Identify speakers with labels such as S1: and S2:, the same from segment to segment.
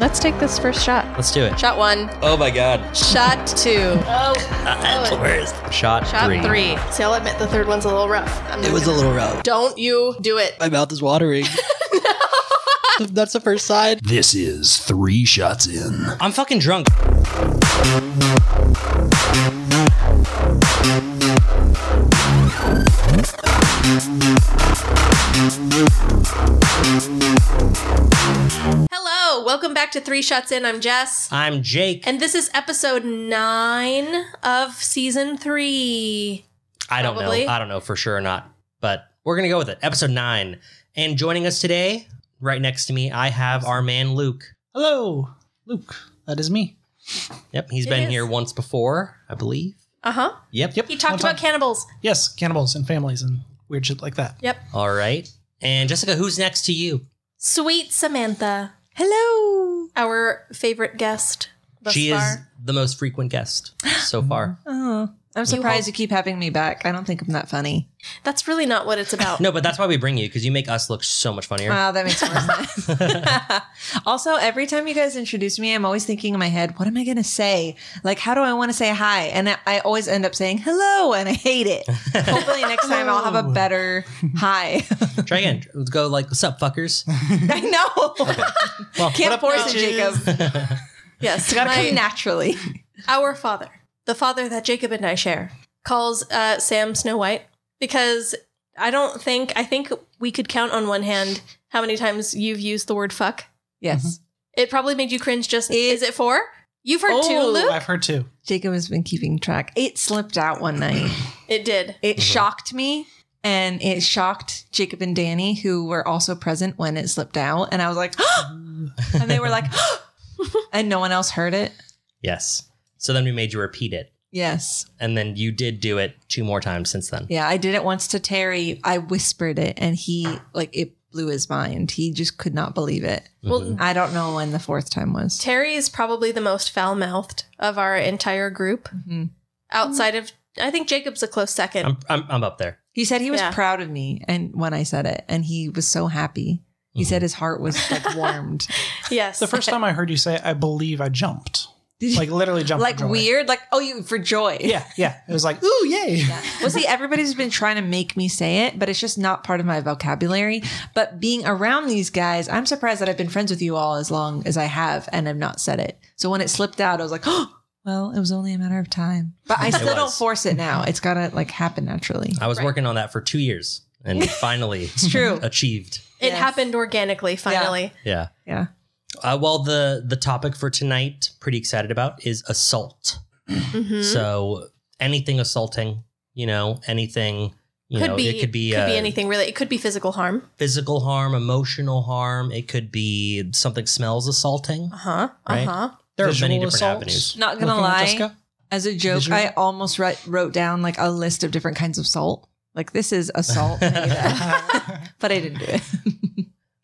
S1: Let's take this first shot.
S2: Let's do it.
S1: Shot one.
S2: Oh my god.
S1: Shot two.
S3: Oh,
S2: That's the worst. Shot,
S1: Shot
S2: three.
S1: three.
S3: See, I'll admit the third one's a little rough. I'm
S4: It
S3: not
S4: was a
S3: gonna-
S4: little rough.
S3: Don't you do it.
S4: My mouth is watering. That's the first side.
S5: This is Three Shots In.
S2: I'm fucking drunk.
S3: Hello, welcome back to Three Shots In. I'm Jess.
S2: I'm Jake.
S3: And this is episode nine of season three.
S2: I don't
S3: Probably.
S2: know. I don't know for sure or not, but we're gonna go with it. Episode nine. And joining us today, right next to me, I have our man Luke.
S5: Hello, Luke. That is me.
S2: Yep, he's
S3: It
S2: been
S3: is.
S2: here once before, I believe.
S3: Uh
S1: Uh-huh.
S3: huh.
S2: Yep.
S5: Yep.
S3: He talked
S5: One
S3: about
S5: time.
S3: cannibals.
S5: yes, cannibals and families and weird shit like that.
S3: Yep.
S2: All right. And Jessica, who's next to you?
S3: Sweet Samantha. Hello. Our favorite guest thus
S2: she is
S3: far.
S2: the most frequent guest so far.
S6: Oh, I'm surprised you keep having me back. I don't think I'm that funny.
S3: That's really not what it's about.
S2: No, but that's why we bring you because you make us look so much funnier.
S6: Wow, that makes more sense. also, every time you guys introduce me, I'm always thinking in my head, what am I going to say? Like, how do I want to say hi? And I- I always end up saying hello, and I hate it. Hopefully, next time I'll have a better hi.
S2: Try again. Let's go like, what's up, fuckers?
S6: I know.
S2: Well,
S6: Can't
S2: what
S6: force it, Jacob.
S3: Yes.
S6: Gotta
S3: my-
S6: come Mm-hmm. naturally.
S3: our father, the father that Jacob and I share, calls uh, Sam Snow White because I don't think I think we could count on one hand how many times you've used the word fuck.
S6: Yes.
S3: It probably made you cringe. Just is it four? You've heard two,
S6: Oh,
S3: Luke.
S5: I've heard too.
S6: Jacob has been keeping track. It slipped out one night.
S3: It did.
S5: Mm-hmm.
S6: It shocked me and it shocked Jacob and Danny, who were also present when it slipped out. And I was like, and they were like, and no one else heard it.
S2: Yes. So then we made you repeat it.
S6: Yes.
S2: And then you did do it two more times since then.
S6: Yeah. I did it once to Terry. I whispered it and he, like, it blew his mind. He just could not believe it.
S3: Well,
S6: I don't know when the fourth time was.
S3: Terry is probably the most foul mouthed of our entire group.
S6: Mhm.
S3: Outside of, I think Jacob's a close second.
S2: I'm, I'm, I'm up there.
S6: He said he was
S3: Yeah.
S6: proud of me and when I said it, and he was so happy. He
S5: Mm-hmm.
S6: said his heart was like warmed.
S3: yes.
S5: The first time I heard you say, I believe I jumped.
S6: Did you-
S5: Like literally jumped.
S6: like
S5: for joy.
S6: weird, like oh, you for joy.
S5: Yeah, yeah. It was like, ooh, yay.
S6: Well, see, everybody's been trying to make me say it, but it's just not part of my vocabulary. But being around these guys, I'm surprised that I've been friends with you all as long as I have and I've not said it. So when it slipped out, I was like, oh, well, it was only a matter of time. But I still don't
S2: was. Uh,
S6: force it now. It's got to like happen naturally.
S2: I was working on that for two years and finally
S6: It's true.
S2: achieved.
S3: it
S6: Yes.
S3: happened organically. Finally,
S2: Yeah.
S6: Yeah.
S2: Uh, well, the, the topic for tonight, pretty excited about, is assault.
S3: Mhm.
S2: So anything assaulting, you know, anything, you
S3: could
S2: know,
S3: be
S2: it could be, uh,
S3: anything really. It could be physical harm.
S2: physical harm, emotional harm. It could be something smells assaulting.
S3: Uh huh.
S2: Right.
S3: Uh huh.
S2: There are
S5: Visual
S2: many different
S5: assault.
S2: avenues.
S6: Not gonna
S5: Looking at
S6: lie.
S5: Jessica.
S6: As a joke,
S5: Visual.
S6: I almost wrote, wrote down like a list of different kinds of salt. Like this is assault, but I didn't do it.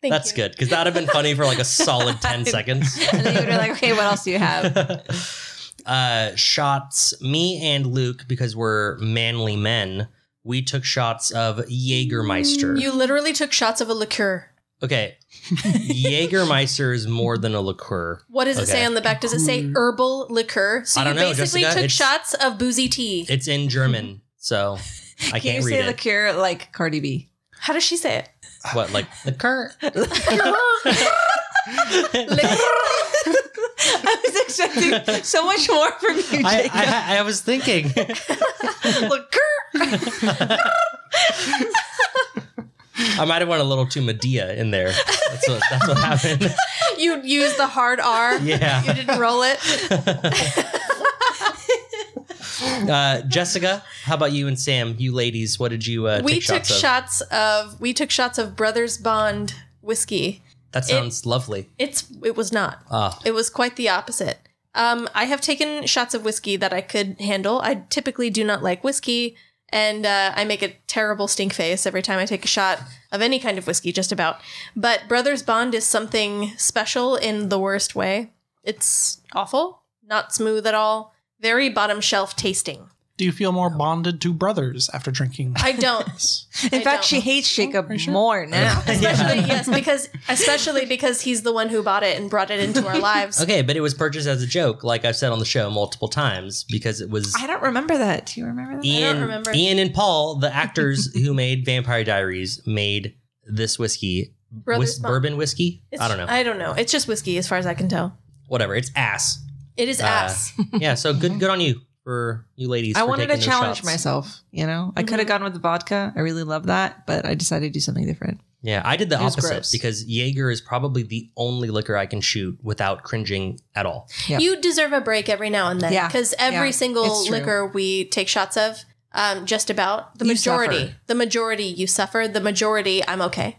S3: Thank
S2: That's
S3: you.
S2: good because that'd have been funny for like a solid 10 seconds.
S6: And then you were like, "Oh." okay, what else do you have?
S2: uh, shots, me and Luke, because we're manly men, we took shots of Jägermeister.
S3: You literally took shots of a liqueur.
S2: okay. Jägermeister is more than a liqueur.
S3: What does it
S2: Okay.
S3: say on the back? Does it say herbal liqueur? So
S2: I don't
S3: you
S2: know,
S3: basically
S2: Jessica,
S3: took
S2: it's-
S3: shots of boozy tea.
S2: It's in German, so I
S6: Can
S2: can't
S6: you
S2: read
S6: say
S2: it.
S6: the cure like Cardi B?
S3: How does she say it?
S2: what, like liqueur?
S6: I was expecting so much more from you, Jacob.
S2: I, I, I was thinking.
S6: Look,
S2: I might have went a little too Medea in there. That's what, that's what happened.
S3: You used the hard R. You
S2: Yeah.
S3: didn't roll it.
S2: Uh, Jessica, how about you and Sam? You ladies, what did you uh,
S3: we
S2: take
S3: took
S2: shots of?
S3: shots of we took shots of Brothers Bond whiskey.
S2: that sounds lovely.
S3: It's it was not.
S2: Ah.
S3: It was quite the opposite. Um, I have taken shots of whiskey that I could handle. I typically do not like whiskey, and uh, I make a terrible stink face every time I take a shot of any kind of whiskey, just about. But Brothers Bond is something special in the worst way. It's awful, not smooth at all, very bottom shelf tasting.
S5: Do you feel more bonded to brothers after drinking?
S3: I don't.
S5: this?
S6: In
S3: I
S6: fact,
S3: don't.
S6: she hates Jacob more now.
S3: Especially yes, because especially because he's the one who bought it and brought it into our lives.
S2: Okay, but it was purchased as a joke, like I've said on the show multiple times, because it was
S6: I don't remember that. Do you remember that?
S2: Ian,
S3: remember.
S2: Ian and Paul, the actors who made Vampire Diaries, made this whiskey,
S3: Brothers
S2: Whis-
S3: Bond.
S2: bourbon whiskey.
S3: It's-
S2: I don't know,
S3: I don't know. It's just whiskey, as far as I can tell.
S2: whatever. It's ass.
S3: It is
S2: Uh,
S3: ass.
S2: Yeah, so good, good on you for you ladies.
S6: I
S2: for
S6: wanted to
S2: taking those
S6: challenge
S2: shots.
S6: myself. You know, I could have gone with the vodka. I really love that, but I decided to do something different.
S2: Yeah, I did the
S6: It was
S2: opposite
S6: gross.
S2: because Jaeger is probably the only liquor I can shoot without cringing at all.
S6: yeah.
S3: You deserve a break every now and then.
S6: Yeah,
S3: Because every
S6: yeah,
S3: single
S6: it's true.
S3: liquor we take shots of, um, just about the
S6: You
S3: majority.
S6: suffer.
S3: The majority you suffer. The majority I'm okay.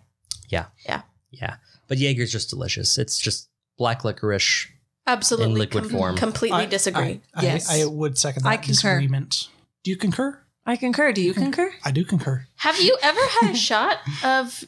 S2: Yeah, but Jaeger's just delicious. It's just black licorice.
S3: Absolutely.
S2: In liquid form.
S3: Completely
S5: I-
S3: disagree.
S5: I, I-
S6: Yes.
S5: I would second that
S6: I concur.
S5: disagreement. Do you concur?
S6: I concur. Do you concur?
S5: I do concur.
S3: Have you ever had a shot of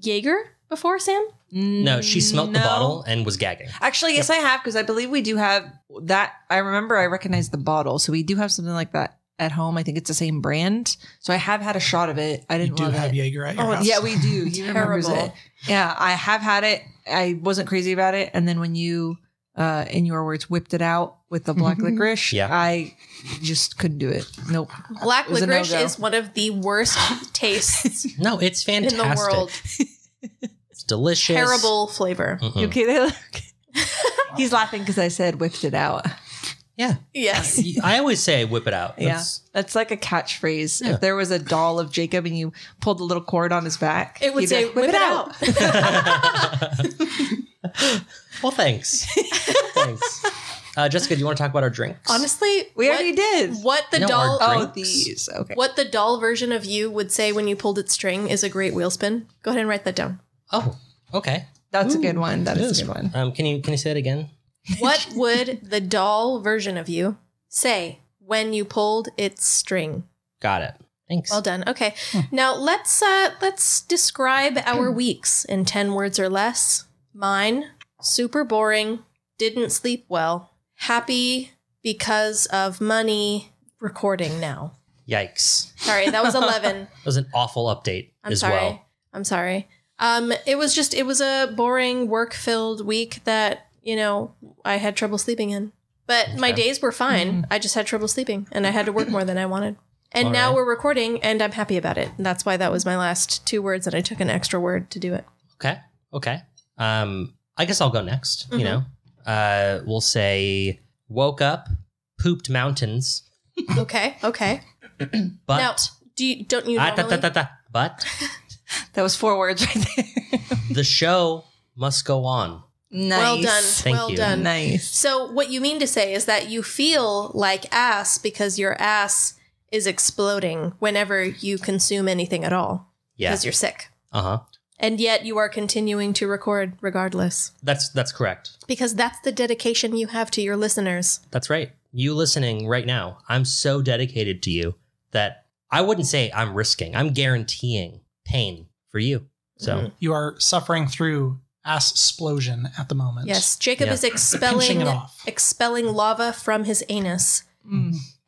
S3: Jaeger before, Sam?
S2: No, she smelt the
S6: No.
S2: bottle and was gagging.
S6: Actually, yes, I have because I believe we do have that. I remember I recognize the bottle, so we do have something like that at home. I think it's the same brand, so I have had a shot of it. I
S5: You
S6: didn't
S5: do
S6: love
S5: have
S6: it.
S5: Jaeger at your
S6: Oh
S5: house.
S6: yeah, we do. He remembers
S3: Terrible.
S6: it. Yeah, I have had it. I wasn't crazy about it, and then when you, uh, in your words, whipped it out with the black
S3: Mm-hmm.
S6: licorice,
S2: Yeah.
S6: I just couldn't do it. Nope.
S3: Black
S6: It was a
S3: licorice
S6: no-go.
S3: is one of the worst tastes
S2: No, it's
S3: in
S2: fantastic.
S3: the world.
S2: It's delicious.
S3: Terrible flavor.
S2: Mm-mm.
S6: You okay there? He's laughing because I said whipped it out.
S2: Yeah,
S3: Yes.
S2: I always say whip it out.
S6: Yeah.
S2: That's-
S6: That's like a catchphrase.
S2: Yeah.
S6: If there was a doll of Jacob and you pulled the little cord on his back,
S3: It would
S6: you'd
S3: say,
S6: be like,
S3: whip, it out.
S2: well, thanks. thanks. Uh, Jessica, do you want to talk about our drinks?
S3: Honestly,
S6: We
S3: what-
S6: already did.
S3: What the
S2: No,
S3: doll
S2: our
S6: Oh,
S2: Drinks.
S6: these. Okay.
S3: what the doll version of you would say when you pulled its string is a great wheel spin. Go ahead and write that down.
S2: Oh, okay.
S6: That's a good one. That is, a good one.
S2: Um, can you can you say it again?
S3: What would the doll version of you say when you pulled its string?
S2: Got it. Thanks.
S3: Well done. Okay. Now let's uh let's describe our weeks in 10 words or less. Mine super boring, didn't sleep well, happy because of money recording now.
S2: Yikes.
S3: Sorry, that was 11.
S2: That was an awful update
S3: I'm
S2: as
S3: sorry.
S2: well.
S3: I'm sorry. Um, it was just it was a boring work filled week that you know I had trouble sleeping in. But my
S2: Okay.
S3: days were fine. I just had trouble sleeping, and I had to work more than I wanted. And
S2: All
S3: now
S2: right.
S3: we're recording, and I'm happy about it. And that's why that was my last two words, and I took an extra word to do it.
S2: Okay. Okay. Um, I guess I'll go next. You know,
S3: Mhm.
S2: uh, we'll say woke up, pooped mountains,
S3: Okay, okay.
S2: but
S3: now, do you don't you
S2: Ah, da,
S3: normally?
S2: da, da, da. but
S6: That was four words right there.
S2: the show must go on.
S6: nice.
S3: Well done.
S2: Thank
S3: well
S2: you.
S3: done.
S6: Nice.
S3: So what you mean to say is that you feel like ass because your ass is exploding whenever you consume anything at all
S2: Yeah.
S3: because you're sick.
S2: Uh huh.
S3: And yet you are continuing to record regardless
S2: That's that's correct.
S3: because that's the dedication you have to your listeners.
S2: That's right. You listening right now, I'm so dedicated to you that I wouldn't say I'm risking, I'm guaranteeing pain for you. So,
S3: Mm-hmm.
S5: You are suffering through ass explosion at the moment.
S3: Yes, Jacob
S2: Yeah.
S3: is
S5: Pinching
S3: expelling
S5: it off.
S3: expelling lava from his anus.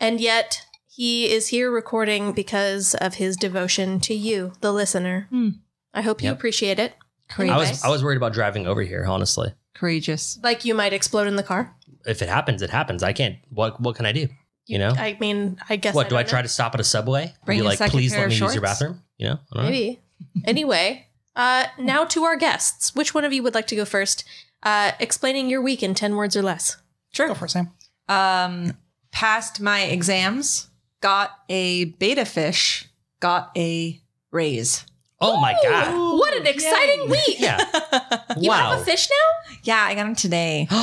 S3: And yet he is here recording because of his devotion to you, the listener.
S6: Mm.
S3: I hope you
S2: Yep.
S3: appreciate it.
S6: Courageous.
S2: I was I was worried about driving over here, honestly.
S6: Courageous.
S3: Like you might explode in the car.
S2: If it happens, it happens. I can't what what can I do? You know?
S3: I mean, I guess.
S2: what do I
S3: don't
S2: try
S3: know.
S2: to stop at a subway?
S6: Bring
S2: Be
S6: a
S2: like,
S6: second
S2: please
S6: pair
S2: let
S6: of
S2: me use your
S6: shorts?
S2: bathroom? You know? I don't know.
S3: Maybe. anyway, uh, now to our guests. Which one of you would like to go first? Uh, explaining your week in ten words or less.
S5: Go for it, Sam.
S6: um, passed my exams, got a beta fish, got a raise.
S2: Oh my god.
S3: what an exciting week!
S2: Yeah.
S3: You have
S2: wow.
S3: a fish now?
S6: Yeah, I got him today.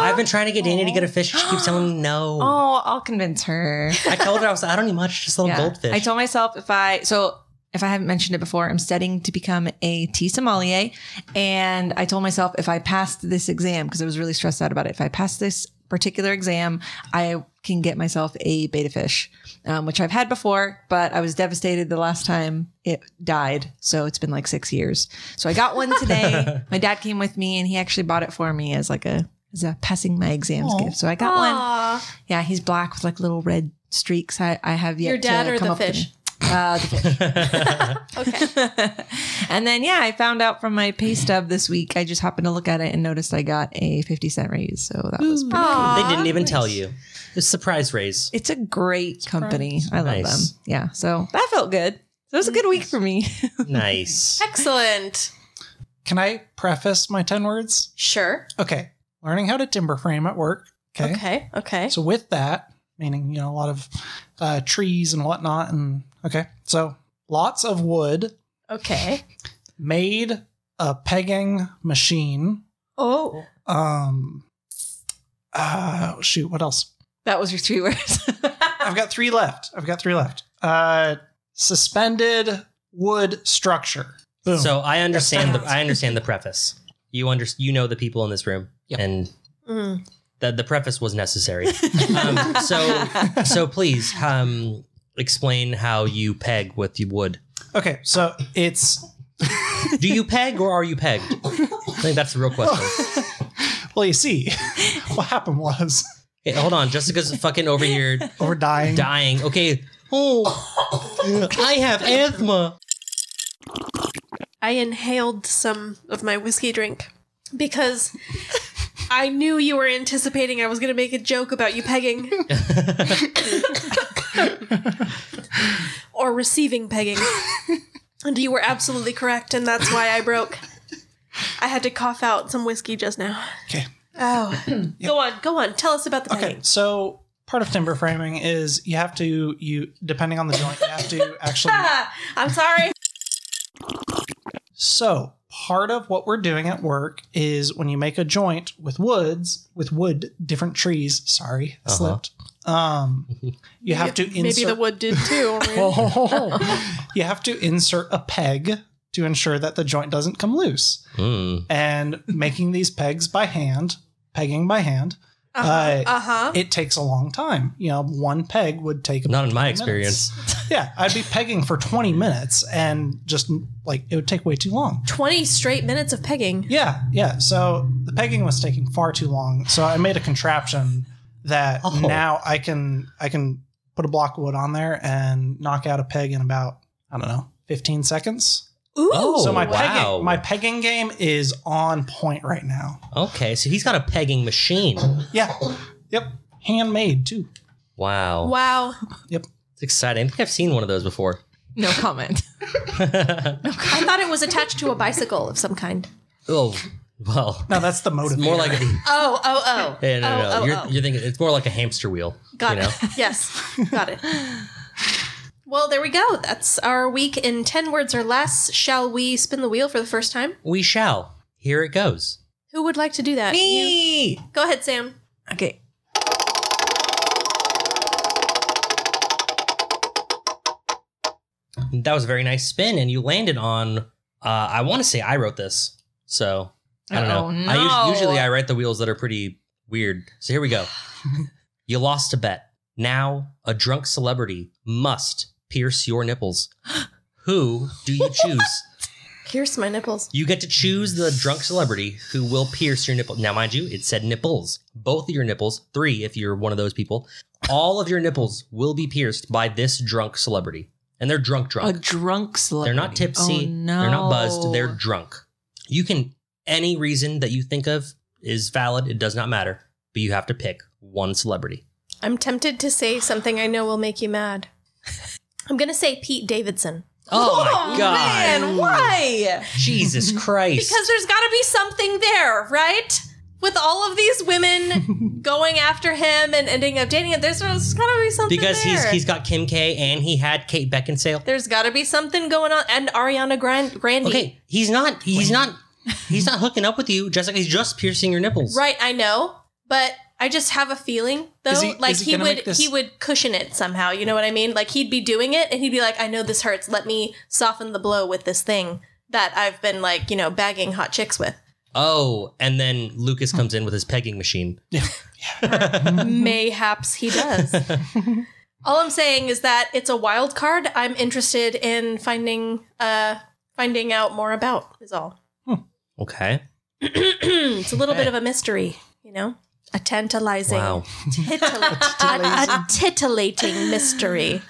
S2: Oh. I've been trying to get Dana to get a fish. She keeps telling me no.
S6: Oh, I'll convince her.
S2: I told her I was like, I don't need much, just a little
S6: Yeah.
S2: goldfish.
S6: I told myself if I so if I haven't mentioned it before, I'm studying to become a tea sommelier, and I told myself if I passed this exam because I was really stressed out about it. If I passed this particular exam, I can get myself a beta fish, um, which I've had before, but I was devastated the last time it died. So it's been like six years. So I got one today. my dad came with me, and he actually bought it for me as like a as a passing my exams gift. So I got one.
S3: Aw.
S6: Yeah, he's black with like little red streaks I, I have yet
S3: Your dad
S6: to
S3: or
S6: come
S3: the
S6: up with.
S3: fish?
S6: Uh, the fish.
S3: Okay.
S6: and then yeah, I found out from my pay stub this week. I just happened to look at it and noticed I got a fifty cent raise. So that was pretty
S3: Aw.
S2: They didn't even tell you. It's surprise raise.
S6: it's a great company. I love
S2: Nice.
S6: them. Yeah. So that felt good. So it was a good week for me.
S2: Nice.
S3: Excellent.
S5: Can I preface my 10 words?
S3: Sure.
S5: Okay. Learning how to timber frame at work. Okay.
S3: Okay. Okay.
S5: So with that, meaning, you know, a lot of uh, trees and whatnot. And okay. So lots of wood
S3: Okay.
S5: made a pegging machine.
S3: Oh.
S5: Um, uh, shoot. What else?
S6: that was your three words.
S3: Ah.
S5: I've got three left. I've got three left. Uh, suspended wood structure. Boom.
S2: So I understand the
S5: That's-
S2: I understand the preface. You under you know the people in this room,
S5: Yep.
S2: and
S3: Mm.
S2: the the preface was necessary. um, so so please um, explain how you peg with your wood.
S5: okay. So it's
S2: Do you peg or are you pegged? I think that's the real question.
S5: well, you see, what happened was
S2: Hey, hold on, Jessica's fucking over here
S5: we're dying.
S2: dying. Okay. Oh, I have asthma.
S3: I inhaled some of my whiskey drink because I knew you were anticipating I was going to make a joke about you pegging or receiving pegging. and you were absolutely correct, and that's why I broke. I had to cough out some whiskey just now.
S5: Okay.
S3: Oh. Go on, go on. Tell us about the
S5: Okay,
S3: pegging.
S5: so part of timber framing is you have to you depending on the joint, you have to actually
S3: Ah, I'm sorry.
S5: So, part of what we're doing at work is when you make a joint with woods, with wood, different trees, sorry, I
S2: Uh-huh.
S5: slipped. Um, you have to insert
S3: Maybe the wood did too.
S5: you have to insert a peg to ensure that the joint doesn't come loose.
S2: Mm.
S5: And making these pegs by hand, pegging by hand, uh,
S3: Uh huh.
S5: it takes a long time. You know, one peg would take about
S2: Not in my
S5: 20 minutes.
S2: experience.
S5: Yeah, I'd be pegging for 20 minutes and just like it would take way too long.
S3: 20 straight minutes of pegging.
S5: Yeah, yeah. So the pegging was taking far too long. So I made a contraption that
S2: Oh.
S5: now I can I can put a block of wood on there and knock out a peg in about I don't know 15 seconds.
S3: Ooh.
S2: Oh,
S5: so my
S2: wow.
S5: pegging my pegging game is on point right now.
S2: Okay, so he's got a pegging machine.
S5: Yeah. Yep. Handmade too.
S2: Wow.
S3: Wow.
S2: It's exciting. I think I've seen one of those before.
S6: no comment.
S3: I thought it was attached to a bicycle of some kind.
S2: Oh, well.
S5: No, that's the motive.
S2: It's more like a.
S3: Oh, oh, oh.
S2: Yeah, no,
S3: oh,
S2: no, no.
S3: oh,
S2: you're,
S3: oh.
S2: you're thinking it's more like a hamster wheel.
S3: Got
S2: you know?
S3: it. Yes. Got it. Well, there we go. That's our week in 10 words or less. Shall we spin the wheel for the first time?
S2: We shall. Here it goes.
S3: Who would like to do that? You-
S6: Me.
S3: Go ahead, Sam.
S6: Okay.
S2: That was a very nice spin, and you landed on. Uh, I want to say I wrote this, so I don't know.
S6: Oh,
S2: I
S6: no.
S2: us- usually I write the wheels that are pretty weird. So here we go. you lost a bet. Now a drunk celebrity must pierce your nipples. Who do you choose?
S3: Pierce my nipples.
S2: You get to choose the drunk celebrity who will pierce your nipple. Now, mind you, it said nipples. Both of your nipples, three if you're one of those people, all of your nipples will be pierced by this drunk celebrity. And they're drunk,
S6: A
S2: drunk.
S6: drunk
S2: they're
S6: celebrity.
S2: not tipsy.
S6: Oh, no.
S2: They're not buzzed. They're drunk. You can, any reason that you think of is valid. It does not matter. But you have to pick one celebrity.
S3: I'm tempted to say something I know will make you mad. I'm going to say Pete Davidson.
S2: Oh, my God.
S3: why?
S2: Jesus Christ.
S3: Because there's got to be something there, right? With all of these women going after him and ending up dating him, there's, there's got to be something.
S2: Because he's,
S3: there.
S2: he's got Kim K and he had Kate Beckinsale.
S3: There's got to be something going on, and Ariana Grand- Grande.
S2: Okay, he's not. He's not. He's not hooking up with you, Jessica. He's just piercing your nipples.
S3: Right, I know, but I just have a feeling though,
S5: Is he-
S3: like
S5: is he
S3: he,
S5: gonna
S3: would
S5: make this-
S3: he would cushion it somehow. You know what I mean? Like he'd be doing it, and he'd be like, "I know this hurts. Let me soften the blow with this thing that I've been like, you know, bagging hot chicks with."
S2: Oh, and then Lucas comes in with his pegging machine.
S3: Mayhaps he does. All I'm saying is that it's a wild card. I'm interested in finding uh finding out more about is all.
S2: Okay.
S3: it's a little
S2: Okay.
S3: bit of a mystery, you know. a tantalizing,
S2: Wow.
S3: titilla- a, a titillating mystery.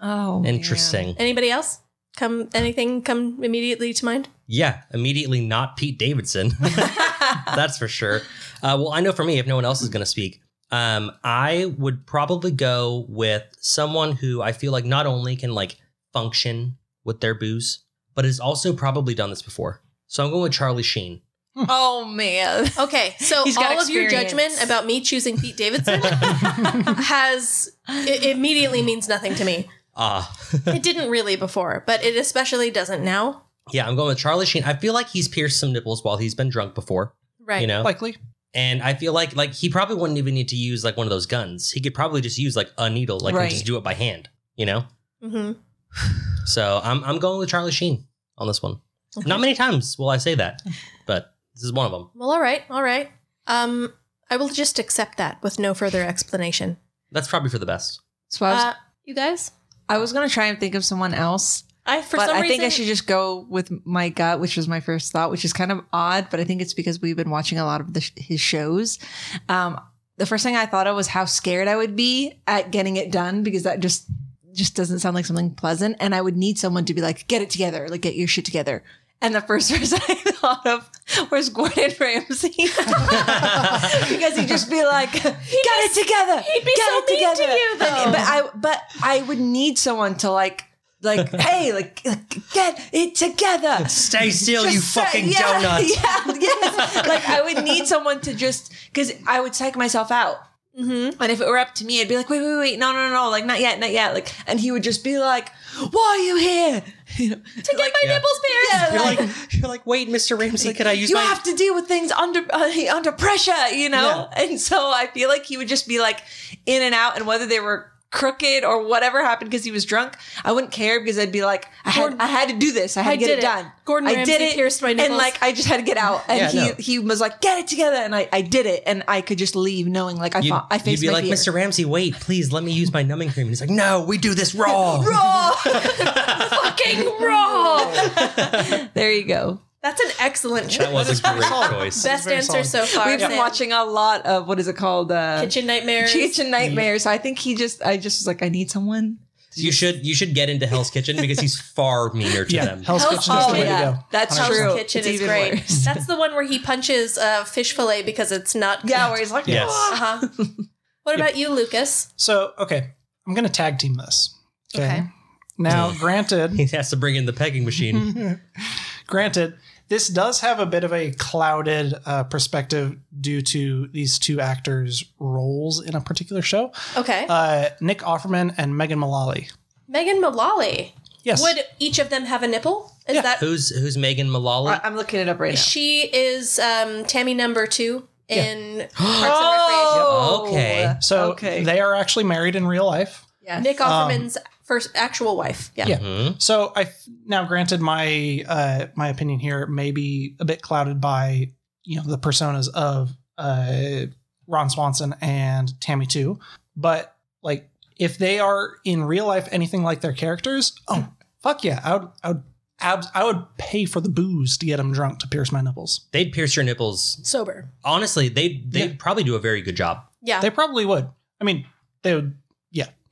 S6: Oh,
S2: Interesting.
S3: Anybody else? Come anything come immediately to mind?
S2: Yeah, immediately not Pete Davidson. That's for sure. Uh, well, I know for me, if no one else is going to speak, um, I would probably go with someone who I feel like not only can like function with their booze, but has also probably done this before. So I'm going with Charlie Sheen.
S6: Oh man.
S3: Okay, so
S6: He's got
S3: all of your
S6: experience.
S3: judgment about me choosing Pete Davidson has it immediately means nothing to me.
S2: Ah,
S3: It didn't really before, but it especially doesn't now.
S2: yeah, I'm going with Charlie Sheen. I feel like he's pierced some nipples while he's been drunk before.
S3: Right.
S2: You know,
S5: Likely.
S2: And I feel like like he probably wouldn't even need to use like one of those guns. He could probably just use like a needle, like
S6: Right.
S2: and just do it by hand, you know?
S3: hmm
S2: So I'm I'm going with Charlie Sheen on this one. Not many times will I say that, but this is one of them.
S3: Well, all right, all right. Um, I will just accept that with no further explanation.
S2: That's probably for the best.
S6: So I was,
S3: Uh, you guys,
S6: I was gonna try and think of someone else,
S3: I for
S6: but
S3: some
S6: I
S3: reason
S6: think I should just go with my gut, which was my first thought, which is kind of odd, but I think it's because we've been watching a lot of the, his shows. Um, the first thing I thought of was how scared I would be at getting it done because that just just doesn't sound like something pleasant, and I would need someone to be like, "Get it together, like get your shit together." And the first person I thought of was Gordon Ramsay because he'd just be like, "Get it together,
S3: he'd be
S6: get
S3: so
S6: it
S3: mean to
S6: together."
S3: you, though.
S6: And- but I but I would need someone to like like hey like, like, get it together.
S2: Stay still, you
S6: Just say-
S2: fucking
S6: yeah,
S2: donuts.
S6: Yeah, yes. like I would need someone to just because I would psych myself out.
S3: Mhm.
S6: And if it were up to me, I'd be like, wait, wait, wait, no, no, no, like not yet, not yet. Like, and he would just be like, why are you here? You know, to
S3: get my nipples pierced.
S6: Yeah,
S2: You're
S6: like,
S2: like you're like, wait, Mr. Ramsey, could I use
S6: you
S2: my
S6: have to deal with things under uh, under pressure, you know. And so I feel like he would just be like in and out, and whether they were crooked or whatever happened because he was drunk, I wouldn't care because I'd be like, I had
S3: Gordon-
S6: I had to do this, I had
S3: I
S6: to get
S3: did
S6: it,
S3: it.
S6: done.
S3: Gordon
S6: I
S3: Ramsay pierced my
S6: and
S3: nipples.
S6: like I just had to get out. And
S2: Yeah,
S6: he
S2: no.
S6: he was like, get it together, and I I did it, and I could just leave knowing like I
S2: You'd,
S6: fought, I
S2: you'd
S6: faced
S2: be
S6: my
S2: like,
S6: fear.
S2: Mr. Ramsey, wait, please let me use my numbing cream. And he's like, No, we do this raw.
S6: Raw.
S3: fucking wrong.
S6: there you go.
S3: That's an excellent
S2: That
S3: choice.
S2: was a great
S5: solid.
S2: choice.
S3: Best
S5: very
S3: answer so
S5: solid.
S3: far.
S6: We've been
S3: Sam.
S6: watching a lot of what is it called? Uh,
S3: Kitchen Nightmares.
S6: Kitchen Nightmare. So I think he just I just was like, I need someone.
S2: You should you should get into Hell's Kitchen because he's far meaner to
S5: Yeah.
S2: them.
S5: Hell's
S3: Hell's
S5: Kitchen is the way
S3: Kitchen.
S5: to go.
S6: That's
S3: Hell's
S6: true.
S3: Kitchen
S6: It's
S3: is
S6: even
S3: great.
S6: worse.
S3: That's the one where he punches uh, fish fillet because it's not.
S6: Yeah, where he's like,
S2: Yes.
S6: "Ah."
S3: Uh huh. What about you, Lucas?
S5: So, okay. I'm going to tag team this.
S3: Okay.
S5: Now, granted,
S2: He has to bring in the pegging
S6: Mm-hmm.
S2: machine.
S5: granted, this does have a bit of a clouded uh, perspective due to these two actors' roles in a particular show.
S3: Okay.
S5: Uh, Nick Offerman and Megan Mullally.
S3: Megan Mullally.
S5: Yes.
S3: Would each of them have a nipple? Is that
S2: who's who's Megan Mullally?
S6: I- I'm looking it up right now.
S3: she is um, Tammy number two in Parks
S2: Recreation. Okay.
S5: so
S6: okay.
S5: they are actually married in real life.
S3: and Recreation. Nick Offerman's first actual wife. Yeah.
S5: Yeah.
S2: Mhm.
S5: So I f- now granted my uh, my opinion here may be a bit clouded by you know the personas of uh, Ron Swanson and Tammy too, but like if they are in real life anything like their characters, oh fuck yeah, I would I would abs- I would pay for the booze to get them drunk to pierce my nipples.
S2: They'd pierce your nipples
S3: Sober.
S2: honestly, they they
S5: Yeah.
S2: probably do a very good job.
S3: Yeah.
S5: They probably would. I mean, they would.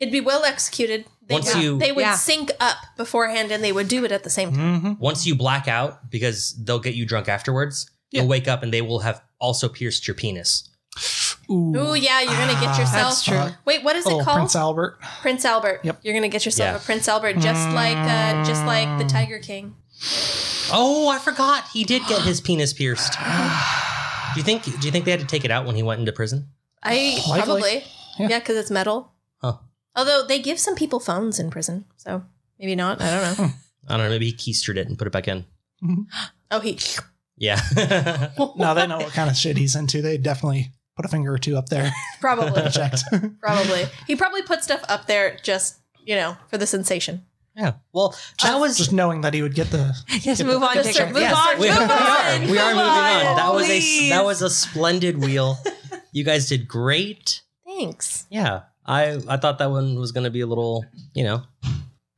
S3: It'd be well executed. They,
S2: Once
S3: would-
S2: you-
S3: they would
S6: Yeah.
S3: sync up beforehand and they would do it at the same time.
S5: Mhm.
S2: Once you black out, because they'll get you drunk afterwards,
S5: Yeah.
S2: you'll wake up and they will have also pierced your penis.
S5: Ooh.
S3: Ooh, yeah, you're gonna get
S5: Mm. Ah,
S3: yourself.
S6: that's true.
S3: Wait, what is
S5: Little
S3: it called?
S5: Prince Albert.
S3: Prince Albert.
S5: Yep.
S3: You're gonna get yourself
S2: Yeah.
S3: a Prince Albert, just like uh, just like the Tiger King.
S2: Oh, I forgot he did get his penis pierced. do you think? Do you think they had to take it out when he went into prison?
S3: I
S5: Likely.
S3: probably
S5: Yeah.
S3: yeah, because it's metal.
S2: Huh.
S3: Although they give some people phones in prison, so maybe not. I don't know.
S2: I don't know. Maybe he keistered it and put it back in.
S3: oh, he.
S2: Yeah,
S5: Now they know what kind of shit he's into. They definitely put a finger or two up there.
S3: Probably.
S5: Checked.
S3: probably. He probably put stuff up there just, you know, for the sensation.
S2: yeah. Well, that was
S5: just knowing that he would get the
S6: Yes, move on,
S3: Go
S6: Jacob.
S3: search-
S6: Move
S3: move
S2: Yes,
S6: on.
S2: we,
S6: move
S2: we
S6: on.
S2: are, we are
S6: Come
S2: moving on. That was a
S6: please.
S2: that was a splendid wheel. You guys did great.
S3: Thanks.
S2: Yeah, I I thought that one was going to be a little, you know,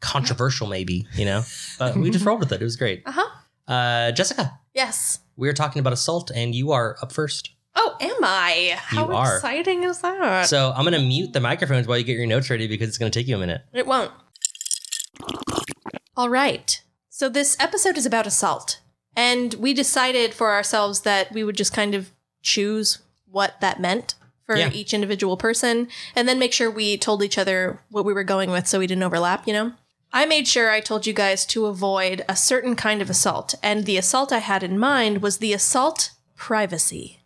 S2: controversial maybe, you know, but we just rolled with it. It was great.
S3: Uh huh.
S2: Uh, Jessica,
S3: Yes.
S2: we are talking about assault, and you are up first.
S3: Oh, am I? How
S2: You are.
S3: exciting is that?
S2: So I'm gonna mute the microphones while you get your notes ready because it's gonna take you a minute.
S3: it won't. All right. So this episode is about assault. And we decided for ourselves that we would just kind of choose what that meant for
S2: Yeah.
S3: each individual person and then make sure we told each other what we were going with so we didn't overlap, you know? I made sure I told you guys to avoid a certain kind of assault. And the assault I had in mind was the assault privacy.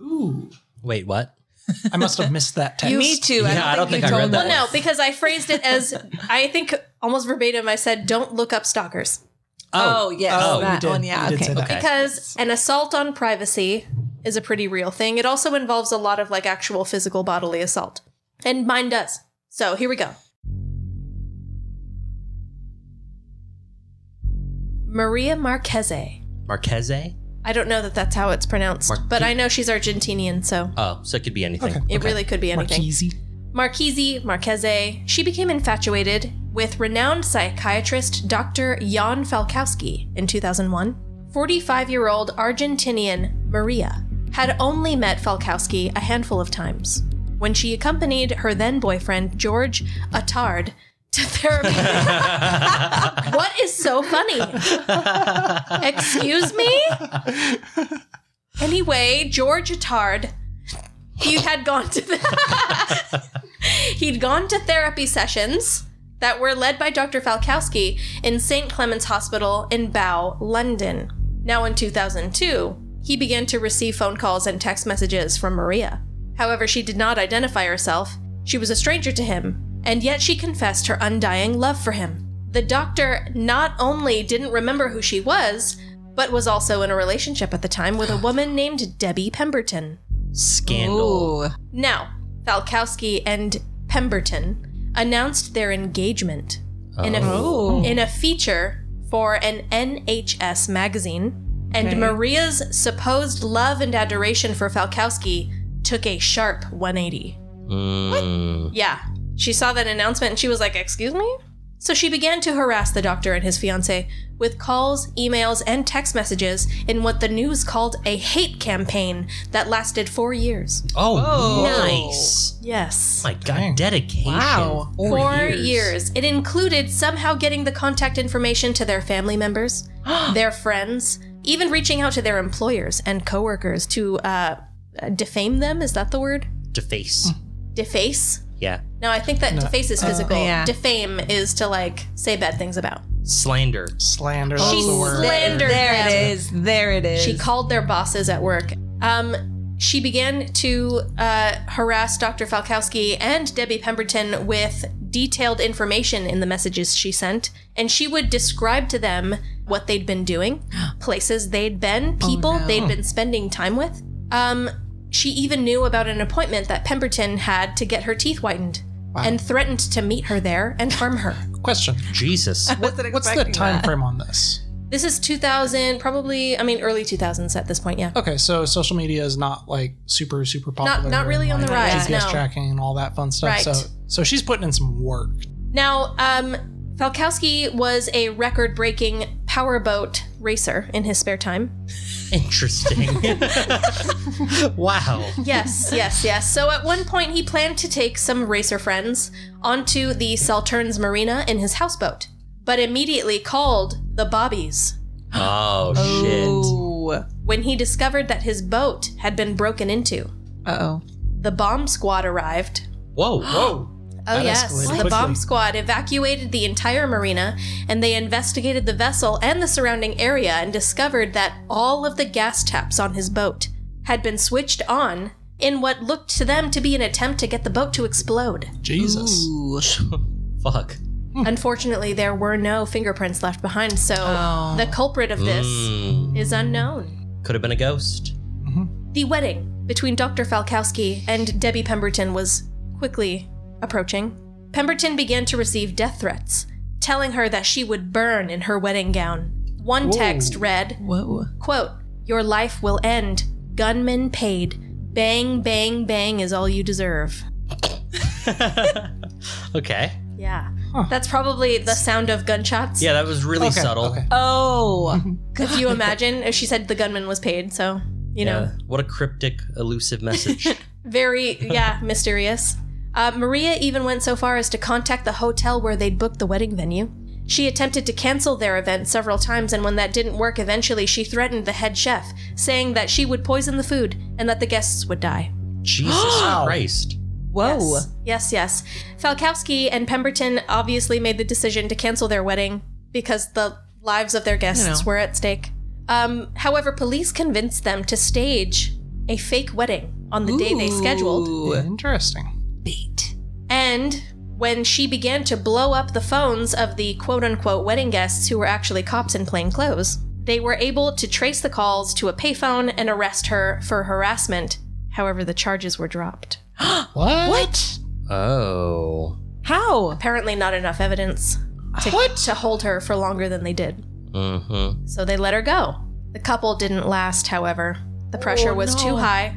S5: Ooh.
S2: Wait, what?
S5: I must have missed that text.
S6: Me too.
S2: Yeah, I don't think
S6: you
S2: I read
S6: told
S2: that one.
S6: me.
S3: Well, no, because I phrased it as I think almost verbatim. I said, "Don't look up stalkers,"
S6: Oh, yes,
S5: Oh, you
S6: that
S5: did.
S6: one. Yeah,
S5: You did
S6: okay.
S5: say that.
S2: Okay.
S3: because an assault on privacy is a pretty real thing. It also involves a lot of like actual physical bodily assault, and mine does. So here we go. Maria Marquez.
S2: Marqueze?
S3: I don't know that that's how it's pronounced,
S2: Mar-
S3: but I know she's Argentinian, so
S2: Oh, so it could be anything.
S5: Okay.
S3: it really could be anything.
S5: Marquise.
S3: Marchese Marchese, she became infatuated with renowned psychiatrist Dr. Jan Falkowski in 2001. 45 year old Argentinian Maria had only met Falkowski a handful of times when she accompanied her then boyfriend George Attard to therapy. what is so funny? Excuse me? Anyway, George Attard, he had gone to he'd gone to therapy sessions that were led by Dr. Falkowski in St. Clement's Hospital in Bow, London. Now in 2002, he began to receive phone calls and text messages from Maria. However, she did not identify herself. She was a stranger to him, and yet she confessed her undying love for him. The doctor not only didn't remember who she was, but was also in a relationship at the time with a woman named Debbie Pemberton.
S2: Scandal.
S6: Ooh.
S3: Now, Falkowski and Pemberton announced their engagement in
S6: Oh.
S3: a in a feature for an NHS magazine, and
S6: Okay.
S3: Maria's supposed love and adoration for Falkowski took a sharp 180.
S2: Mm.
S3: Yeah, she saw that announcement and she was like, "Excuse me." So she began to harass the doctor and his fiance with calls, emails, and text messages in what the news called a hate campaign that lasted four years.
S2: Oh,
S6: Whoa.
S2: nice.
S3: Yes.
S2: My God,
S5: Dang.
S2: dedication.
S6: Wow.
S2: Four, years.
S3: It included somehow getting the contact information to their family members, their friends, even reaching out to their employers and coworkers to uh, defame them. Is that the word?
S2: Deface.
S5: Hmm.
S3: Deface?
S2: Yeah.
S3: No, I think that
S5: No.
S3: deface
S2: Uh,
S3: is physical.
S6: yeah.
S3: Defame is to like say bad things about.
S2: Slander.
S5: Slander.
S3: She
S5: that's the word.
S3: slandered
S6: There
S3: them.
S6: it is. There it is.
S3: She called their bosses at work. Um, she began to uh, harass Dr. Falkowski and Debbie Pemberton with detailed information in the messages she sent, and she would describe to them what they'd been doing, places they'd been, people
S6: no.
S3: they'd been spending time with. Um, she even knew about an appointment that Pemberton had to get her teeth whitened. And threatened to meet her there and harm her.
S5: Question.
S2: Jesus.
S6: Wasn't
S5: What's the
S6: expecting
S5: time
S6: that.
S5: frame on this?
S3: This is 2000, probably, I mean, early 2000s at this point, yeah.
S5: Okay, so social media is not like super super popular.
S3: not
S5: and,
S3: really on the
S5: like,
S3: rise,
S5: GPS
S3: no.
S5: tracking and all that fun stuff.
S3: Right.
S5: So so she's putting in some work.
S3: Now, um, Falkowski was a record breaking powerboat racer in his spare time.
S2: Interesting. wow.
S3: Yes, yes, yes. So at one point, he planned to take some racer friends onto the Salterns Marina in his houseboat, but immediately called the Bobbies
S2: Oh, shit.
S6: Ooh.
S3: when he discovered that his boat had been broken into.
S6: Uh oh.
S3: The bomb squad arrived.
S2: Whoa, whoa.
S3: Oh,
S5: That
S3: yes.
S5: escalated
S3: The
S5: quickly.
S3: bomb squad evacuated the entire marina and they investigated the vessel and the surrounding area and discovered that all of the gas taps on his boat had been switched on in what looked to them to be an attempt to get the boat to explode.
S5: Jesus.
S6: Ooh.
S2: Fuck.
S5: Hmm.
S3: Unfortunately, there were no fingerprints left behind, so
S6: Oh.
S3: the culprit of this
S2: Mm.
S3: is unknown.
S2: Could have been a ghost.
S3: The wedding between Dr. Falkowski and Debbie Pemberton was quickly approaching. Pemberton began to receive death threats, telling her that she would burn in her wedding gown. One text read,
S6: Whoa.
S3: quote, Your life will end. Gunman paid. Bang, bang, bang is all you deserve.
S2: Okay.
S3: Yeah. That's probably the sound of gunshots.
S2: Yeah, that was really
S5: Okay,
S2: subtle.
S5: okay.
S6: Oh.
S3: If you imagine, she said the gunman was paid, so you know,
S2: What a cryptic, elusive message.
S3: very, yeah, mysterious. Uh, Maria even went so far as to contact the hotel where they'd booked the wedding venue. She attempted to cancel their event several times, and when that didn't work, eventually she threatened the head chef, saying that she would poison the food and that the guests would die.
S2: Jesus Christ.
S6: Whoa.
S3: Yes, yes, yes. Falkowski and Pemberton obviously made the decision to cancel their wedding because the lives of their guests
S6: You know.
S3: were at stake. Um, however, police convinced them to stage a fake wedding on the day they scheduled.
S6: Ooh.
S5: Interesting.
S6: Bait.
S3: And when she began to blow up the phones of the quote unquote wedding guests who were actually cops in plain clothes, they were able to trace the calls to a payphone and arrest her for harassment. However, the charges were dropped.
S5: What?
S6: What?
S2: Oh.
S6: How?
S3: apparently not enough evidence to, to hold her for longer than they did.
S2: Mm-hmm.
S3: So they let her go. The couple didn't last, however. The pressure
S6: Oh,
S3: was too
S6: no.
S3: high.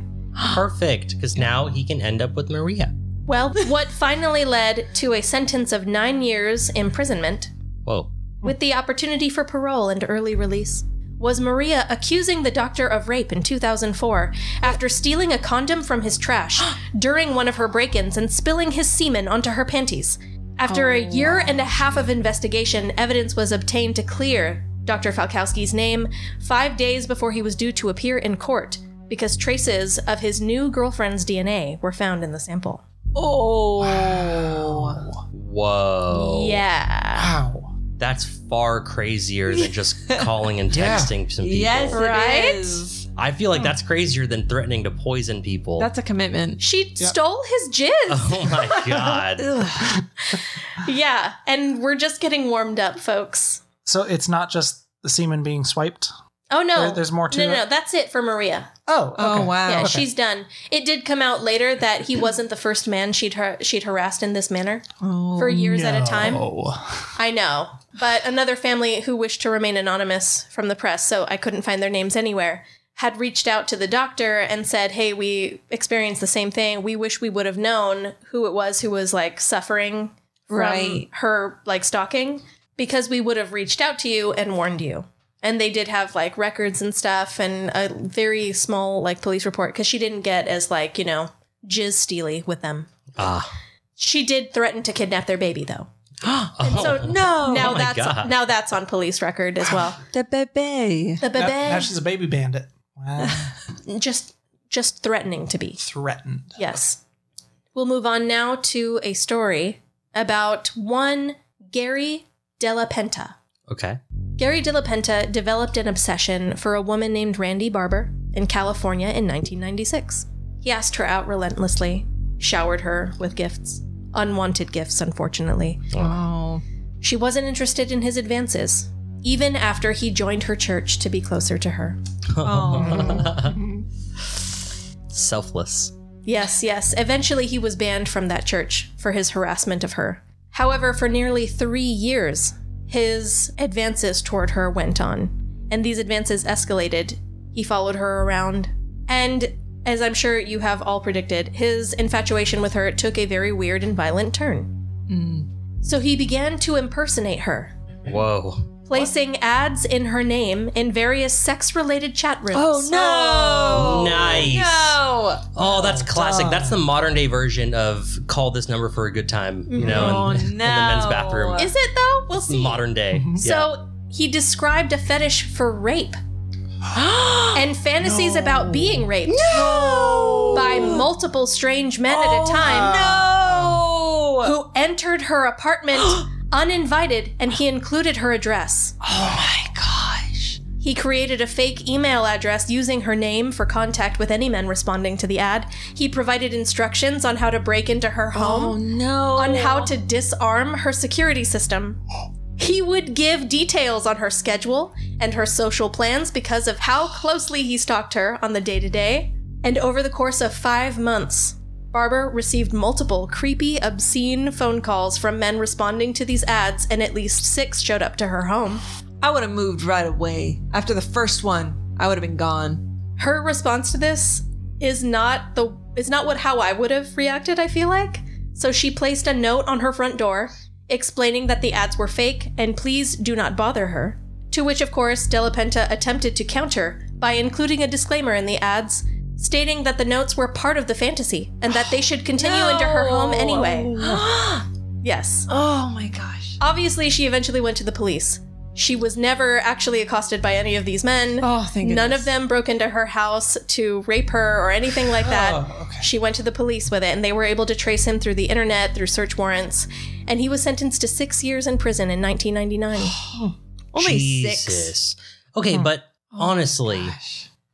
S2: Perfect, because now he can end up with Maria.
S3: Well, what finally led to a sentence of nine years imprisonment
S2: Whoa.
S3: with the opportunity for parole and early release was Maria accusing the doctor of rape in 2004 after stealing a condom from his trash during one of her break ins and spilling his semen onto her panties. After a year and a half of investigation, evidence was obtained to clear Dr. Falkowski's name five days before he was due to appear in court because traces of his new girlfriend's DNA were found in the sample.
S6: Oh.
S2: Whoa.
S3: Yeah.
S5: Wow.
S2: That's far crazier than just calling and
S5: Yeah.
S2: texting some people.
S6: Yes,
S3: Right?
S6: it is.
S2: I feel like that's crazier than threatening to poison people.
S6: That's a commitment.
S3: She stole his jizz.
S2: oh my god.
S3: Yeah, and we're just getting warmed up, folks.
S5: So it's not just the semen being swiped.
S3: Oh no,
S5: There- there's more to
S3: no, no,
S5: it?
S3: no, that's it for Maria.
S5: Oh. Okay.
S6: Oh wow.
S3: yeah, she's done. It did come out later that he wasn't the first man she'd har- she'd harassed in this manner
S6: Oh,
S3: for years at a time.
S5: No.
S3: I know, but another family who wished to remain anonymous from the press, so I couldn't find their names anywhere. Had reached out to the doctor and said, Hey, we experienced the same thing. We wish we would have known who it was who was like suffering from
S6: Right.
S3: her like stalking because we would have reached out to you and warned you. And they did have like records and stuff and a very small like police report because she didn't get as like, you know, jizz steely with them.
S2: Ah.
S3: She did threaten to kidnap their baby though.
S2: Oh.
S3: So no, now
S2: Oh my
S3: that's
S2: God.
S3: now that's on police record as well.
S6: the bebe.
S3: The
S5: Now,
S3: bebe
S5: now she's a baby bandit. Wow.
S3: just just threatening to be.
S5: Threatened.
S3: Yes. We'll move on now to a story about one Gary Della Penta.
S2: Okay.
S3: Gary De La Penta developed an obsession for a woman named Randy Barber in California in 1996. He asked her out relentlessly, showered her with gifts, unwanted gifts, unfortunately.
S6: Oh.
S3: She wasn't interested in his advances, even after he joined her church to be closer to her.
S6: Oh.
S2: Selfless.
S3: Yes, yes. Eventually, he was banned from that church for his harassment of her. However, for nearly three years, his advances toward her went on, and these advances escalated. He followed her around, and as I'm sure you have all predicted, his infatuation with her took a very weird and violent turn.
S6: Mm.
S3: So he began to impersonate her,
S2: Whoa.
S3: placing ads in her name in various sex related chat rooms.
S6: Oh no.
S2: Nice.
S6: No.
S2: Oh, that's classic. That's the modern day version of call this number for a good time, you know,
S6: Oh,
S2: in, in the men's
S6: no.
S2: bathroom.
S3: Is it though? We'll see.
S2: modern day. Yeah.
S3: So he described a fetish for rape and fantasies about being raped by multiple strange men at a time
S6: Oh, No.
S3: who entered her apartment uninvited and he included her address.
S6: Oh my gosh.
S3: He created a fake email address using her name for contact with any men responding to the ad. He provided instructions on how to break into her home
S6: Oh no.
S3: on how to disarm her security system. He would give details on her schedule and her social plans because of how closely he stalked her on the day to day. And over the course of five months, Barber received multiple creepy, obscene phone calls from men responding to these ads, and at least six showed up to her home.
S6: I would have moved right away after the first one. I would have been gone.
S3: her response to this is not the is not what how I would have reacted, I feel like. So she placed a note on her front door explaining that the ads were fake and please do not bother her. To which of course Delapenta attempted to counter by including a disclaimer in the ads stating that the notes were part of the fantasy and that they should continue into her home anyway.
S6: oh
S3: Yes.
S6: my gosh.
S3: Obviously, she eventually went to the police. She was never actually accosted by any of these men.
S6: Oh, thank
S3: None of them broke into her house to rape her or anything like that.
S5: Oh, okay.
S3: She went to the police with it, and they were able to trace him through the internet, through search warrants, and he was sentenced to six years in prison in 1999.
S6: Only six.
S2: Jesus.
S3: Hmm.
S2: Okay, but
S3: Oh
S2: honestly,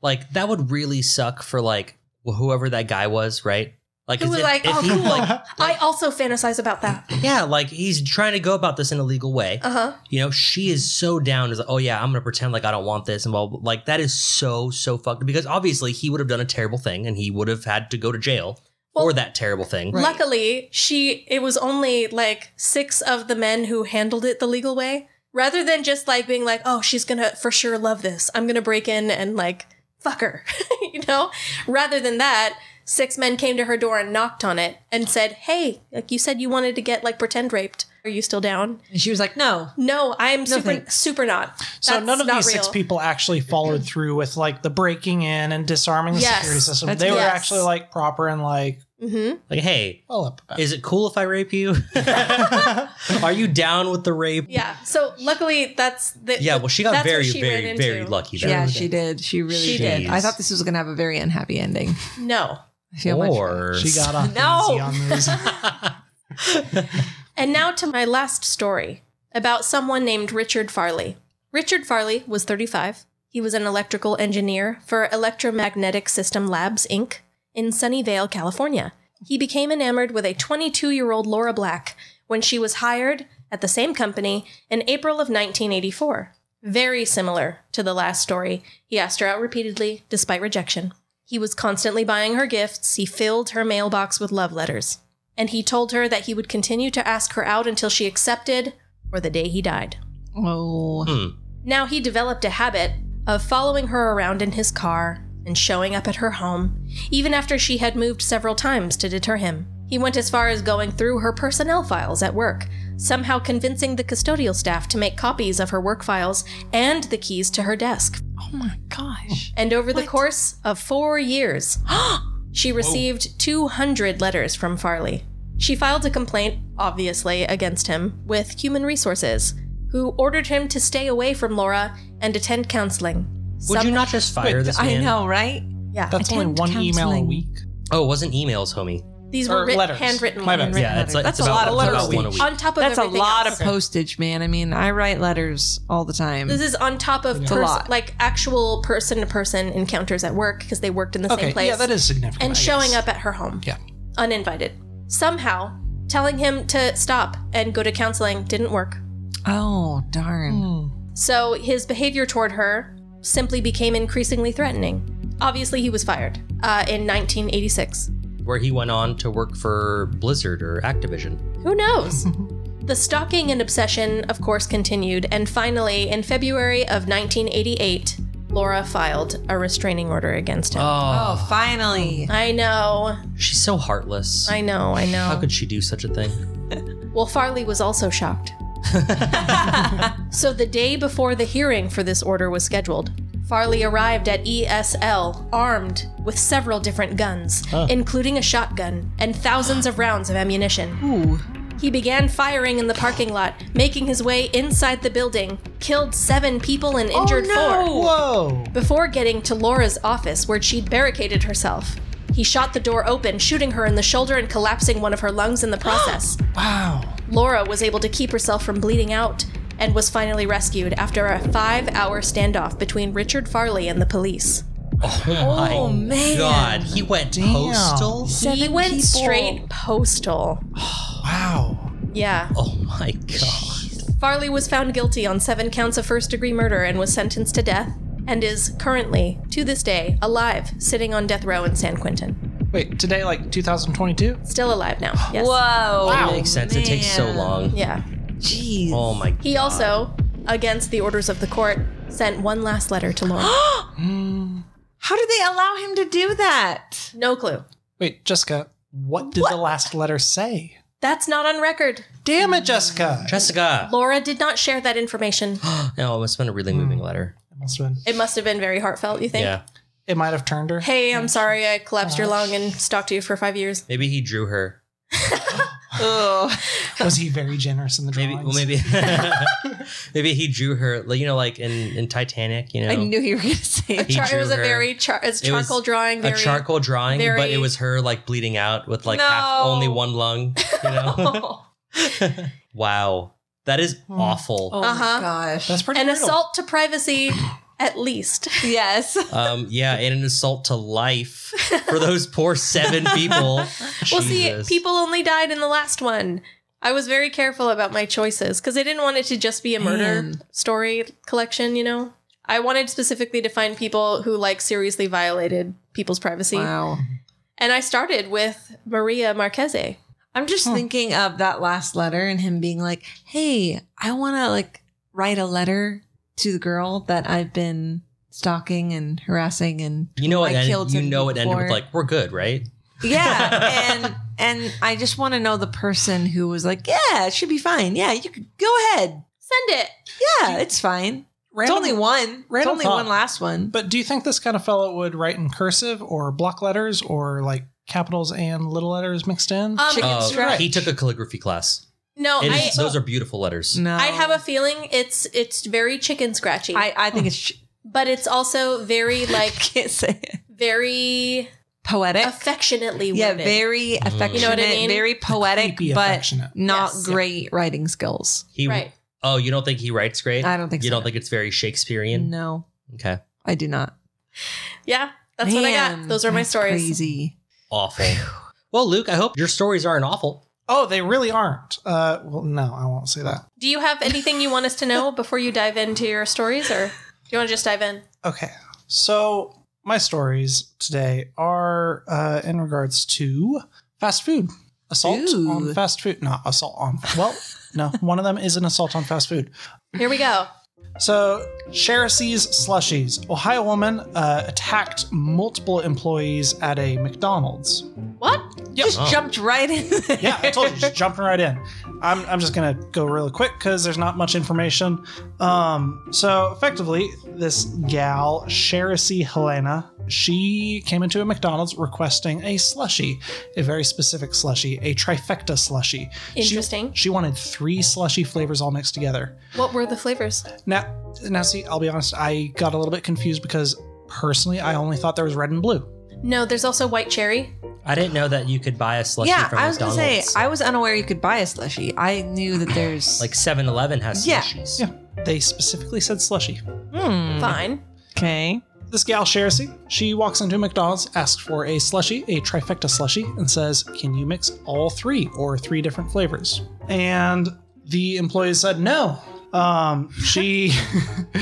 S2: like that would really suck for like wh- whoever that guy was, right? Like,
S3: Who
S2: is
S3: was
S2: it-
S3: like,
S2: if
S3: "Oh,
S2: he,
S3: cool."
S2: like,
S3: I also fantasize about that.
S2: yeah, like he's trying to go about this in a legal way.
S3: Uh huh.
S2: You know, she is so down. Is like, oh yeah, I'm gonna pretend like I don't want this, and well, like that is so so fucked because obviously he would have done a terrible thing, and he would have had to go to jail for
S3: Well-
S2: that terrible thing.
S6: Right.
S3: Luckily, she it was only like six of the men who handled it the legal way, rather than just like being like, "Oh, she's gonna for sure love this. I'm gonna break in and like fuck her," you know. Rather than that, six men came to her door and knocked on it and said, "Hey, like you said, you wanted to get like pretend raped. Are you still down?"
S6: And she was like, no.
S3: No, I'm super
S6: thanks.
S3: super not.
S5: So
S3: That's
S5: none of
S3: not
S5: these six
S3: real.
S5: people actually followed through with like the breaking in and disarming the
S3: Yes.
S5: security system.
S6: That's-
S5: they were
S3: Yes.
S5: actually like proper and like
S3: Mhm.
S2: Like, hey,
S5: well up about.
S2: is it cool if I rape you? Are you down with the rape?
S3: Yeah. So luckily, that's the
S2: Yeah, well, she got
S3: that's what
S2: very,
S3: she ran
S2: very,
S3: into.
S2: very lucky. there.
S6: Yeah, she did. She really
S3: She
S6: did.
S2: did.
S6: I thought this was going to have a very unhappy ending.
S3: No.
S6: I feel much-
S2: Or
S5: She got off
S6: No.
S5: easy on those.
S3: And now to my last story about someone named Richard Farley. Richard Farley was 35. He was an electrical engineer for Electromagnetic System Labs, Inc. in Sunnyvale, California. He became enamored with a 22 year old Laura Black when she was hired at the same company in April of 1984. Very similar to the last story, he asked her out repeatedly despite rejection. He was constantly buying her gifts, he filled her mailbox with love letters and he told her that he would continue to ask her out until she accepted or the day he died.
S6: Oh.
S2: Hmm.
S3: Now he developed a habit of following her around in his car and showing up at her home, even after she had moved several times to deter him. He went as far as going through her personnel files at work, somehow convincing the custodial staff to make copies of her work files and the keys to her desk.
S6: Oh my gosh.
S3: And over the
S6: What?
S3: course of four years, She received 200 letters from Farley. She filed a complaint, obviously, against him with Human Resources, who ordered him to stay away from Laura and attend counseling.
S2: Would
S3: Some-
S2: you not just fire
S5: Wait,
S2: this
S6: I
S2: man?
S6: know, right?
S3: Yeah.
S5: That's only
S6: Attend
S5: one email a
S6: counseling.
S5: week.
S2: Oh, it wasn't emails, homie.
S3: These
S5: Or
S3: were writ-
S5: letters.
S3: handwritten
S5: My bad.
S3: letters.
S2: Yeah, it's like
S6: That's
S2: it's
S6: a
S2: about,
S6: lot of
S2: it's about
S6: letters.
S2: one a week.
S3: On top of
S6: That's a
S3: everything
S6: lot
S3: else.
S6: of postage, man. I mean, I write letters all the time.
S3: This is on top of
S6: a
S3: pers-
S6: lot.
S3: like actual person to person encounters at work because they worked in the
S5: Okay,
S3: same place.
S5: yeah, that is significant.
S3: and
S5: I
S3: showing
S5: guess.
S3: up at her home.
S5: Yeah.
S3: Uninvited. Somehow, telling him to stop and go to counseling didn't work.
S6: oh, darn.
S3: So his behavior toward her simply became increasingly threatening. Obviously, he was fired uh, in 1986.
S2: Where he went on to work for Blizzard or Activision.
S3: Who knows? the stalking and obsession, of course, continued, and finally, in February of 1988, Laura filed a restraining order against him.
S2: Oh,
S6: Oh, finally.
S3: I know,
S2: she's so heartless.
S3: I know, I
S2: How
S3: know.
S2: could she do such a thing?
S3: Well, Farley was also shocked. so the day before the hearing for this order was scheduled, Farley arrived at ESL armed with several different guns, including a shotgun and thousands of rounds of ammunition.
S6: Ooh.
S3: He began firing in the parking lot, making his way inside the building, killed seven people and injured four.
S5: Whoa.
S3: Before getting to Laura's office, where she'd barricaded herself, he shot the door open, shooting her in the shoulder and collapsing one of her lungs in the process.
S5: Wow.
S3: Laura was able to keep herself from bleeding out and was finally rescued after a five hour standoff between Richard Farley and the police.
S2: Oh my
S6: man.
S2: god, he went postal.
S3: he
S6: Seven
S3: went
S6: people.
S3: straight postal.
S5: Wow.
S3: Yeah.
S2: Oh my god.
S3: Farley was found guilty on seven counts of first degree murder and was sentenced to death and is currently, to this day, alive, sitting on death row in San Quentin.
S5: Wait, today like 2022?
S3: Still alive now. Yes.
S6: Whoa. Oh,
S2: It makes sense. It takes so
S6: man.
S2: long.
S3: Yeah.
S6: Jeez.
S2: Oh my
S3: He also, against the orders of the court, sent one last letter to Laura.
S6: How did they allow him to do that?
S3: no clue.
S5: Wait, Jessica, what did the last letter say?
S3: That's not on record.
S5: Damn it, Jessica.
S3: Mm.
S2: Jessica.
S3: Laura did not share that information.
S6: Hmm.
S2: Oh, it must have been a really moving letter.
S5: Must have been.
S3: It must have been very heartfelt, you think?
S2: Yeah.
S5: It might have turned her.
S3: Hey, I'm sorry I collapsed your lung and stalked you for five years.
S2: Maybe he drew her.
S6: Ugh.
S5: Was he very generous in the drawings?
S2: Maybe well maybe maybe he drew her like you know like in, in Titanic, you know.
S6: I knew you were going to say
S2: He
S6: it.
S3: Char- it
S2: drew
S3: was a
S2: her-
S3: very char- it's
S2: it was
S3: charcoal drawing. Very,
S2: a charcoal drawing, but
S3: very-
S2: it was her like bleeding out with like half,
S6: No.
S2: only one lung. You know?
S6: Oh,
S2: wow, that is awful.
S6: oh
S3: Uh-huh.
S6: my gosh.
S5: That's pretty
S3: An
S5: brutal.
S3: assault to privacy, at least.
S6: Yes.
S2: Um, yeah, and an assault to life for those poor seven people.
S3: Well,
S2: Jesus.
S3: see, people only died in the last one. I was very careful about my choices because I didn't want it to just be a murder
S6: Man.
S3: story collection, you know? I wanted specifically to find people who like seriously violated people's privacy.
S6: Wow.
S3: And I started with Maria Marchese.
S6: I'm just thinking of that last letter and him being like, "Hey, I want to like write a letter to the girl that I've been stalking and harassing and
S2: you know what?
S6: I
S2: ended-
S6: killed
S2: you
S6: him
S2: know it ended with
S6: before.
S2: like we're good, right?
S6: yeah, and and I just want to know the person who was like, "Yeah, it should be fine. Yeah, you could go ahead.
S3: Send it.
S6: Yeah, it's fine.
S5: Random-
S6: it's only one. It's
S5: random
S6: only
S5: thought.
S6: one last one."
S5: But do you think this kind of fellow would write in cursive or block letters or like capitals and little letters mixed in?
S3: Um,
S6: Chicken
S2: Oh,
S6: strap.
S2: he took a calligraphy class.
S3: No,
S2: It
S3: I,
S2: is, those are beautiful letters.
S6: no,
S3: I have a feeling it's it's very chicken scratchy,
S6: I I think it's sh-
S3: but it's also very
S6: I
S3: like
S6: can't say it.
S3: very
S6: poetic.
S3: affectionately worded.
S6: yeah, very affectionate.
S3: You know what I mean?
S6: Very poetic,
S5: Creepy
S6: but
S5: affectionate.
S6: not
S3: Yes.
S6: great writing skills.
S2: He
S3: right.
S2: oh, you don't think he writes great?
S6: I don't think
S2: you
S6: so.
S2: don't think it's very Shakespearean?
S6: No,
S2: Okay,
S6: I do not.
S3: Yeah, that's what I
S6: Man,
S3: got. Those are my
S6: that's
S3: stories.
S6: Crazy.
S2: awful. well, Luke, I hope your stories aren't awful.
S5: Oh, they really aren't. Uh, well, no, I won't say that.
S3: Do you have anything you want us to know before you dive into your stories, or do you want to just dive in?
S5: Okay. So my stories today are uh, in regards to fast food. Assault
S6: Ooh.
S5: on fast food. Not assault on. Well, no, one of them is an assault on fast food.
S3: Here we go.
S5: So, Cherisey's Slushies. Ohio woman uh, attacked multiple employees at a McDonald's.
S3: What?
S6: Just
S2: Oh.
S6: jumped right in. There.
S5: Yeah, I told you, just jumping right in. I'm, I'm just gonna go really quick because there's not much information. Um, so effectively, this gal, Cherisy Helena, she came into a McDonald's requesting a slushy, a very specific slushy, a trifecta slushy.
S3: Interesting.
S5: She, she wanted three slushy flavors all mixed together.
S3: What were the flavors?
S5: Now, now see, I'll be honest, I got a little bit confused because personally, I only thought there was red and blue.
S3: No, there's also white cherry.
S2: I didn't know that you could buy a slushie
S6: yeah,
S2: from
S6: I was gonna
S2: McDonald's.
S6: say I was unaware you could buy a slushie. I knew that there's
S2: like 7-Eleven has
S6: Yeah.
S2: slushies.
S5: Yeah. They specifically said slushy.
S3: Hmm,
S6: Mm-hmm.
S2: Mm.
S3: Fine.
S6: okay.
S5: This gal, Shersey, she walks into McDonald's, asks for a slushie, a trifecta slushie, and says, Can you mix all three or three different flavors? And the employee said, No. Um, she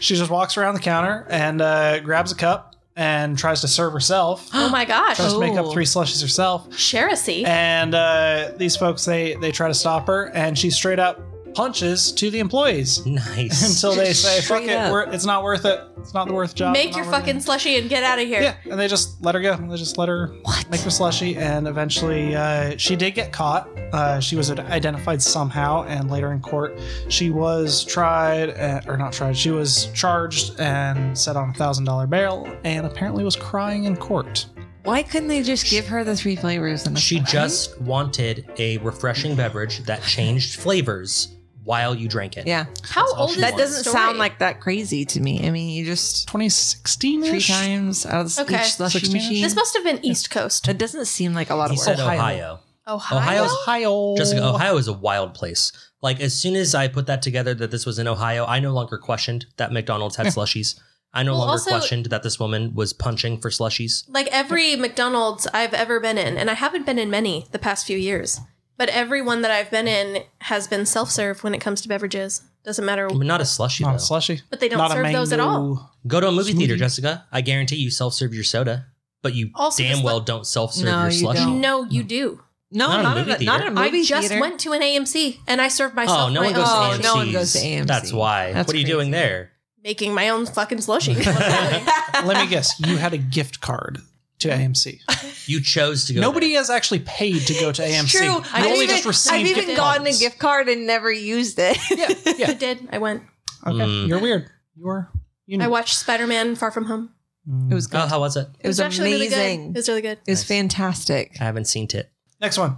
S5: she just walks around the counter and uh, grabs a cup and tries to serve herself,
S3: Oh my gosh.
S5: tries to make up
S6: Oh.
S5: three slushies herself.
S3: Cherisy.
S5: And uh, these folks, they, they try to stop her, and she straight up punches to the employees.
S2: Nice.
S5: Until they say, "Fuck
S6: Straight
S5: it,
S6: up.
S5: we're, it's not worth it. It's not the worth job."
S3: Make
S5: not
S3: your
S5: worth it."
S3: fucking slushy and get out of here.
S5: Yeah, and they just let her go. They just let her make her slushy, and eventually uh, she did get caught. Uh, she was identified somehow, and later in court, she was tried uh, or not tried. She was charged and set on a thousand dollar bail, and apparently was crying in court.
S6: Why couldn't they just give her the three flavors? And
S2: She just wanted a refreshing beverage that changed flavors while you drank it.
S6: yeah.
S3: How
S2: That's all
S3: old
S2: she
S3: is
S2: wants.
S6: That
S3: this
S6: doesn't
S3: story?
S6: sound like that crazy to me. I mean, you just
S5: 2016
S6: three
S5: ish.
S6: times out of
S3: Okay.
S6: each slushie
S5: 16?
S6: machine.
S3: This must have been East Coast.
S6: That doesn't seem like a lot
S2: He
S6: of work.
S2: said Ohio.
S3: Ohio.
S2: Ohio's-
S5: Ohio.
S2: Jessica, oh, Ohio is a wild place. Like as soon as I put that together that this was in Ohio, I no longer questioned that McDonald's had slushies. I no
S3: Well,
S2: longer
S3: also-
S2: questioned that this woman was punching for slushies.
S3: Like every McDonald's I've ever been in, and I haven't been in many the past few years, but every one that I've been in has been self serve when it comes to beverages. Doesn't matter.
S2: I mean, not a slushie
S5: Not a
S2: though.
S5: slushy.
S3: But they don't
S5: Not a
S3: serve those at all.
S5: mango.
S2: Go to a movie theater,
S5: Smoothie.
S2: Jessica. I guarantee you self-serve your soda, but you
S3: Also,
S2: damn
S3: the slu-
S2: well don't self-serve
S6: No,
S2: your
S6: you
S2: slushie.
S6: don't.
S3: No,
S2: Mm.
S3: you do.
S6: no,
S2: Not in a
S6: not,
S2: movie
S6: at, a, not at a
S2: theater.
S6: movie
S3: I just
S6: theater.
S3: went to an AMC and I served myself.
S2: Oh, no
S3: my
S2: one goes
S3: own
S6: Oh,
S2: to AMC's.
S6: no one goes to AMC.
S2: That's why.
S6: That's
S2: what are you
S6: crazy.
S2: doing there?
S3: making my own fucking slushie. What am I doing?
S5: Let me guess. You had a gift card to AMC.
S2: You chose to go.
S5: Nobody
S2: there.
S5: has actually paid to go to AMC.
S6: It's true.
S5: You
S6: I've
S5: only
S6: even,
S5: just received
S6: I've even
S5: gift
S6: gotten a
S5: cards.
S6: gift card and never used it.
S5: Yeah, yeah.
S3: I did. I went.
S5: Okay,
S2: Mm.
S5: you're weird. You are You
S3: I watched Spider Man Far From Home.
S5: Mm.
S6: It was good.
S2: Oh, how was it?
S6: it was,
S3: actually really good.
S6: amazing.
S3: It was really good.
S6: It was
S2: Nice.
S6: fantastic.
S2: I haven't seen it.
S5: Next one,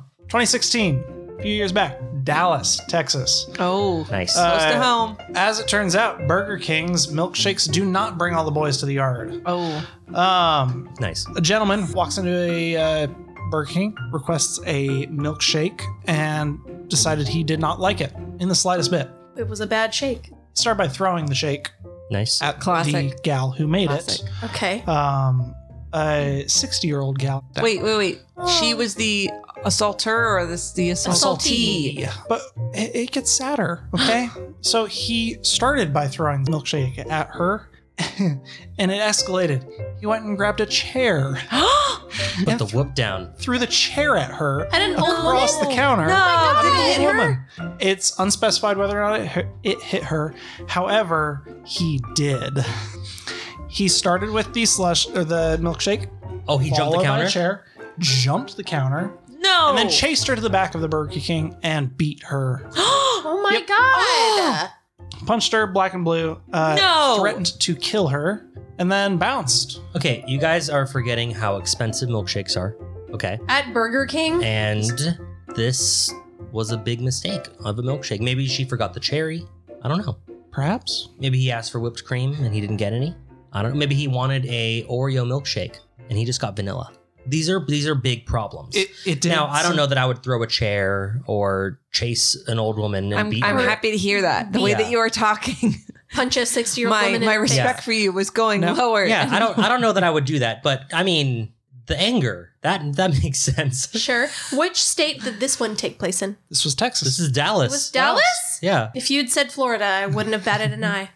S5: 2016, a few years back, Dallas, Texas.
S6: Oh,
S2: Nice.
S5: Uh,
S6: close to home.
S5: As it turns out, Burger King's milkshakes do not bring all the boys to the yard.
S6: Oh,
S5: Um,
S2: nice.
S5: a gentleman walks into a uh, Burger King, requests a milkshake, and decided he did not like it in the slightest bit.
S3: It was a bad shake.
S5: Started by throwing the shake
S2: Nice.
S5: at the
S6: Classic.
S5: gal who made
S6: Classic.
S3: Okay.
S5: it. Um, a 60 year old gal.
S6: wait, wait, wait. She was the assaulter or this the assaultee?
S5: Yeah, But it, it gets sadder, okay? so he started by throwing the milkshake at her, and it escalated. He went and grabbed a chair,
S2: Put the whoop down.
S5: threw the chair at her
S3: At an old
S5: across the
S3: woman?
S5: counter.
S6: no, did it hit
S5: Old
S6: her?
S5: woman. It's unspecified whether or not it hit, it hit her. However, he did. He started with the slush or the milkshake.
S2: Oh, he jumped
S5: followed
S2: the
S5: by
S2: counter.
S5: A chair, jumped the counter,
S6: No.
S5: and then chased her to the back of the Burger King and beat her.
S3: Oh my
S5: Yep.
S3: god. Oh.
S5: punched her black and blue, uh,
S6: No.
S5: threatened to kill her, and then bounced.
S2: Okay, you guys are forgetting how expensive milkshakes are. Okay.
S3: At Burger King.
S2: And this was a big mistake of a milkshake. Maybe she forgot the cherry. I don't know.
S5: Perhaps
S2: Maybe he asked for whipped cream and he didn't get any. I don't know. Maybe he wanted a Oreo milkshake and he just got vanilla. These are these are big problems.
S5: it
S2: now I don't know that I would throw a chair or chase an old woman and
S6: I'm,
S2: beat
S6: I'm
S2: her.
S6: happy to hear that. The way
S2: Yeah.
S6: that you are talking,
S3: punch a 60 year old
S6: my
S3: woman
S6: my
S3: in the face.
S6: respect for you was going
S5: No.
S6: lower.
S2: Yeah, I don't I don't know that I would do that, but I mean the anger that that makes sense.
S3: Sure. Which state did this one take place in?
S5: This was Texas.
S2: This is Dallas.
S3: It was Dallas?
S2: yeah.
S3: If you'd said Florida, I wouldn't have batted an eye.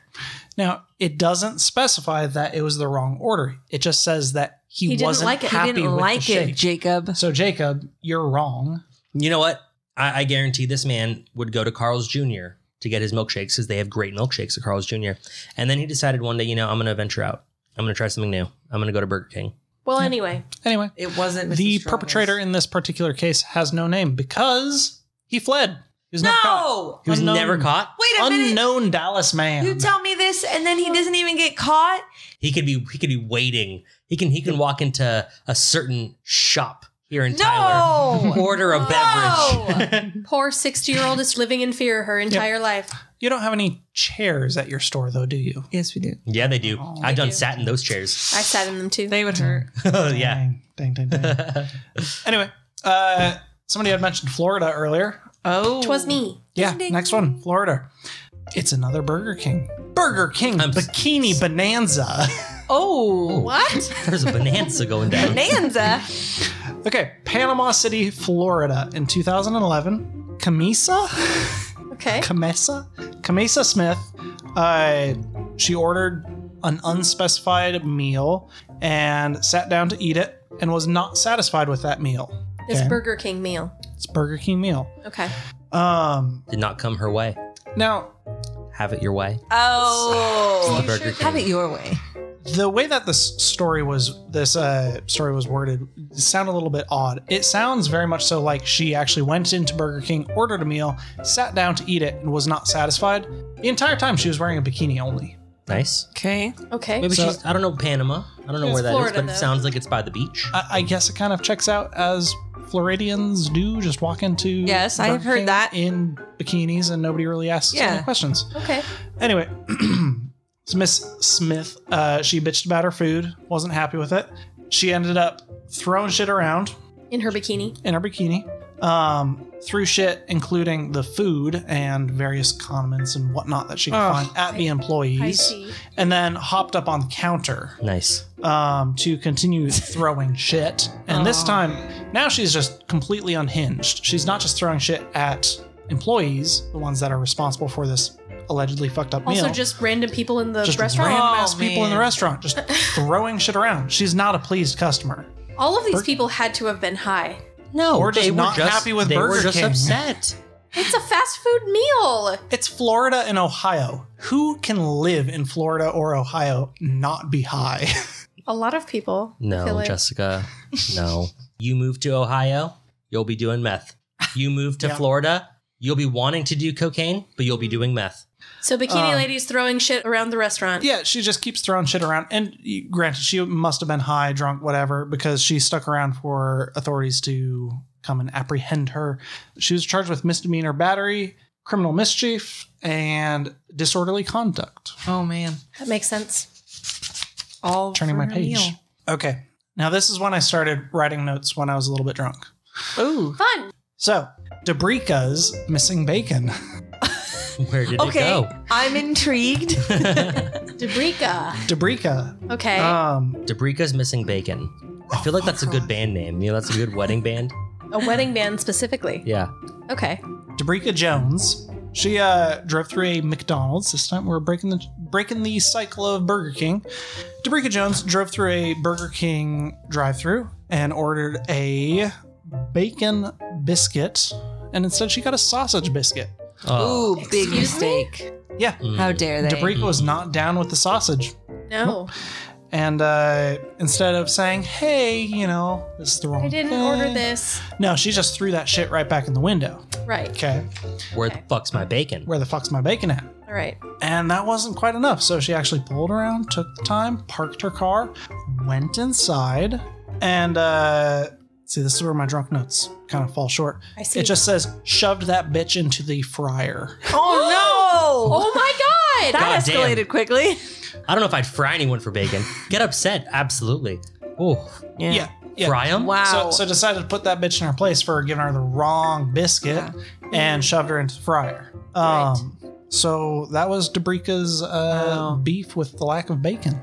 S5: now it doesn't specify that it was the wrong order. It just says that he,
S3: He didn't
S5: wasn't
S3: like it. He
S5: happy
S6: I didn't
S5: with
S6: like
S5: the
S6: it,
S5: shake.
S6: Jacob.
S5: So Jacob, you're wrong.
S2: You know what? I, I guarantee this man would go to Carl's Jr. to get his milkshakes because they have great milkshakes at Carl's Jr. And then he decided one day, you know, I'm going to venture out. I'm going to try something new. I'm going to go to Burger King.
S3: Well, anyway,
S5: Anyway,
S6: It wasn't
S5: the perpetrator in this particular case has no name because he fled. He was never caught.
S6: No.
S5: He was
S2: Unknown.
S5: never
S2: never caught.
S6: Wait a minute.
S5: Unknown Dallas man.
S6: You tell me this, and then he doesn't even get caught.
S2: He could be. He could be waiting. He can. He can walk into a certain shop here in
S6: No.
S2: Tyler, order a
S6: No.
S2: beverage.
S3: poor 60 year old is living in fear her entire life.
S5: you don't have any chairs at your store though, do you?
S6: Yes, we do.
S2: yeah, they do.
S5: Oh,
S2: I've done
S3: do.
S2: sat in those chairs.
S3: I sat in them too.
S6: They would hurt.
S5: Oh,
S2: yeah.
S5: Dang, dang, dang. dang. Anyway, uh, somebody had mentioned Florida earlier.
S6: Oh,
S3: Twas me.
S5: Yeah,
S6: Ding, ding.
S5: next one, Florida. It's another Burger King. Burger King
S2: I'm s-
S5: Bikini Bonanza.
S6: Oh,
S3: What?
S2: There's a bonanza going down.
S6: Bonanza.
S5: okay, Panama City, Florida in 2011. Camisa?
S3: Okay.
S5: Camesa? Camesa Smith. Uh, she ordered an unspecified meal and sat down to eat it and was not satisfied with that meal.
S3: This
S5: Okay.
S3: Burger King meal.
S5: It's Burger King meal.
S3: Okay.
S5: Um,
S2: Did not come her way.
S5: now,
S2: Have it your way.
S6: Oh,
S2: Burger King.
S6: have it your way.
S5: the way that this story was this uh, story was worded sound a little bit odd it sounds very much so like she actually went into burger king ordered a meal sat down to eat it and was not satisfied the entire time she was wearing a bikini only
S2: Nice.
S6: Okay.
S3: Okay.
S2: Maybe
S5: So-
S2: she's. I don't know Panama. I don't know
S3: It's
S2: where that is,
S3: Florida,
S2: but
S3: though.
S2: it sounds like it's by the beach.
S5: i, I guess it kind of checks out as Floridians do just walk into
S6: Yes, I have
S5: Burger
S6: heard
S5: King
S6: that.
S5: in bikinis and nobody really asks
S6: Yeah.
S5: any questions
S3: Okay.
S5: Anyway, so Miss Smith, uh, she bitched about her food, wasn't happy with it. She ended up throwing shit around
S3: In her bikini.
S5: in her bikini, um, threw shit, including the food and various condiments and whatnot that she could
S6: Ugh.
S5: find at the
S3: I
S5: employees,
S3: see.
S5: and then hopped up on the counter
S2: Nice.
S5: um, to continue throwing shit. And this
S6: Aw.
S5: time, now she's just completely unhinged. She's not just throwing shit at employees, the ones that are responsible for this allegedly fucked up meal
S3: Also, just random people in the
S5: just
S3: restaurant.
S5: random ass
S6: Oh,
S5: people in the
S6: man.
S5: restaurant just throwing shit around. She's not a pleased customer.
S3: All of these
S5: Bur-
S3: people had to have been high.
S2: No,
S5: Or just
S2: they were
S5: not
S2: just-
S5: happy with
S2: they were
S5: Burger
S2: just
S5: King.
S2: upset.
S3: It's a fast food meal.
S5: It's Florida and Ohio. Who can live in Florida or Ohio not be high?
S3: A lot of people. I
S2: No,
S3: feel like.
S2: Jessica. No. You move to Ohio, you'll be doing meth. You move to
S5: Yeah.
S2: Florida, you'll be wanting to do cocaine, but you'll be doing meth.
S3: So bikini
S5: Um,
S3: lady's throwing shit around the restaurant.
S5: Yeah, she just keeps throwing shit around. And granted, she must have been high, drunk, whatever, because she stuck around for authorities to come and apprehend her. She was charged with misdemeanor battery, criminal mischief, and disorderly conduct.
S6: Oh man.
S3: That makes sense.
S6: All
S5: Turning
S6: for
S5: my
S6: a
S5: page.
S6: meal.
S5: Okay. Now, this is when I started writing notes when I was a little bit drunk.
S6: Ooh.
S3: Fun.
S5: So, Dabrika's missing bacon.
S2: Where did
S6: Okay.
S2: it
S6: I'm intrigued.
S2: go?
S3: Dabrika.
S5: Dabrika.
S3: Okay.
S5: Um,
S2: Dabrika's Missing Bacon. I feel like that's a good band name. You know, that's a good wedding band.
S3: a wedding band specifically.
S2: Yeah.
S3: Okay.
S5: Dabrika Jones. She uh, drove through a McDonald's. This time we're breaking the breaking the cycle of Burger King. Dabrika Jones drove through a Burger King drive-through and ordered a bacon biscuit, and instead she got a sausage biscuit.
S2: Oh.
S6: Ooh, big
S3: Excuse me?
S6: mistake.
S5: Yeah,
S2: Mm.
S6: How dare they?
S5: Dabrika was not down with the sausage,
S3: No,
S5: and uh, instead of saying, "Hey, you know, this is the wrong,"
S3: I didn't
S5: thing,"
S3: order this.
S5: No, she just threw that shit right back in the window.
S3: Right.
S5: Okay,
S2: Where the fuck's my bacon?
S5: where the fuck's my bacon at?
S3: All right.
S5: And that wasn't quite enough. So she actually pulled around, took the time, parked her car, went inside, and uh, see, this is where my drunk notes kind of fall short.
S3: I see.
S5: It just says shoved that bitch into the fryer.
S6: Oh no!
S3: Oh my god.
S2: God
S6: that
S2: damn.
S6: escalated quickly.
S2: I don't know if I'd fry anyone for bacon. Get upset. Absolutely. Oh,
S5: Yeah. Yeah.
S2: fry them?
S5: So,
S6: Wow.
S5: so decided to put that bitch in her place for giving her the wrong biscuit and shoved her into the fryer. Um, So that was Dabrika's uh,
S6: Wow.
S5: beef with the lack of bacon.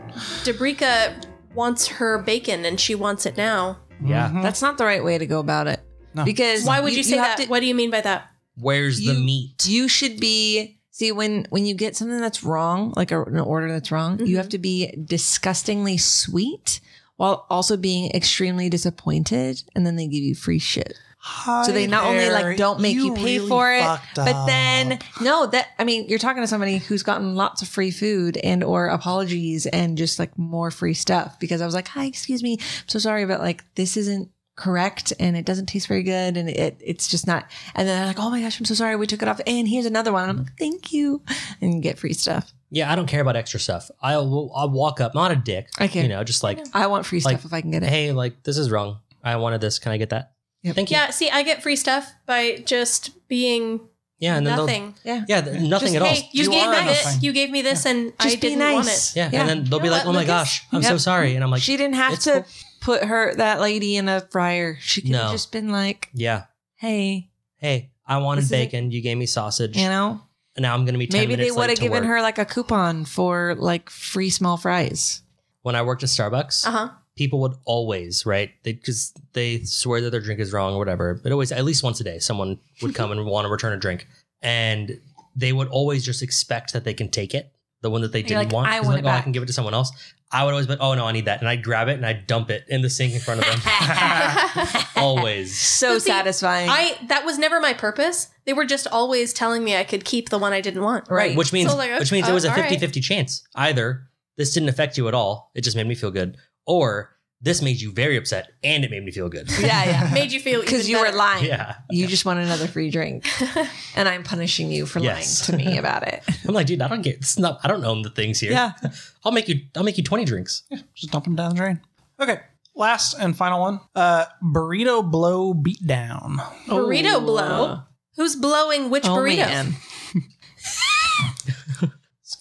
S3: Dabrika wants her bacon and she wants it now.
S2: Yeah.
S5: Mhm.
S6: That's not the right way to go about it.
S5: No.
S6: Because
S3: Why would you, say
S6: have
S3: that?
S6: to-
S3: what do you mean by that?
S2: Where's the
S6: You-
S2: meat?
S6: you should be see when when you get something that's wrong, like a, an order that's wrong, you have to be disgustingly sweet while also being extremely disappointed, and then they give you free shit.
S5: Hi
S6: So they not only
S5: there,
S6: like don't make you, pay
S5: really
S6: for it,
S5: fucked
S6: but
S5: up.
S6: then no, that I mean, you're talking to somebody who's gotten lots of free food and or apologies and just like more free stuff because I was like, "Hi, excuse me. I'm so sorry but like this isn't correct and it doesn't taste very good and it it's just not." And then they're like, "Oh my gosh, I'm so sorry. We took it off and here's another one." I'm like, "Thank you." And you get free stuff.
S2: Yeah, I don't care about extra stuff. I'll, I'll walk up, not a dick.
S6: I can't-
S2: You know, just like,
S6: I want free
S2: Like,
S6: stuff if I can get it.
S2: hey, like, this is wrong. I wanted this. Can I get that?
S6: Yep.
S2: Thank you.
S3: Yeah, see, I get free stuff by just being
S2: Yeah, and then they'll-
S3: nothing.
S2: Yeah, th- nothing
S5: Just,
S2: at all.
S3: Hey, you,
S5: You
S3: gave
S5: are
S3: me
S5: nothing.
S3: this. You gave me this, and I
S6: Just be
S3: didn't want it.
S6: nice.
S2: yeah, and then they'll
S3: You
S2: be
S3: know
S2: like,
S3: what,
S2: "Oh my
S3: Lucas?
S2: gosh, I'm so
S6: Yep.
S2: sorry," and I'm like,
S6: she didn't have
S2: it's
S6: to
S2: cool.
S6: put her that lady in a fryer. She could have
S2: No.
S6: just been like,
S2: "Yeah,
S6: "Hey,
S2: hey, I wanted
S6: This isn't-
S2: bacon. You gave me sausage.
S6: you know,
S2: and now I'm gonna be 10
S6: Maybe they
S2: minutes
S6: would
S2: late
S6: have
S2: to
S6: given
S2: work."
S6: her like a coupon for like free small fries.
S2: When I worked at Starbucks,
S3: Uh huh.
S2: people would always right because they, swear that their drink is wrong or whatever. But always, at least once a day, someone would come and want to return a drink, and they would always just expect that they can take it, the one that they
S6: You're
S2: didn't
S6: like,
S2: want.
S6: "I
S2: 'cause
S6: want
S2: like,
S6: it
S2: oh, I
S6: back."
S2: can give it to someone else. I would always be, like, "Oh no, I need that," and I'd grab it and I'd dump it in the sink in front of them. always.
S6: So
S3: But see,
S6: satisfying.
S3: I that was never my purpose. They were just always telling me I could keep the one I didn't want.
S6: right.
S2: Which means
S3: So, like,
S2: which means it was a
S3: uh,
S2: 50
S3: alright.
S2: 50 chance. Either this didn't affect you at all, it just made me feel good, or this made you very upset and it made me feel good.
S6: yeah, yeah.
S3: Made you feel
S6: Because
S3: even
S6: you were
S3: better.
S6: lying.
S2: yeah.
S6: You just want another free drink. and I'm punishing you for
S2: Yes.
S6: lying to me about it.
S2: I'm like, dude, I don't get it's not I don't own the things here. I'll make you I'll make you 20 drinks.
S5: Just dump them down the drain. Okay. Last and final one. Uh, burrito blow beatdown.
S3: burrito
S6: Oh.
S3: blow. Who's blowing which
S6: Oh,
S3: burrito?
S6: man.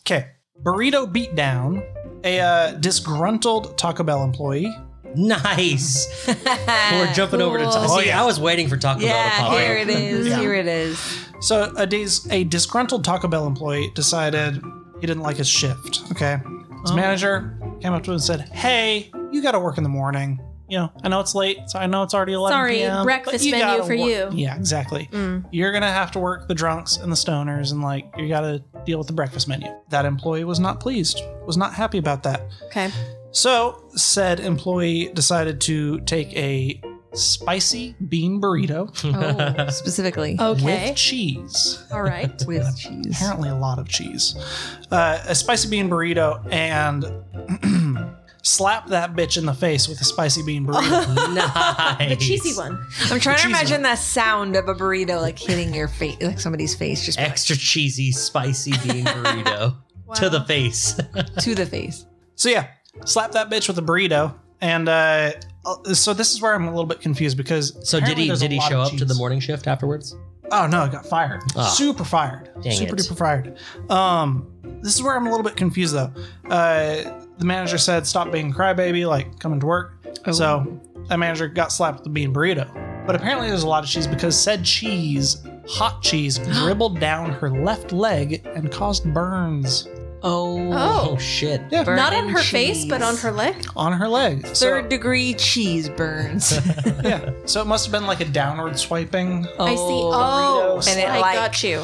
S5: Okay. Burrito beatdown. A uh, disgruntled Taco Bell employee.
S2: Nice.
S3: Ah,
S2: We're jumping over to
S6: Cool.
S2: Taco.
S5: Oh,
S2: See,
S5: yeah.
S2: I was waiting for Taco Bell to
S6: Yeah,
S2: pop
S6: here
S2: up.
S6: it is.
S5: Yeah.
S6: Here it is.
S5: So a dis- a disgruntled Taco Bell employee decided he didn't like his shift. Okay. His
S3: Oh.
S5: manager came up to him and said, "Hey, you got to work in the morning. You know, I know it's late, so I know it's already 11
S3: Sorry,
S5: p.m. but
S3: breakfast
S5: you
S3: menu
S5: gotta
S3: for you."
S5: Yeah, exactly.
S3: Mm,
S5: You're gonna have to work the drunks and the stoners, and like you got to deal with the breakfast menu." That employee was not pleased. Was not happy about that.
S3: Okay.
S5: So said employee decided to take a spicy bean burrito
S6: Oh, specifically.
S3: Okay.
S5: with cheese.
S3: All right.
S6: With cheese.
S5: apparently a lot of cheese, uh, a spicy bean burrito, and slap that bitch in the face with a spicy bean burrito.
S2: nice.
S3: The cheesy one.
S6: I'm trying to
S5: Cheese
S6: imagine the sound of a burrito like hitting your face, like somebody's face, just
S2: Extra cheesy, spicy bean burrito to the face.
S6: to the face.
S5: So yeah, slap that bitch with a burrito. And uh, uh, so this is where I'm a little bit confused because
S2: So did
S5: apparently
S2: he
S5: there's a
S2: did he
S5: lot
S2: show
S5: of
S2: up to the
S5: cheese.
S2: morning shift afterwards?
S5: Oh no, I got fired.
S2: Ah.
S5: Super fired.
S2: Dang
S5: Super
S2: it.
S5: duper fired. Um, this is where I'm a little bit confused though. Uh, the manager said, "Stop being a crybaby, like coming to work." So that manager got slapped with a bean burrito. But apparently, there's a lot of cheese because said cheese, hot cheese, dribbled down her left leg and caused burns
S6: Oh,
S2: Oh
S3: Oh.
S2: shit.
S5: Yeah.
S6: burn
S3: Not on
S6: and
S3: her face,
S6: cheese.
S3: but on her leg.
S5: on her leg. So-
S6: third degree cheese burns.
S5: yeah. So it must have been like a downward swiping.
S3: I see. Oh,
S6: and it
S3: I
S6: like
S3: got you.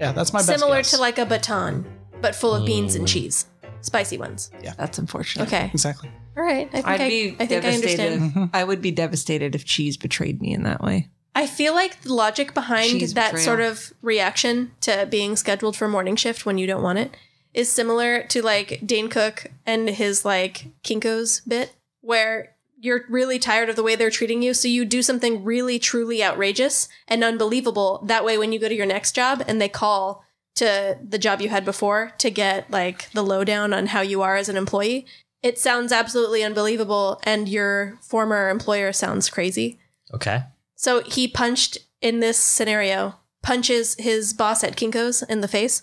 S5: Yeah, that's my best
S3: Similar
S5: guess.
S3: to like a baton, but full of beans
S6: Mm.
S3: and cheese, spicy ones.
S6: that's unfortunate.
S3: Okay,
S5: exactly.
S3: all right. I think
S6: I'd
S3: I,
S6: be
S3: I think I
S6: devastated.
S3: understand.
S6: if- I would be devastated if cheese betrayed me in that way.
S3: I feel like the logic behind
S6: Cheese
S3: that
S6: betrayal.
S3: sort of reaction to being scheduled for morning shift when you don't want it is similar to like Dane Cook and his like Kinko's bit, where you're really tired of the way they're treating you, so you do something really truly outrageous and unbelievable. That way, when you go to your next job and they call to the job you had before to get like the lowdown on how you are as an employee, it sounds absolutely unbelievable, and your former employer sounds crazy.
S2: Okay.
S3: So he punched in this scenario, punches his boss at Kinko's in the face.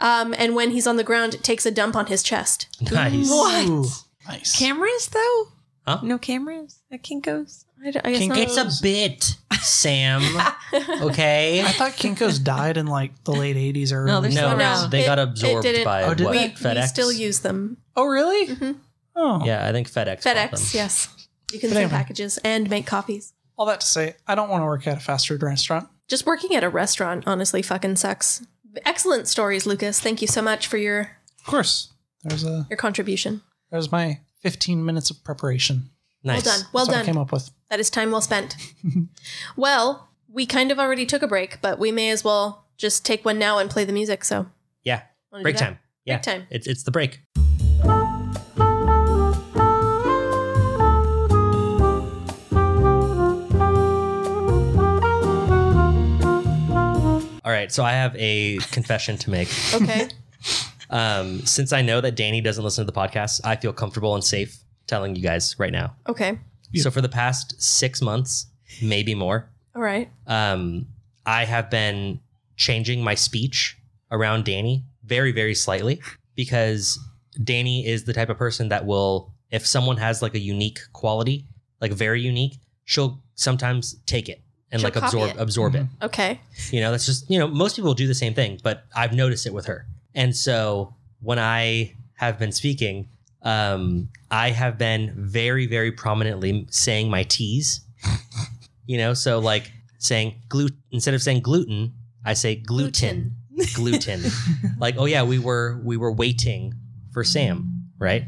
S3: Um, and when he's on the ground, takes a dump on his chest.
S2: Nice.
S6: What?
S5: Ooh, nice.
S6: Cameras though?
S2: Huh?
S6: No cameras at Kinko's.
S3: I, d- I guess
S5: Kinko-
S3: not.
S2: It's a bit, Sam. Okay.
S5: I thought Kinko's died in like the late 80s or
S6: No, they're still
S2: No,
S3: around.
S2: they got
S3: It- it
S2: absorbed
S3: didn't.
S2: by
S5: Oh, did
S2: what,
S5: it?
S3: we, we
S2: FedEx.
S3: still use them.
S5: Oh, really?
S3: Mhm.
S5: Oh.
S2: Yeah, I think FedEx. bought
S3: FedEx,
S2: them.
S3: yes. You can
S5: But
S3: send
S5: anyway.
S3: packages and make copies.
S5: All that to say, I don't want to work at a fast food restaurant.
S3: Just working at a restaurant honestly fucking sucks. Excellent stories, Lucas. Thank you so much for your
S5: Of course. There's a
S3: your contribution.
S5: there's my 15 minutes of preparation.
S2: Nice.
S3: Well done. Well
S5: That's what I
S3: done.
S5: came up with.
S3: That is time well spent. well, we kind of already took a break, but we may as well just take one now and play the music. So,
S2: Yeah.
S3: wanna do
S2: Break
S3: that?
S2: time. Yeah.
S3: Break time.
S2: It's it's the break. All right, so I have a confession to make.
S3: Okay.
S2: Um, since I know that Danny doesn't listen to the podcast, I feel comfortable and safe telling you guys right now.
S3: okay.
S2: So for the past six months, maybe more,
S3: All right.
S2: um, I have been changing my speech around Danny very, very slightly because Danny is the type of person that will, if someone has like a unique quality, like very unique, she'll sometimes take it and
S3: She'll
S2: like
S3: copy
S2: absorb
S3: it.
S2: absorb it.
S3: Okay.
S2: You know, that's just, you know, most people do the same thing, but I've noticed it with her. And so when I have been speaking, um, I have been very, very prominently saying my T's, you know, so like saying gluten, instead of saying gluten, I say gluten, gluten. like, oh yeah, we were, we were waiting for Sam, right?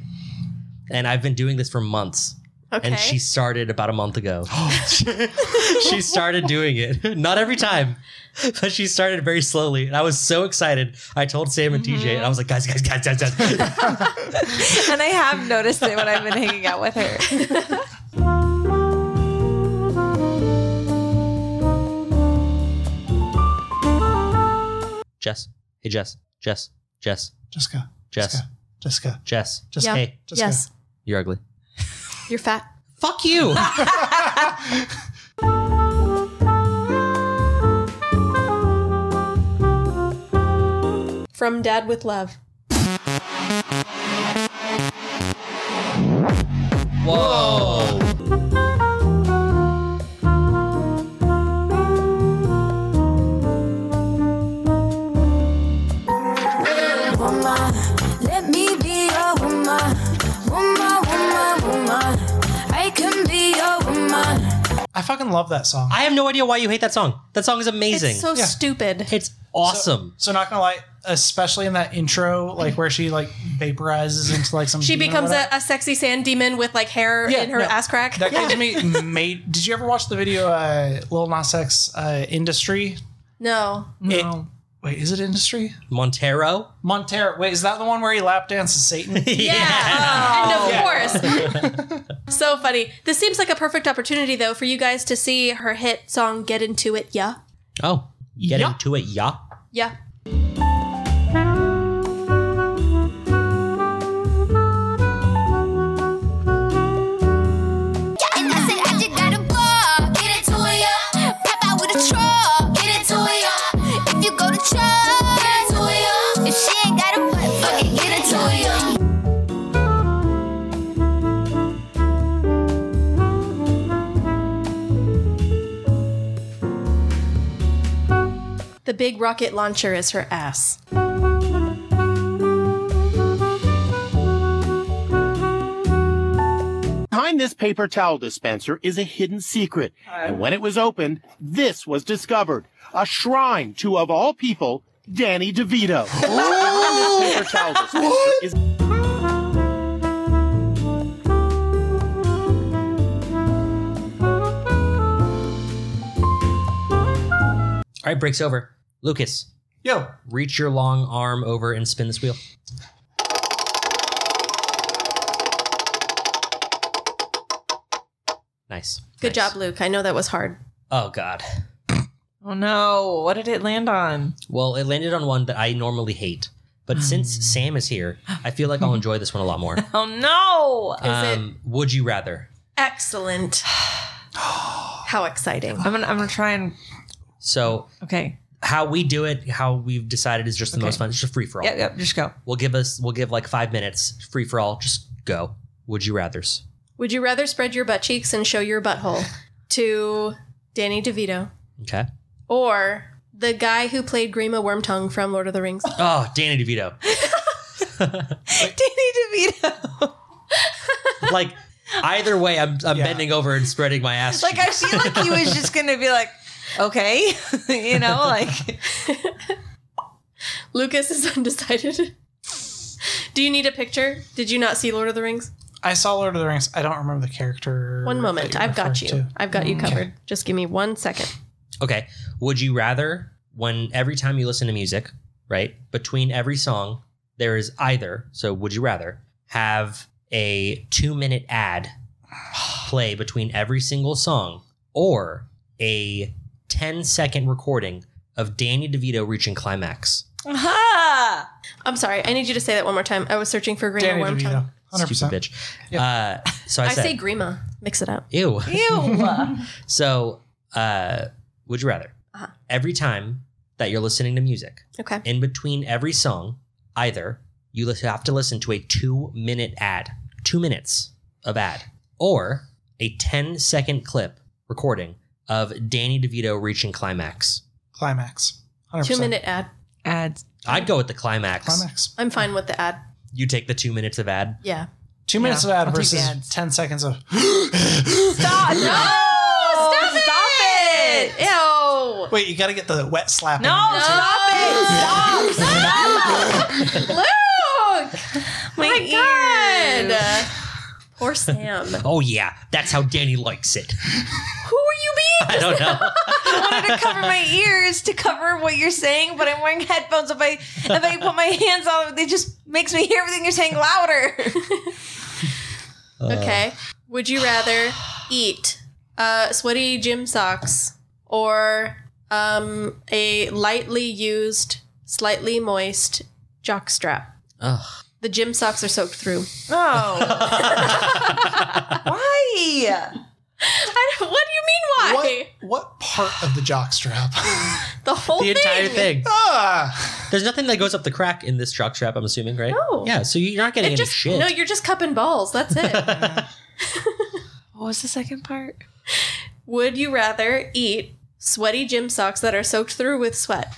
S2: And I've been doing this for months.
S3: Okay.
S2: And she started about a month ago. she started doing it. Not every time, but she started very slowly. And I was so excited. I told Sam and TJ, and I was like, guys, guys, guys, guys, guys.
S6: and I have noticed it when I've been hanging out with her.
S2: Jess, hey, Jess, Jess, Jess,
S5: Jessica.
S2: Jess.
S5: Jessica. Jessica.
S2: Jess,
S5: Just-
S3: Yeah.
S2: hey,
S5: Jessica.
S3: yes.
S2: you're ugly.
S3: You're fat.
S2: Fuck you.
S3: From Dad with Love.
S2: Whoa.
S7: woman. Let me be your woman. Woman, woman, woman. I can be your woman.
S5: I fucking love that song.
S2: I have no idea why you hate that song. That song is amazing.
S3: It's so
S5: Yeah.
S3: stupid.
S2: It's awesome.
S5: So not gonna lie, especially in that intro, like where she like vaporizes into like some.
S3: She
S5: demon or
S3: becomes
S5: whatever.
S3: a, a sexy sand demon with like hair
S5: Yeah,
S3: in her
S5: no.
S3: ass crack.
S5: That gives me made. Did you ever watch the video uh, Lil Nas X uh, Industry?
S3: no.
S5: No. Wait, is it industry?
S2: Montero.
S5: Montero. Wait, is that the one where he lap dances Satan?
S3: Yeah. And of course. so funny. This seems like a perfect opportunity, though, for you guys to see her hit song Get Into It, Yeah.
S2: Oh, get
S5: Yeah.
S2: into it, yeah.
S3: Yeah.
S7: And I said, I just got a ball. Get into it, yeah. Pop out with a truck. Get into it, yeah. If you go to church. Get into it, yeah. If she ain't got a butt, fuck it. Get into it, yeah.
S3: The big rocket launcher is her ass.
S8: Behind this paper towel dispenser is a hidden secret. And when it was opened, this was discovered. A shrine to, of all people, Danny DeVito. Behind this paper towel dispenser is-
S2: All right, breaks over. Lucas,
S5: Yo,
S2: reach your long arm over and spin this wheel. Nice.
S3: Good
S2: Nice.
S3: job, Luke. I know that was hard.
S2: Oh God.
S6: Oh no! What did it land on?
S2: Well, it landed on one that I normally hate, but
S3: Mm.
S2: since Sam is here, I feel like I'll enjoy this one a lot more.
S6: Oh no!
S2: um, Would you rather?
S3: Excellent. How exciting.
S6: I'm gonna I'm gonna try and
S2: So
S6: okay.
S2: how we do it, how we've decided is just the
S6: Okay.
S2: most fun. It's just free for all.
S6: Yep, yep. Just go.
S2: We'll give us. We'll give like five minutes free for all. Just go. Would you rather's?
S3: Would you rather spread your butt cheeks and show your butthole to Danny DeVito
S2: Okay.
S3: or the guy who played Grima Wormtongue from Lord of the Rings?
S2: Oh, Danny DeVito.
S6: Danny DeVito.
S2: like either way, I'm I'm
S5: Yeah.
S2: bending over and spreading my ass.
S6: like
S2: cheeks.
S6: I feel like he was just gonna be like, okay, you know, like
S3: Lucas is undecided. Do you need a picture? Did you not see Lord of the Rings?
S5: I saw Lord of the Rings. I don't remember the character.
S3: One moment.
S5: that you're
S3: I've got you.
S5: referring to.
S3: I've got you covered. Just give me one second.
S2: Okay. Would you rather when every time you listen to music, right, between every song, there is either, so would you rather have a two minute ad play between every single song or a 10 second recording of Danny DeVito reaching climax?
S6: aha.
S3: I'm sorry. I need you to say that one more time. I was searching for Grima
S5: Danny
S3: Wormtongue.
S5: DeVito. 100%.
S2: Stupid bitch. Uh, so I,
S3: I
S2: said,
S3: say Grima. Mix it up.
S2: ew.
S6: Ew.
S2: So, uh, would you rather
S3: Uh-huh.
S2: every time that you're listening to music,
S3: Okay.
S2: in between every song, either you lis- have to listen to a two minute ad, two minutes of ad, or a 10 second clip recording of Danny DeVito reaching climax.
S5: Climax. 100%.
S3: Two minute ad.
S6: Ads.
S2: I'd go with the climax.
S5: Climax.
S3: I'm fine with the ad.
S2: You take the two minutes of ad.
S3: Yeah.
S5: Two minutes
S6: Yeah,
S5: of
S6: I'll
S5: ad
S6: take
S5: versus
S6: ads.
S5: 10 seconds of.
S6: Stop! Ah, No! Stop, it!
S3: Ew. No.
S5: Wait, you got to get the wet slap.
S6: No! Stop it! Stop! Stop!
S3: Luke.
S6: My,
S3: God.
S6: ears.
S3: Poor Sam.
S2: Oh, yeah, that's how Danny likes it.
S6: Who are you being?
S2: I don't know.
S6: I wanted to cover my ears to cover what you're saying, but I'm wearing headphones. If I if I put my hands on, it just makes me hear everything you're saying louder.
S3: Okay. Would you rather eat uh, sweaty gym socks or um, a lightly used, slightly moist jock strap?
S2: Ugh.
S3: The gym socks are soaked through.
S6: No. Why?
S3: I don't, what do you mean, why?
S5: What, what part of the jockstrap?
S3: The whole
S2: the
S3: thing.
S2: entire thing.
S5: ah!
S2: There's nothing that goes up the crack in this jock strap, I'm assuming, right?
S3: No.
S2: Yeah, so you're not getting
S3: It
S2: any
S3: just,
S2: shit.
S3: No, you're just cupping balls. That's it.
S6: What was the second part?
S3: Would you rather eat sweaty gym socks that are soaked through with sweat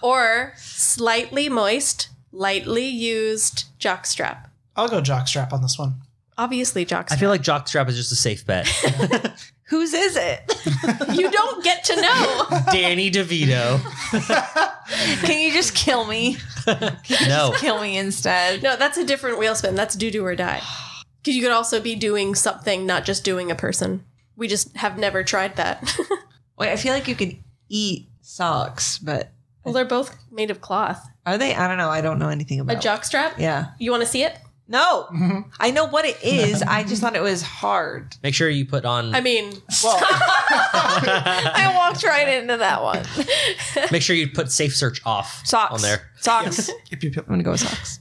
S3: or slightly moist, lightly used jock strap?
S5: I'll go jockstrap on this one.
S3: Obviously, jock
S2: I
S3: strap.
S2: feel like jock strap is just a safe bet.
S6: Whose is it?
S3: you don't get to know.
S2: Danny DeVito.
S6: Can you just kill me?
S2: No.
S6: Kill me instead.
S3: No, that's a different wheel spin. That's do do or die. Because you could also be doing something, not just doing a person. We just have never tried that.
S6: Wait, I feel like you can eat socks, but
S3: Well, they're both made of cloth.
S6: Are they? I don't know. I don't know anything
S3: A
S6: about.
S3: jock strap?
S6: Yeah.
S3: You want to see it?
S6: No,
S5: Mhm.
S6: I know what it is. I just thought it was hard.
S2: Make sure you put on.
S3: I mean, I walked right into that one.
S2: make sure you put safe search off
S6: Socks
S2: on there.
S6: Socks.
S5: If you feel-
S6: I'm gonna go with socks.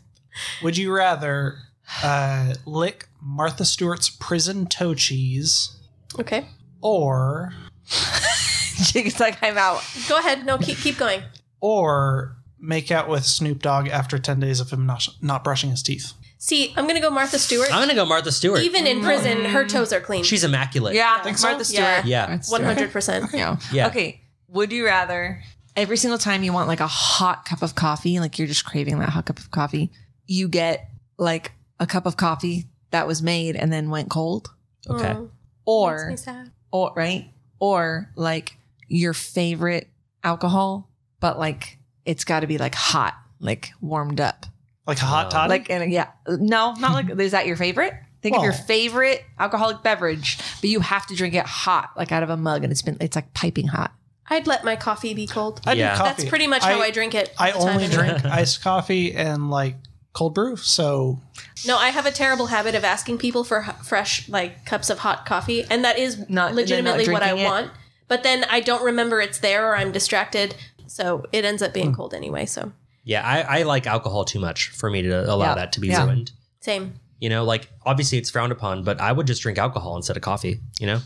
S5: Would you rather uh, lick Martha Stewart's prison toe cheese
S3: Okay.
S5: or
S6: She's like, I'm out.
S3: Go ahead. No, keep keep going.
S5: or make out with Snoop Dogg after ten days of him not not brushing his teeth?
S3: See, I'm gonna go Martha Stewart.
S2: I'm gonna go Martha Stewart.
S3: Even in prison, her toes are clean.
S2: She's immaculate.
S6: Yeah,
S5: Think so?
S6: Martha Stewart.
S3: Yeah.
S2: Yeah.
S6: Martha Stewart.
S3: 100%.
S6: Yeah.
S2: Yeah.
S6: Okay. Would you rather every single time you want like a hot cup of coffee, like you're just craving that hot cup of coffee, you get like a cup of coffee that was made and then went cold?
S2: Okay.
S3: Oh, makes
S6: Or
S3: me sad.
S6: or right? Or like your favorite alcohol, but like it's got to be like hot, like warmed up.
S5: Like a hot
S2: Uh,
S5: toddy?
S6: Like and yeah, no, not like is that your favorite? Think of your
S5: Well-
S6: favorite alcoholic beverage, but you have to drink it hot, like out of a mug, and it's been it's like piping hot.
S3: I'd let my coffee be cold.
S5: I
S2: Yeah.
S5: do coffee.
S3: That's pretty much how I drink it.
S5: I
S3: all the time
S5: only
S3: anyway.
S5: drink iced coffee and like cold brew. So
S3: No, I have a terrible habit of asking people for h- fresh like cups of hot coffee, and that is
S6: Not-
S3: legitimately
S6: they're
S3: what
S6: not
S3: I
S6: drinking it?
S3: want. But then I don't remember it's there, or I'm distracted, so it ends up being cold anyway. So
S2: Yeah. I, I like alcohol too much for me to allow
S6: Yeah.
S2: that to be
S6: Yeah.
S2: ruined.
S3: same.
S2: You know, like obviously it's frowned upon, but I would just drink alcohol instead of coffee. You know.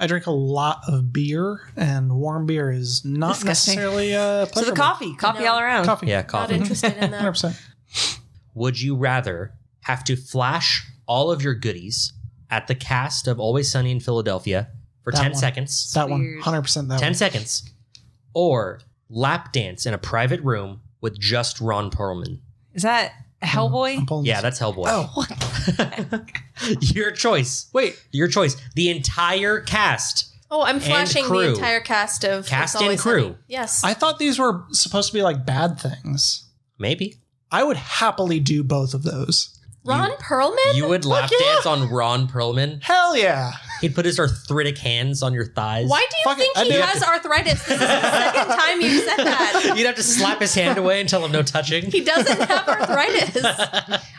S5: I drink a lot of beer, and warm beer is not
S6: Disgusting.
S5: necessarily uh,
S6: So the
S5: pleasurable.
S6: coffee, coffee
S3: No.
S6: all around.
S5: Coffee.
S2: Yeah.
S3: Not
S2: Coffee.
S3: interested in
S5: Hundred
S3: that.
S5: percent.
S2: Would you rather have to flash all of your goodies at the cast of Always Sunny in Philadelphia for
S5: That
S2: 10
S5: one.
S2: seconds?
S5: That one,
S6: Weird.
S5: hundred percent. That
S2: 10
S5: one.
S2: seconds. Or lap dance in a private room with just Ron Perlman.
S6: Is that Hellboy?
S5: I'm pulling
S2: Yeah, that's
S5: this.
S2: Hellboy. Oh. your choice.
S5: wait.
S2: Your choice. The entire cast.
S3: Oh, I'm flashing the
S2: crew.
S3: entire cast of It's
S2: Cast and
S3: Always
S2: crew.
S3: Sunny. Yes,
S5: I thought these were supposed to be like bad things.
S2: Maybe.
S5: I would happily do both of those.
S3: Ron Perlman.
S2: You would lap
S5: yeah.
S2: dance on Ron Perlman.
S5: Hell yeah!
S2: He'd put his arthritic hands on your thighs.
S3: Why do you
S5: Fuck it,
S3: think
S5: I'd
S3: he
S5: be up
S3: has arthritis? This is the second time you've said that.
S2: You'd have to slap his hand away and tell him no touching.
S3: He doesn't have arthritis.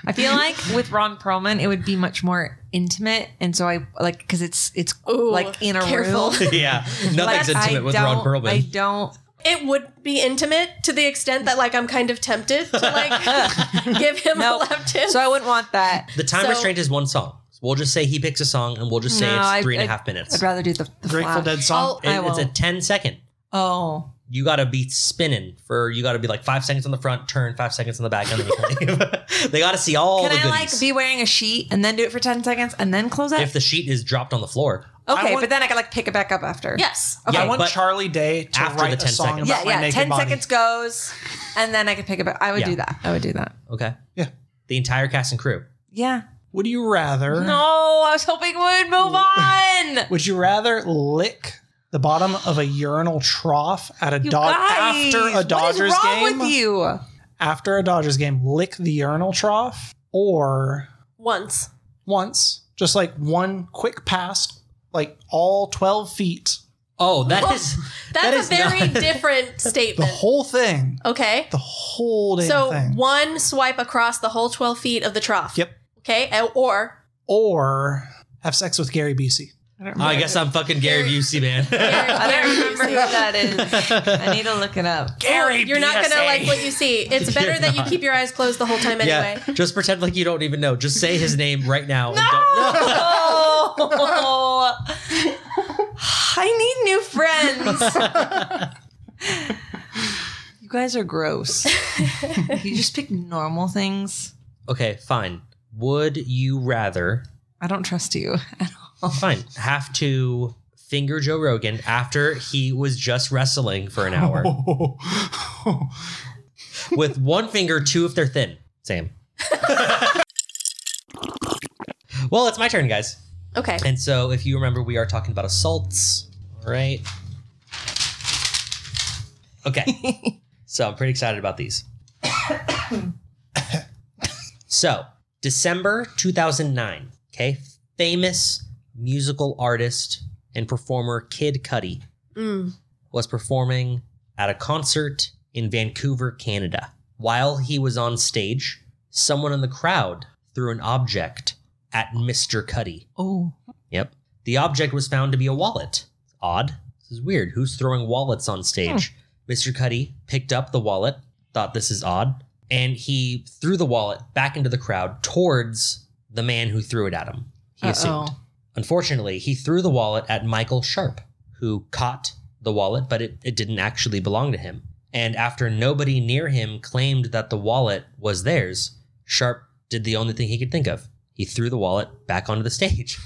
S6: I feel like with Ron Perlman, it would be much more intimate, and so I like because it's it's
S3: Ooh,
S6: like in a
S3: careful.
S6: room.
S2: yeah,
S6: Like,
S2: nothing's
S6: I
S2: intimate with Ron
S6: don't-
S2: Perlman.
S6: I don't.
S3: It would be intimate to the extent that like I'm kind of tempted to like give him a
S6: Nope.
S3: left hand.
S6: So I wouldn't want that.
S2: The time
S3: So-
S2: restraint is one song. We'll just say he picks a song and we'll just say
S6: No, I-
S2: it's three and a
S6: I-
S2: half
S6: I'd rather do the, the
S5: Grateful
S6: flash.
S5: Dead song.
S3: I'll-
S6: I
S2: minutes. It- it's a
S6: won't.
S2: 10 second.
S6: Oh,
S2: You gotta be spinning for you gotta be like five seconds on the front, turn five seconds on the back, and then you leave. they gotta see all
S6: can
S2: the
S6: I
S2: goodies.
S6: like be wearing a sheet and then do it for ten seconds and then close it?
S2: if the sheet is dropped on the floor.
S5: I
S6: okay,
S5: want-
S6: but then I can like pick it back up after.
S3: yes.
S5: I
S2: yeah,
S5: want
S2: but-
S5: Charlie Day to
S2: After the
S5: write a
S2: 10
S5: song
S2: seconds.
S5: about
S6: yeah,
S5: my
S6: yeah.
S5: naked
S6: Ten
S5: body.
S6: seconds goes, and then I could pick it back. I would
S2: Yeah.
S6: do that. I would do that.
S2: Okay.
S5: Yeah.
S2: The entire cast and crew.
S6: Yeah.
S5: Would you rather?
S6: No, I was hoping we would move on.
S5: Would you rather lick the bottom of a urinal trough at a
S6: You
S5: dog
S6: guys,
S5: after a Dodgers
S6: what is wrong
S5: game?
S6: with you?
S5: After a Dodgers game, lick the urinal trough or
S3: Once.
S5: once, just like one quick pass, like all 12 feet,
S2: Oh, that is
S3: That's
S2: That
S3: a
S2: is
S3: very
S2: not-
S3: different
S5: the
S3: statement.
S5: whole thing,
S3: okay.
S5: the whole damn
S3: So
S5: thing.
S3: one swipe across the whole 12 feet of the trough.
S5: Yep.
S3: Okay. and- Or
S5: Or have sex with Gary Busey.
S2: I guess I'm fucking Gary Busey, man.
S6: I don't remember who that is. I need to look it up.
S3: Gary, you're not gonna like what you see. It's better that you keep your eyes closed the whole time anyway.
S2: yeah. Just pretend like you don't even know. Just say his name right now. and don't- No!
S6: Oh, I need new friends. you guys are gross. you just pick normal things.
S2: Okay, fine. Would you rather
S6: I don't trust you.
S2: fine have to finger Joe Rogan after he was just wrestling for an hour
S5: Oh,
S2: with one finger, two if they're thin. Same. well, it's my turn, guys.
S3: Okay.
S2: And so, if you remember, we are talking about assaults. All right. Okay. so, I'm pretty excited about these. so, December 2009, okay, famous musical artist
S3: mm,
S2: and performer Kid Cudi was performing at a concert in Vancouver, Canada. While he was on stage, someone in the crowd threw an object at Mr. Cuddy.
S6: Oh,
S2: Yep. The object was found to be a wallet. Odd. This is weird. Who's throwing wallets on stage? Mr. Cuddy picked up the wallet, thought this is odd, and he threw the wallet back into the crowd towards the man who threw it at him. He assumed. Unfortunately, he threw the wallet at Michael Sharp, who caught the wallet, but it, it didn't actually belong to him. And after nobody near him claimed that the wallet was theirs, Sharp did the only thing he could think of. He threw the wallet back onto the stage.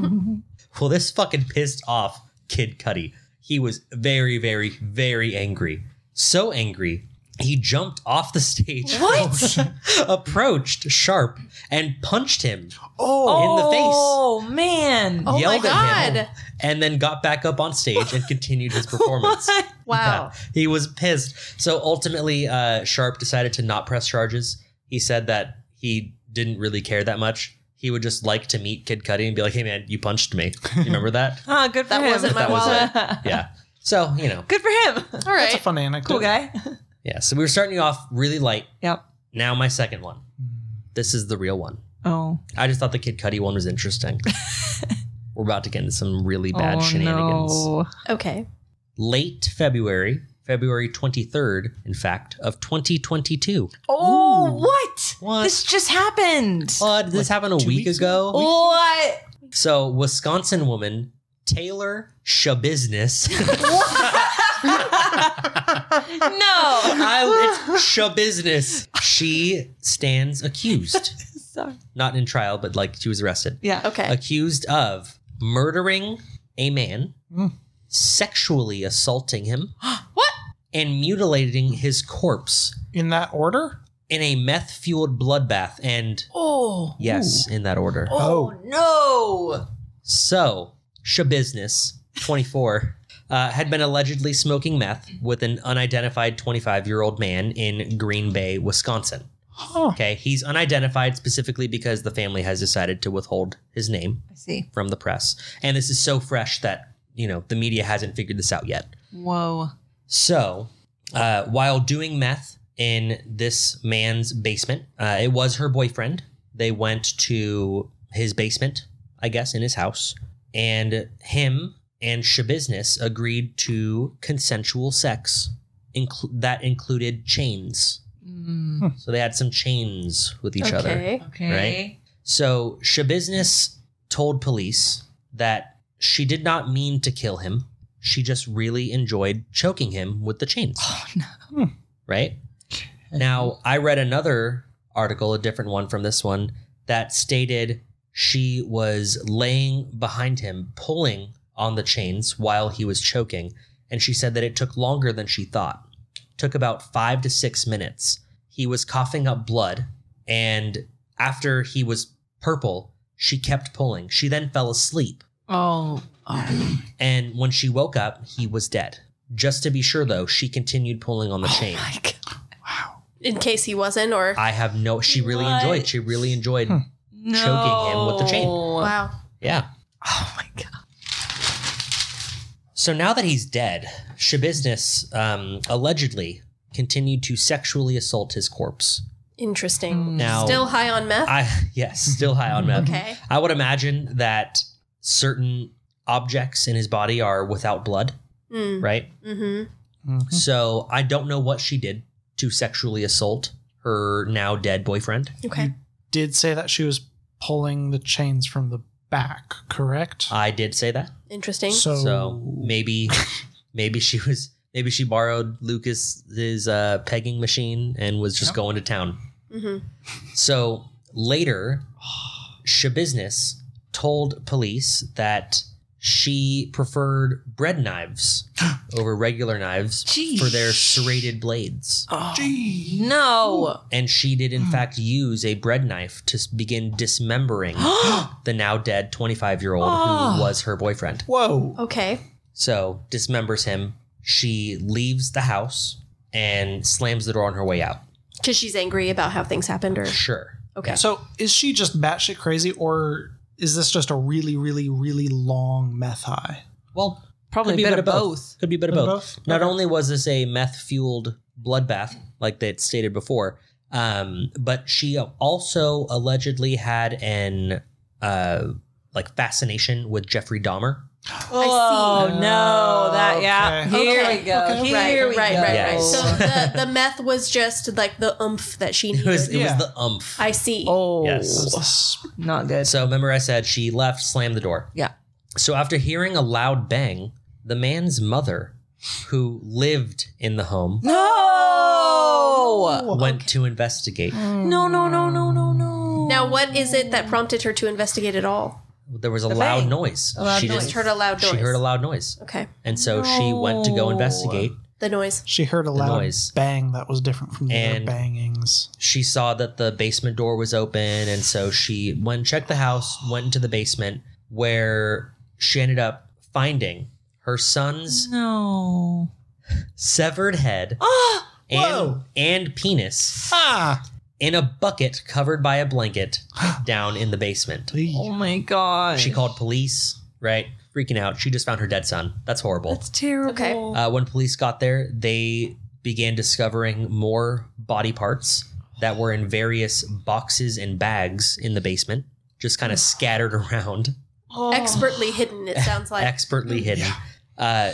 S2: Well, this fucking pissed off Kid Cudi. He was very, very, very angry. So angry, he jumped off the stage.
S5: Oh,
S2: What? approached Sharp and punched him in the face
S6: Oh man.
S3: Oh
S2: yelled
S3: my
S2: at him,
S3: God.
S2: and then got back up on stage and continued his performance.
S3: Wow.
S2: Yeah, he was pissed. So ultimately, uh, Sharp decided to not press charges. He said that he didn't really care that much. He would just like to meet Kid Cudi and be like, "Hey, man, you punched me. You remember that?
S6: Ah, good for
S3: That
S6: him.
S3: wasn't my
S2: That was
S3: wallet.
S2: yeah." So you know,
S6: Good for him.
S3: All
S5: That's a
S3: right.
S5: fun anecdote.
S6: Cool guy.
S2: yeah. So we were starting you off really light.
S6: Yep.
S2: Now my second one.
S3: Hmm.
S2: This is the real one.
S6: Oh.
S2: I just thought the Kid Cudi one was interesting. we're about to get into some really
S3: Oh,
S6: Oh,
S2: bad shenanigans.
S3: Okay.
S2: late February, February 23rd, in fact, of 2022.
S6: Oh, what?
S2: What?
S6: This just happened.
S2: Odd, this happened a week
S5: weeks
S2: ago. Oh.
S6: What?
S2: So, Wisconsin woman Taylor Shabusiness.
S6: No.
S2: I, it's Shabusiness. She stands accused,
S6: Sorry.
S2: not in trial, but like she was arrested,
S6: Yeah.
S3: Okay.
S2: accused of murdering a man,
S5: Mm.
S2: sexually assaulting him, Hmm. what? And mutilating his corpse
S5: In that order?
S2: in a meth fueled bloodbath. And
S6: Oh.
S2: yes, in that order.
S6: Oh, no.
S2: So, Shabusiness, 24, uh, had been allegedly smoking meth with an unidentified 25 year old man in Green Bay, Wisconsin.
S5: Huh.
S2: Okay, he's unidentified specifically because the family has decided to withhold his name
S6: I see.
S2: from the press. And this is so fresh that, you know, the media hasn't figured this out yet.
S6: Whoa.
S2: So, uh, while doing meth in this man's basement, uh, it was her boyfriend. They went to his basement, I guess, in his house, and him and Shabusiness agreed to consensual sex. Inclu- that included chains.
S6: Mm,
S2: So they had some chains with each other.
S3: okay.
S6: okay.
S2: So Shabusiness told police that she did not mean to kill him. She just really enjoyed choking him with the chains.
S5: no. Hmm.
S2: Right? Now, I read another article, a different one from this one, that stated she was laying behind him, pulling on the chains while he was choking. And she said that it took longer than she thought. took about five to six minutes. He was coughing up blood and after he was purple, she kept pulling. She then fell asleep.
S6: Oh. oh.
S2: And when she woke up, he was dead. Just to be sure, though, she continued pulling on the
S6: Oh
S2: chain.
S3: In case he wasn't, or
S2: I have no, she really
S6: What?
S2: enjoyed. She really enjoyed.
S5: Hmm.
S6: No.
S2: him with the chain.
S3: wow.
S2: Yeah.
S6: Oh my god.
S2: So now that he's dead, Shabusiness um, allegedly continued to sexually assault his corpse.
S6: Hmm.
S3: Interesting.
S2: Now,
S3: Still high on meth.
S2: I, yes, still high on meth.
S3: okay.
S2: I would imagine that certain objects in his body are without blood,
S3: Mm.
S2: right?
S3: hmm
S2: Mm-hmm.
S5: Mhm.
S2: So I don't know what she did to sexually assault her now dead boyfriend.
S3: Okay.
S5: Did say that she was pulling the chains from the back, correct?
S2: I did say that.
S3: Interesting.
S5: So,
S2: So
S5: Oh.
S2: maybe maybe she was maybe she borrowed Lucas's uh, pegging machine and was just
S5: Yep.
S2: going to town.
S3: hmm
S2: So later, Shabusiness told police that she preferred bread knives over regular knives
S6: Jeez.
S2: for their serrated blades.
S6: Oh.
S5: Gee.
S6: No.
S2: and she did
S6: Hmm.
S2: in fact use a bread knife to s- begin dismembering the now dead 25 year old
S6: Oh.
S2: who was her boyfriend
S5: Whoa.
S3: Okay.
S2: so dismembers him she leaves the house and slams the door on her way out
S3: Because she's angry about how things happened, or
S2: sure
S3: okay.
S5: So is she just batshit crazy or is this just a really, really, really long meth high?
S2: well
S6: Probably
S2: could be
S6: a bit of
S2: of
S6: both.
S2: could be a bit of both not only was this a meth fueled bloodbath, like they had stated before. Um, but she also allegedly had an uh, like fascination with Jeffrey Dahmer.
S6: Oh no, that yeah.
S5: Okay.
S6: Here
S3: Okay.
S6: we go.
S5: Okay.
S6: Here
S3: right,
S6: we
S3: right,
S6: go.
S3: right, right.
S2: Yes.
S3: So the, the meth was just like the oomph that she
S2: It
S3: needed.
S2: was it
S5: Yeah.
S2: was the umph.
S3: I see.
S6: Oh,
S2: Yes.
S6: not good.
S2: So remember, I said she left, slammed the door.
S6: Yeah.
S2: So after hearing a loud bang, the man's mother, who lived in the home,
S6: No.
S2: went to investigate.
S6: No, no, no, no, no, no.
S3: Now, what is it that prompted her to investigate at all?
S2: There was a
S6: The
S2: loud
S6: bang.
S2: noise.
S6: A loud
S2: she
S6: noise.
S3: Just heard a loud noise.
S2: She heard a loud noise,
S3: Okay,
S2: and so she went to go
S6: No.
S2: investigate.
S3: the noise.
S5: She heard a loud
S2: noise.
S5: bang that was different from the
S2: And-
S5: other bangings.
S2: she saw that the basement door was open and so she went and checked the house went into the basement where she ended up finding her son's
S6: No.
S2: severed head
S3: Ah!
S6: Oh,
S2: and,
S5: Whoa.
S2: and penis
S5: Ah!
S2: in a bucket covered by a blanket down in the basement
S6: oh my god.
S2: she called police right freaking out she just found her dead son that's horrible
S6: That's terrible.
S3: Okay.
S2: Uh, when police got there, they began discovering more body parts that were in various boxes and bags in the basement, just kind of scattered around,
S6: Oh.
S3: Oh. Expertly hidden, it sounds like.
S2: expertly hidden. Uh,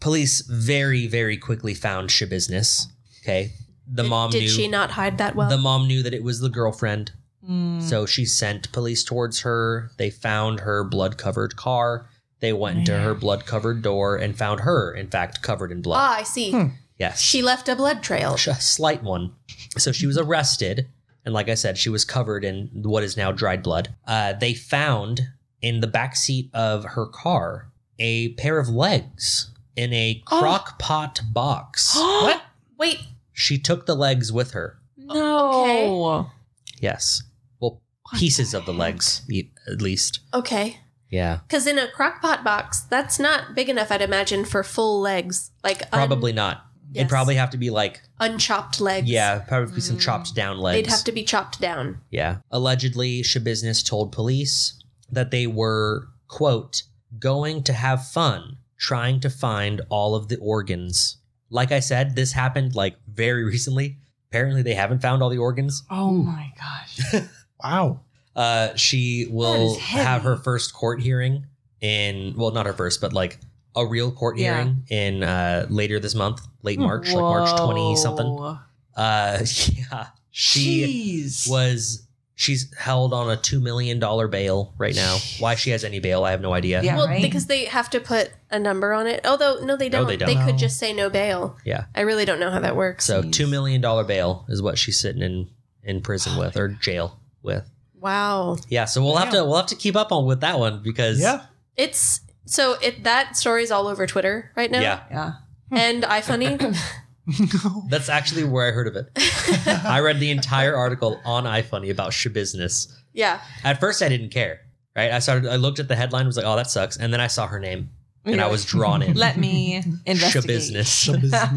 S2: police very, very quickly found Shabusiness. Okay, the
S3: Did-
S2: mom
S3: Did
S2: knew.
S3: she not hide that well? Ah,
S2: the mom knew that it was the girlfriend,
S6: Mm.
S2: so she sent police towards her. They found her blood-covered car. They went into her blood-covered door and found her, in fact, covered in blood.
S3: ah, I see.
S2: Hmm. yes,
S3: She left a blood trail.
S2: a slight one. So she was arrested, and like I said, she was covered in what is now dried blood. Uh, they found in the back seat of her car a pair of legs in a crock pot box.
S6: what?
S3: Wait,
S2: she took the legs with her.
S6: No. Oh
S2: Yes, well, pieces of the legs, e- at least.
S3: okay.
S2: Yeah,
S3: Because in a crockpot box, that's not big enough, I'd imagine, for full legs. Like un-
S2: probably not.
S3: Yes.
S2: It'd probably have to be like
S3: unchopped legs.
S2: yeah, probably be some chopped down legs.
S3: They'd have to be chopped down.
S2: Yeah. Allegedly, Shabusiness told police that they were, quote, going to have fun trying to find all of the organs. Like I said, this happened like very recently. Apparently, they haven't found all the organs.
S6: Oh my gosh.
S5: Wow.
S2: Uh, she will
S6: is heavy.
S2: have her first court hearing in, well, not her first, but like a real court
S6: Yeah.
S2: hearing in uh, later this month, late March, like March 20 something.
S6: Whoa.
S2: Uh, yeah. She
S6: Jeez.
S2: was she's held on a two million dollar bail right now. Why she has any bail, I have no idea.
S6: Yeah,
S3: well,
S6: right?
S3: because they have to put a number on it. Although, no, they
S2: No,
S3: don't.
S2: they don't.
S5: No.
S3: could just say no bail.
S2: Yeah.
S3: I really don't know how that works.
S2: So
S6: Jeez.
S2: two million dollar bail is what she's sitting in in prison with or jail with.
S3: wow.
S2: Yeah, so we'll have to we'll have to keep up on with that one because
S5: Yeah.
S3: It's so it that story's all over Twitter right now.
S2: yeah,
S6: yeah.
S3: And iFunny.
S2: that's actually where I heard of it. I read the entire article on iFunny about Shabusiness.
S3: yeah.
S2: At first, I didn't care. Right, I started. I looked at the headline, was like, "Oh, that sucks," and then I saw her name, and I was drawn in.
S6: Let me investigate.
S2: Shabusiness.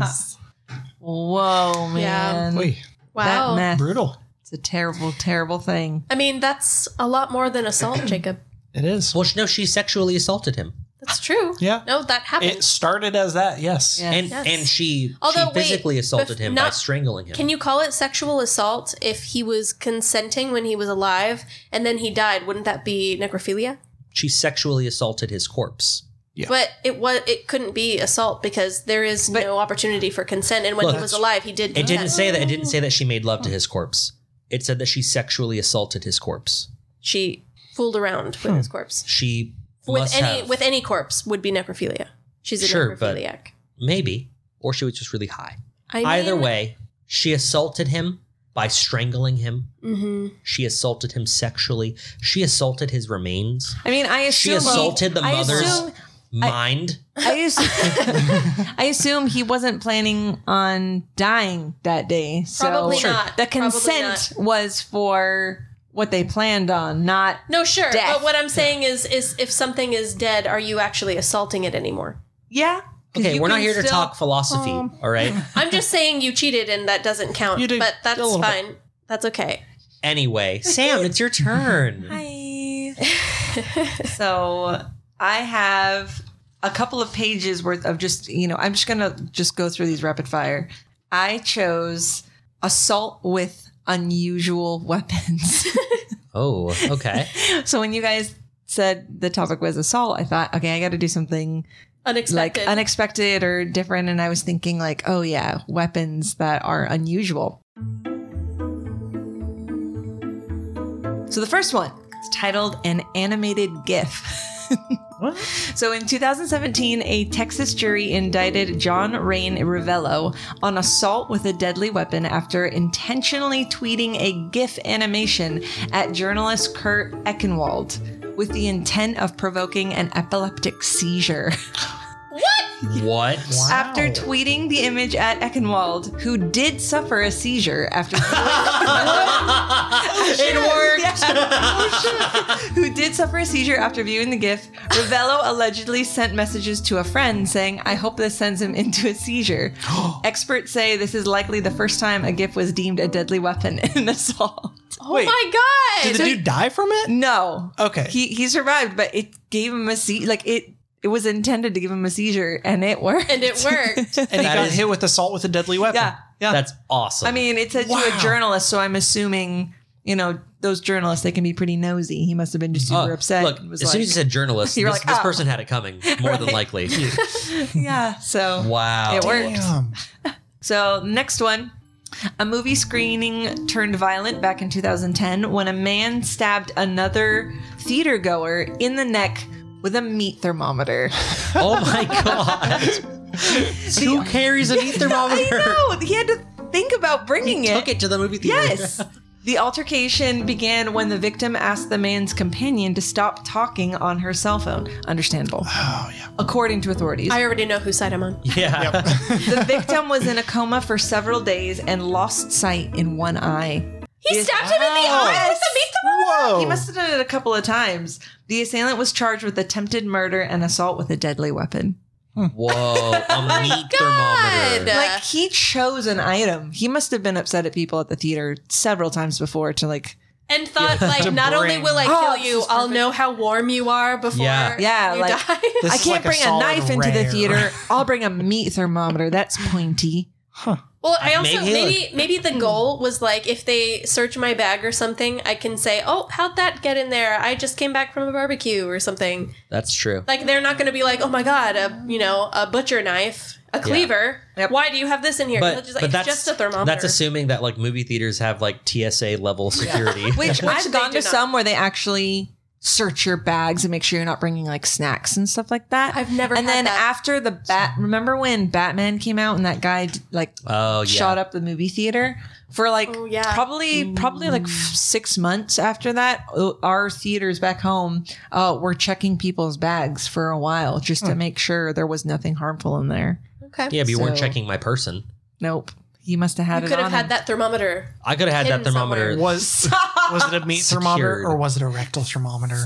S5: Shabusiness.
S6: Whoa, man.
S5: Oy,
S3: Wow.
S6: That meth.
S5: brutal.
S6: It's a terrible, terrible thing.
S3: I mean, that's a lot more than assault, Jacob.
S5: It is.
S2: Well, no, she sexually assaulted him.
S3: That's true.
S5: Yeah.
S3: No, that happened.
S5: It started as that, yes.
S6: Yeah.
S2: and
S3: Yes.
S2: and she,
S3: Although,
S2: she
S3: wait,
S2: physically assaulted
S3: bef-
S2: him by
S3: not-
S2: strangling him.
S3: Can you call it sexual assault if he was consenting when he was alive and then he died? Wouldn't that be necrophilia?
S2: she sexually assaulted his corpse.
S5: Yeah.
S3: But it was it couldn't be assault because there is no opportunity for consent. And when
S2: Look,
S3: he was alive, he did.
S2: It
S3: consent.
S2: didn't say that. It didn't say that she made love to his corpse. It said that she sexually assaulted his corpse.
S3: she fooled around with his corpse.
S2: She
S3: With
S2: must
S3: any
S2: have,
S3: with any corpse would be necrophilia. She's a
S2: Sure, but-
S3: necrophiliac.
S2: maybe, or she was just really high.
S3: I
S2: Either
S3: mean-
S2: way, she assaulted him by strangling him.
S3: Mhm.
S2: She assaulted him sexually. She assaulted his remains.
S6: I mean, I
S2: She
S6: assume
S2: assaulted the
S6: I
S2: mother's
S6: assume-
S2: mind.
S6: I assume, I assume he wasn't planning on dying that day. So
S3: Probably Sure. not.
S6: the
S3: Probably
S6: consent was for what they planned on, not
S3: No, sure.
S6: Death.
S3: But what I'm saying is, is if something is dead, are you actually assaulting it anymore?
S6: yeah. 'cause
S2: okay,
S6: you
S2: we're not
S6: can
S2: here to
S6: still-
S2: talk philosophy. all right.
S3: I'm just saying you cheated and that doesn't count.
S5: You did
S3: but that's
S5: a little
S3: fine. That's okay.
S2: Anyway, Sam, it's your turn.
S6: Hi. so I have a couple of pages worth of just, you know, I'm just going to just go through these rapid fire. I chose assault with unusual weapons.
S2: Oh, okay.
S6: so when you guys said the topic was assault, I thought, okay, I got to do something
S3: Unexpected.
S6: like unexpected or different. And I was thinking, like, oh yeah, weapons that are unusual. So the first one is titled An Animated GIF. So in 2017, a Texas jury indicted John Rain Rivello on assault with a deadly weapon after intentionally tweeting a GIF animation at journalist Kurt Eckenwald with the intent of provoking an epileptic seizure.
S2: what?
S6: After tweeting the image at Eckenwald, who did suffer a seizure after Oh,
S2: it worked.
S6: who did suffer a seizure after viewing the GIF, Ravello allegedly sent messages to a friend saying, I hope this sends him into a seizure. Experts say this is likely the first time a GIF was deemed a deadly weapon in assault.
S3: oh
S4: Wait,
S3: my god!
S4: Did the dude die from it?
S6: No.
S5: Okay.
S6: He, he survived, but it gave him a seizure. Like, it, it was intended to give him a seizure, and it worked.
S3: and it worked.
S5: and he
S2: That
S5: got
S2: is-
S5: hit with assault with a deadly weapon.
S6: Yeah.
S5: yeah.
S2: That's awesome.
S6: I mean, it said to
S5: Wow.
S6: a journalist, so I'm assuming, you know, those journalists, they can be pretty nosy. He must have been just
S2: Oh,
S6: super upset.
S2: Look,
S6: and
S2: as
S6: was
S2: soon
S6: like-
S2: as you said journalist,
S6: You
S2: this,
S6: were like,
S2: this
S6: "Oh."
S2: person had it coming more than likely.
S6: yeah, so.
S2: wow.
S6: It worked.
S5: Damn.
S6: So, next one. A movie screening turned violent back in 2010 when a man stabbed another theater goer in the neck with a meat thermometer.
S2: Oh my god. Who carries an meat thermometer?
S6: I know. He had to think about bringing it.
S2: Took it to the movie theater.
S6: Yes. The altercation began when the victim asked the man's companion to stop talking on her cell phone. Understandable.
S5: Oh yeah.
S6: According to authorities.
S3: I already know whose side I'm on.
S2: Yeah.
S6: the victim was in a coma for several days and lost sight in one eye.
S3: He
S6: Yes.
S3: stabbed him in the
S6: Wow.
S3: eye with a meat
S5: Whoa.
S6: He must have done it a couple of times. The assailant was charged with attempted murder and assault with a deadly weapon.
S2: Whoa. A meat thermometer.
S3: God.
S6: Like he chose an item. He must have been upset at people at the theater several times before to like,
S3: and thought like
S5: To
S3: not only
S5: bring-
S3: will I
S6: Oh,
S3: kill
S6: this
S3: you,
S6: is
S3: I'll
S6: perfect.
S3: know how warm you are before
S2: Yeah.
S6: Yeah,
S3: you
S6: like-
S3: die.
S5: This
S6: I
S5: is
S6: can't
S5: like
S6: bring a,
S5: solid
S6: knife into the
S5: rare.
S6: theater. I'll bring a meat thermometer. That's pointy.
S3: Well, I also
S2: Maybe-
S3: maybe maybe, the goal was like if they search my bag or something, I can say, "Oh, how'd that get in there? I just came back from a barbecue or something."
S2: That's true.
S3: Like they're not going to be like, "Oh my god, a you know a butcher knife, a cleaver.
S6: Yep.
S3: Why do you have this in here?" They'll
S2: But,
S3: just like,
S2: but
S3: it's
S2: that's
S3: just a thermometer.
S2: That's assuming that like movie theaters have like TSA level security.
S6: Which
S3: they
S6: I've gone
S3: do
S6: to
S3: not.
S6: some where they actually search your bags and make sure you're not bringing like snacks and stuff like that.
S3: I've never
S6: And
S3: had
S6: then
S3: that.
S6: after the bat, remember when Batman came out and that guy like
S2: oh yeah.
S6: shot up the movie theater for like
S3: Oh, yeah.
S6: probably probably
S3: Mm.
S6: like f- six months after that o- our theaters back home uh, were checking people's bags for a while just
S3: Hmm.
S6: to make sure there was nothing harmful in there
S3: okay.
S2: Yeah, but you weren't
S6: So-
S2: checking my person.
S6: nope he must have had
S3: You
S6: it
S3: could have
S6: on
S3: had
S6: him.
S3: that thermometer.
S2: I could have had that
S3: Hidden
S2: thermometer.
S5: was was it a meat thermometer
S2: Secured.
S5: or was it a rectal thermometer?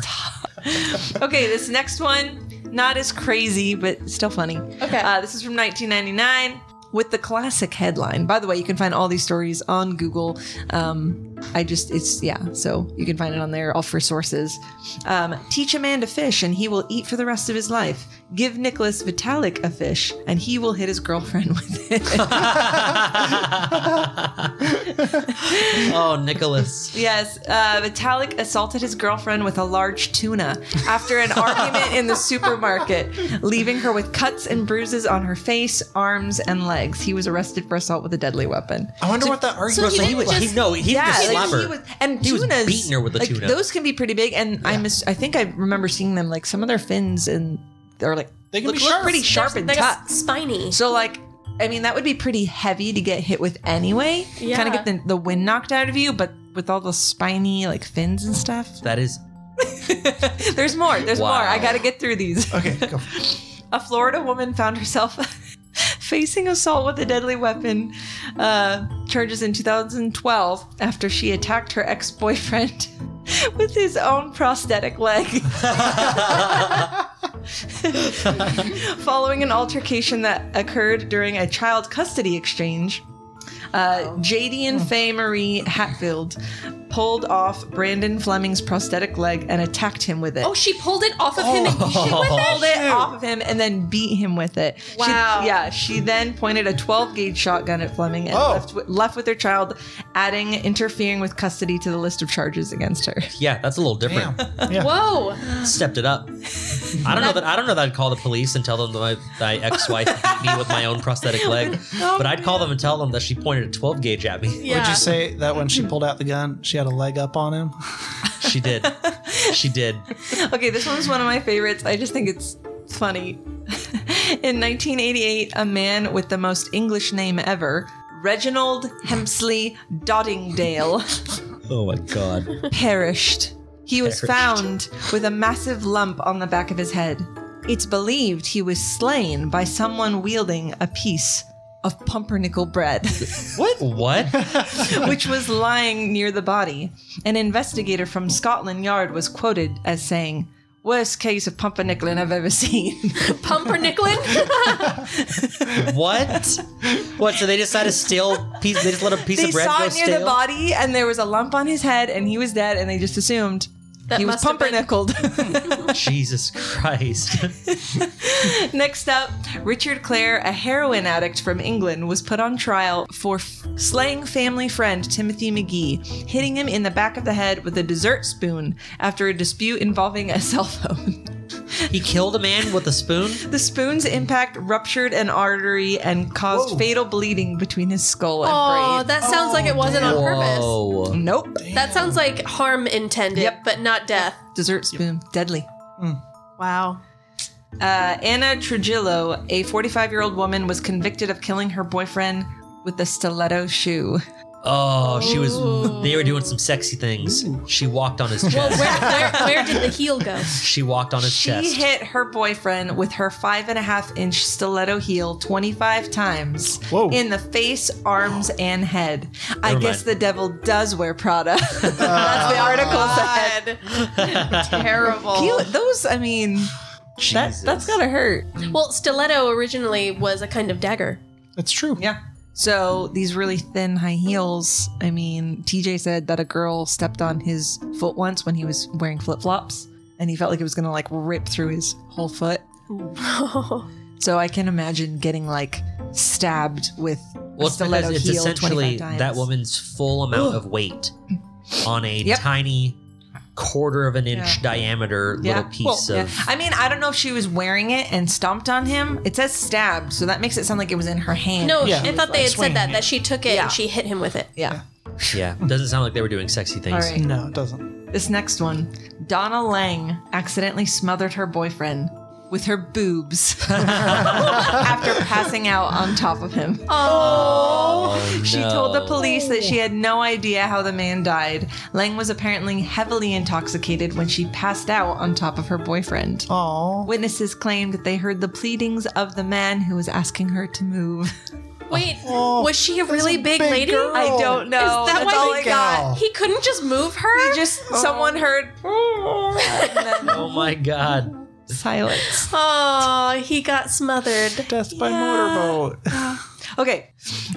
S6: okay this next one not as crazy but still funny
S3: Okay.
S6: Uh, this is from 1999 with the classic headline. By the way, you can find all these stories on Google. Um, I just, it's, yeah, so you can find it on there, all for sources. Um, Teach a man to fish and he will eat for the rest of his life. Give Nicholas Vitalik a fish and he will hit his girlfriend with it.
S2: oh, Nicholas.
S6: yes, uh, Vitalik assaulted his girlfriend with a large tuna after an argument in the supermarket, leaving her with cuts and bruises on her face, arms, and legs. He was arrested for assault with a deadly weapon.
S5: I wonder what that
S2: Bro,
S5: argument.
S2: so he
S3: didn't
S2: was he,
S3: just-
S2: no, he
S6: yeah,
S2: was just
S6: like,
S2: slap her.
S6: he was, and
S2: He was
S6: tunas,
S2: beating her with a
S6: like,
S2: tuna.
S6: Those can be pretty big, and I miss. I think I remember seeing them like some of their fins, and they're like
S5: They can
S6: look,
S5: be
S6: look
S5: sharp.
S6: pretty sharp and
S3: Like a
S6: tough.
S3: spiny.
S6: So like, I mean, that would be pretty heavy to get hit with anyway.
S3: Yeah.
S6: Kind of get the, the wind knocked out of you, but with all the spiny like fins and stuff.
S2: that is
S6: There's more. There's
S2: Wow.
S6: more. I got to get through these.
S5: Okay, go.
S6: a Florida woman found herself facing assault with a deadly weapon uh, charges in 2012 after she attacked her ex boyfriend with his own prosthetic leg. Following an altercation that occurred during a child custody exchange, uh, Jadian Faye Marie Hatfield pulled off Brandon Fleming's prosthetic leg and attacked him with it.
S3: Oh, she pulled it off of him
S2: Oh.
S3: and beat him with
S6: pulled
S3: it.
S6: it off of him and then beat him with it. She-
S3: Wow.
S6: yeah, she then pointed a 12 gauge shotgun at Fleming and
S9: Oh.
S6: left, wi- left with her child, adding interfering with custody to the list of charges against her.
S2: Yeah, that's a little different.
S3: Whoa.
S2: Stepped it up. I don't know that I don't know that I'd call the police and tell them that my, my ex-wife beat me with my own prosthetic leg,
S6: Oh,
S2: but I'd call them and tell them that she pointed a 12 gauge at me.
S3: Yeah.
S5: Would you say that when she pulled out the gun, she had a leg up on him?
S2: She did. She did.
S6: Okay, this one's one of my favorites. I just think it's funny. In 1988, a man with the most English name ever, Reginald Hemsley Doddingdale,
S2: Oh my god.
S6: perished. He was
S2: Perished.
S6: found with a massive lump on the back of his head. It's believed he was slain by someone wielding a piece of pumpernickel bread,
S2: What? What?
S6: which was lying near the body. An investigator from Scotland Yard was quoted as saying, Worst case of pumpernickelin I've ever seen.
S3: Pumpernickelin?
S2: What? What? So they just had to steal piece they just let a piece
S6: they
S2: of bread
S6: saw
S2: go
S6: it near
S2: stale?
S6: the body and there was a lump on his head and he was dead and they just assumed
S3: That
S6: he
S3: must
S6: was
S3: have been-
S6: pumpernickeled.
S2: Jesus Christ.
S6: Next up, Richard Clare, a heroin addict from England, was put on trial for f- slaying family friend Timothy McGee, hitting him in the back of the head with a dessert spoon after a dispute involving a cell phone.
S2: he killed a man with a spoon?
S6: The spoon's impact ruptured an artery and caused fatal bleeding between his skull and
S3: Oh,
S6: brain.
S3: that sounds like it wasn't
S6: Oh.
S3: on purpose.
S2: Whoa.
S6: nope.
S3: That sounds like harm intended,
S6: Yep.
S3: but not death.
S6: Dessert spoon, deadly.
S3: Wow.
S6: Uh, Anna Trujillo, a 45 year old woman, was convicted of killing her boyfriend with a stiletto shoe.
S2: Oh, she was they were doing some sexy things. She walked on his chest.
S3: Well, where, where, where did the heel go?
S2: she walked on his
S6: She
S2: chest.
S6: hit her boyfriend with her five and a half inch stiletto heel 25 times
S9: Whoa.
S6: in the face, arms, and head. I
S2: Never
S6: guess
S2: mind. Oh
S6: the devil does wear Prada. That's the article said.
S3: Terrible.
S6: You- those, I mean, that, that's gotta hurt.
S3: Well, stiletto originally was a kind of dagger.
S5: It's true.
S6: Yeah. So these really thin high heels. I mean, TJ said that a girl stepped on his foot once when he was wearing flip flops, and he felt like it was gonna like rip through his whole foot. so I can imagine getting like stabbed with
S2: Well,
S6: a
S2: it's because
S6: stiletto
S2: it's
S6: heel
S2: essentially
S6: 25 times.
S2: that woman's full amount of weight on a
S6: Yep.
S2: tiny quarter of an inch diameter
S6: Yeah.
S2: little piece
S6: Yeah.
S2: of.
S6: I mean, I don't know if she was wearing it and stomped on him. It says stabbed, so that makes it sound like it was in her hand.
S3: No,
S5: Yeah.
S3: I thought they had said
S5: Swinging
S3: that,
S5: it.
S3: that she took it
S6: Yeah.
S3: and she hit him with it.
S6: Yeah.
S2: Yeah, doesn't sound like they were doing sexy
S6: All
S2: things.
S6: right.
S5: No, it doesn't.
S6: This next one Donna Lang accidentally smothered her boyfriend with her boobs after passing out on top of him.
S2: Oh,
S6: She
S2: no.
S6: told the police that she had no idea how the man died. Lang was apparently heavily intoxicated when she passed out on top of her boyfriend.
S5: Aw.
S6: Witnesses claimed that they heard the pleadings of the man who was asking her to move.
S3: Wait,
S6: Oh,
S3: was she a really big,
S5: big
S3: lady?
S5: girl.
S6: I don't know.
S3: Oh, Is that
S6: That's
S3: why
S6: all
S3: he
S6: I got.
S5: got.
S3: He couldn't just move her?
S6: Just
S3: Oh.
S6: someone heard and then
S2: Oh my god.
S6: silence.
S3: oh, he got smothered.
S5: Death by motorboat.
S6: Okay.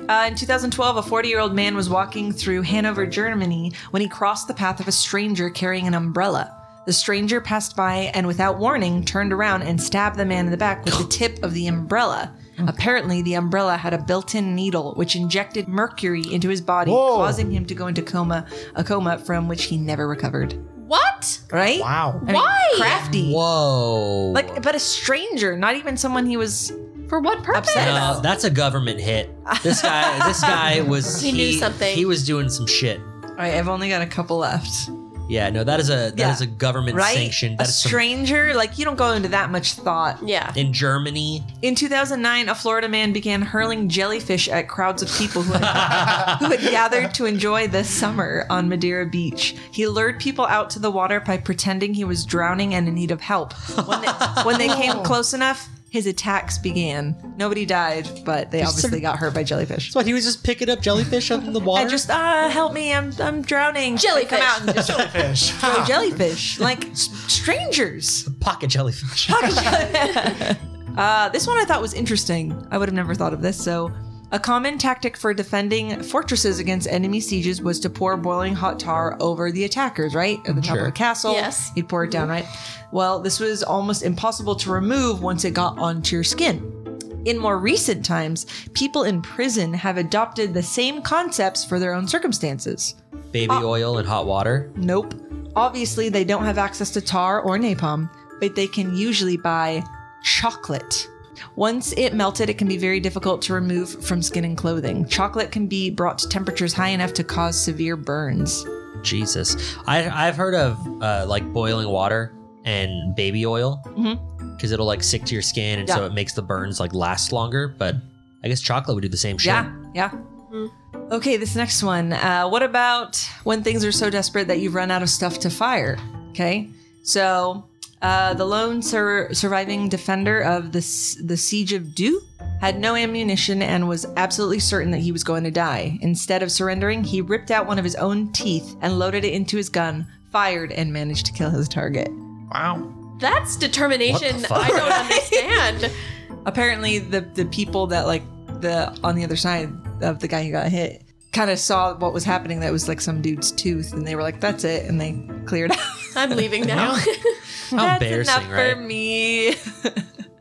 S6: Uh, in 2012, a 40 year old man was walking through Hanover, Germany when he crossed the path of a stranger carrying an umbrella. The stranger passed by and, without warning, turned around and stabbed the man in the back with the tip of the umbrella. Apparently, the umbrella had a built in needle which injected mercury into his body,
S5: Whoa.
S6: causing him to go into coma, a coma from which he never recovered.
S3: What?
S6: Right?
S5: Wow.
S6: I mean,
S3: Why?
S6: Crafty.
S2: Whoa.
S6: Like, but a stranger, not even someone he was
S3: For what purpose?
S6: upset
S2: No,
S6: about.
S2: that's a government hit. This guy, this guy was
S3: He knew something.
S2: He was doing some shit.
S6: All right, I've only got a couple left.
S2: Yeah, no, that is a that is
S6: Yeah.
S2: a government
S6: right?
S2: sanction.
S6: a
S2: That is some-
S6: stranger, like you don't go into that much thought.
S3: Yeah.
S2: in Germany.
S6: In 2009, a Florida man began hurling jellyfish at crowds of people who had, who had gathered to enjoy the summer on Madeira Beach. He lured people out to the water by pretending he was drowning and in need of help. When they, when they came close enough, his attacks began. Nobody died, but they obviously got hurt by jellyfish.
S4: So he was just picking up jellyfish up in the water.
S6: And just ah, help me! I'm I'm drowning. Jellyfish. Come out and just
S5: Jellyfish.
S6: throw jellyfish like s- strangers.
S2: Pocket jellyfish.
S6: Uh, this one I thought was interesting. I would have never thought of this. So, A common tactic for defending fortresses against enemy sieges was to pour boiling hot tar over the attackers, right? At the top of
S2: Sure.
S6: the castle.
S3: Yes.
S6: You'd pour it down, right? Well, this was almost impossible to remove once it got onto your skin. In more recent times, people in prison have adopted the same concepts for their own circumstances.
S2: Baby
S6: Oh.
S2: oil and hot water.
S6: Nope. Obviously, they don't have access to tar or napalm, but they can usually buy chocolate. Once it melted, it can be very difficult to remove from skin and clothing. Chocolate can be brought to temperatures high enough to cause severe burns.
S2: Jesus. I, I've heard of uh, like boiling water and baby oil because it'll like stick to your skin and so
S6: Mm-hmm. Yeah.
S2: it makes the burns like last longer. But I guess chocolate would do the same shit.
S6: Yeah, yeah. Okay, this next one. Uh, what about when things are so desperate that you've run out of stuff to fire? Okay, so uh, the lone sur- surviving defender of the s- the siege of Dux had no ammunition and was absolutely certain that he was going to die. Instead of surrendering, he ripped out one of his own teeth and loaded it into his gun, fired, and managed to kill his target.
S5: Wow.
S3: That's determination
S2: fuck?
S3: I don't understand.
S6: apparently the the people that like the on the other side of the guy who got hit kind of saw what was happening that was like some dude's tooth and they were like that's it and they cleared out
S3: I'm leaving now.
S2: How
S6: that's
S2: embarrassing,
S6: enough
S2: right?
S6: for me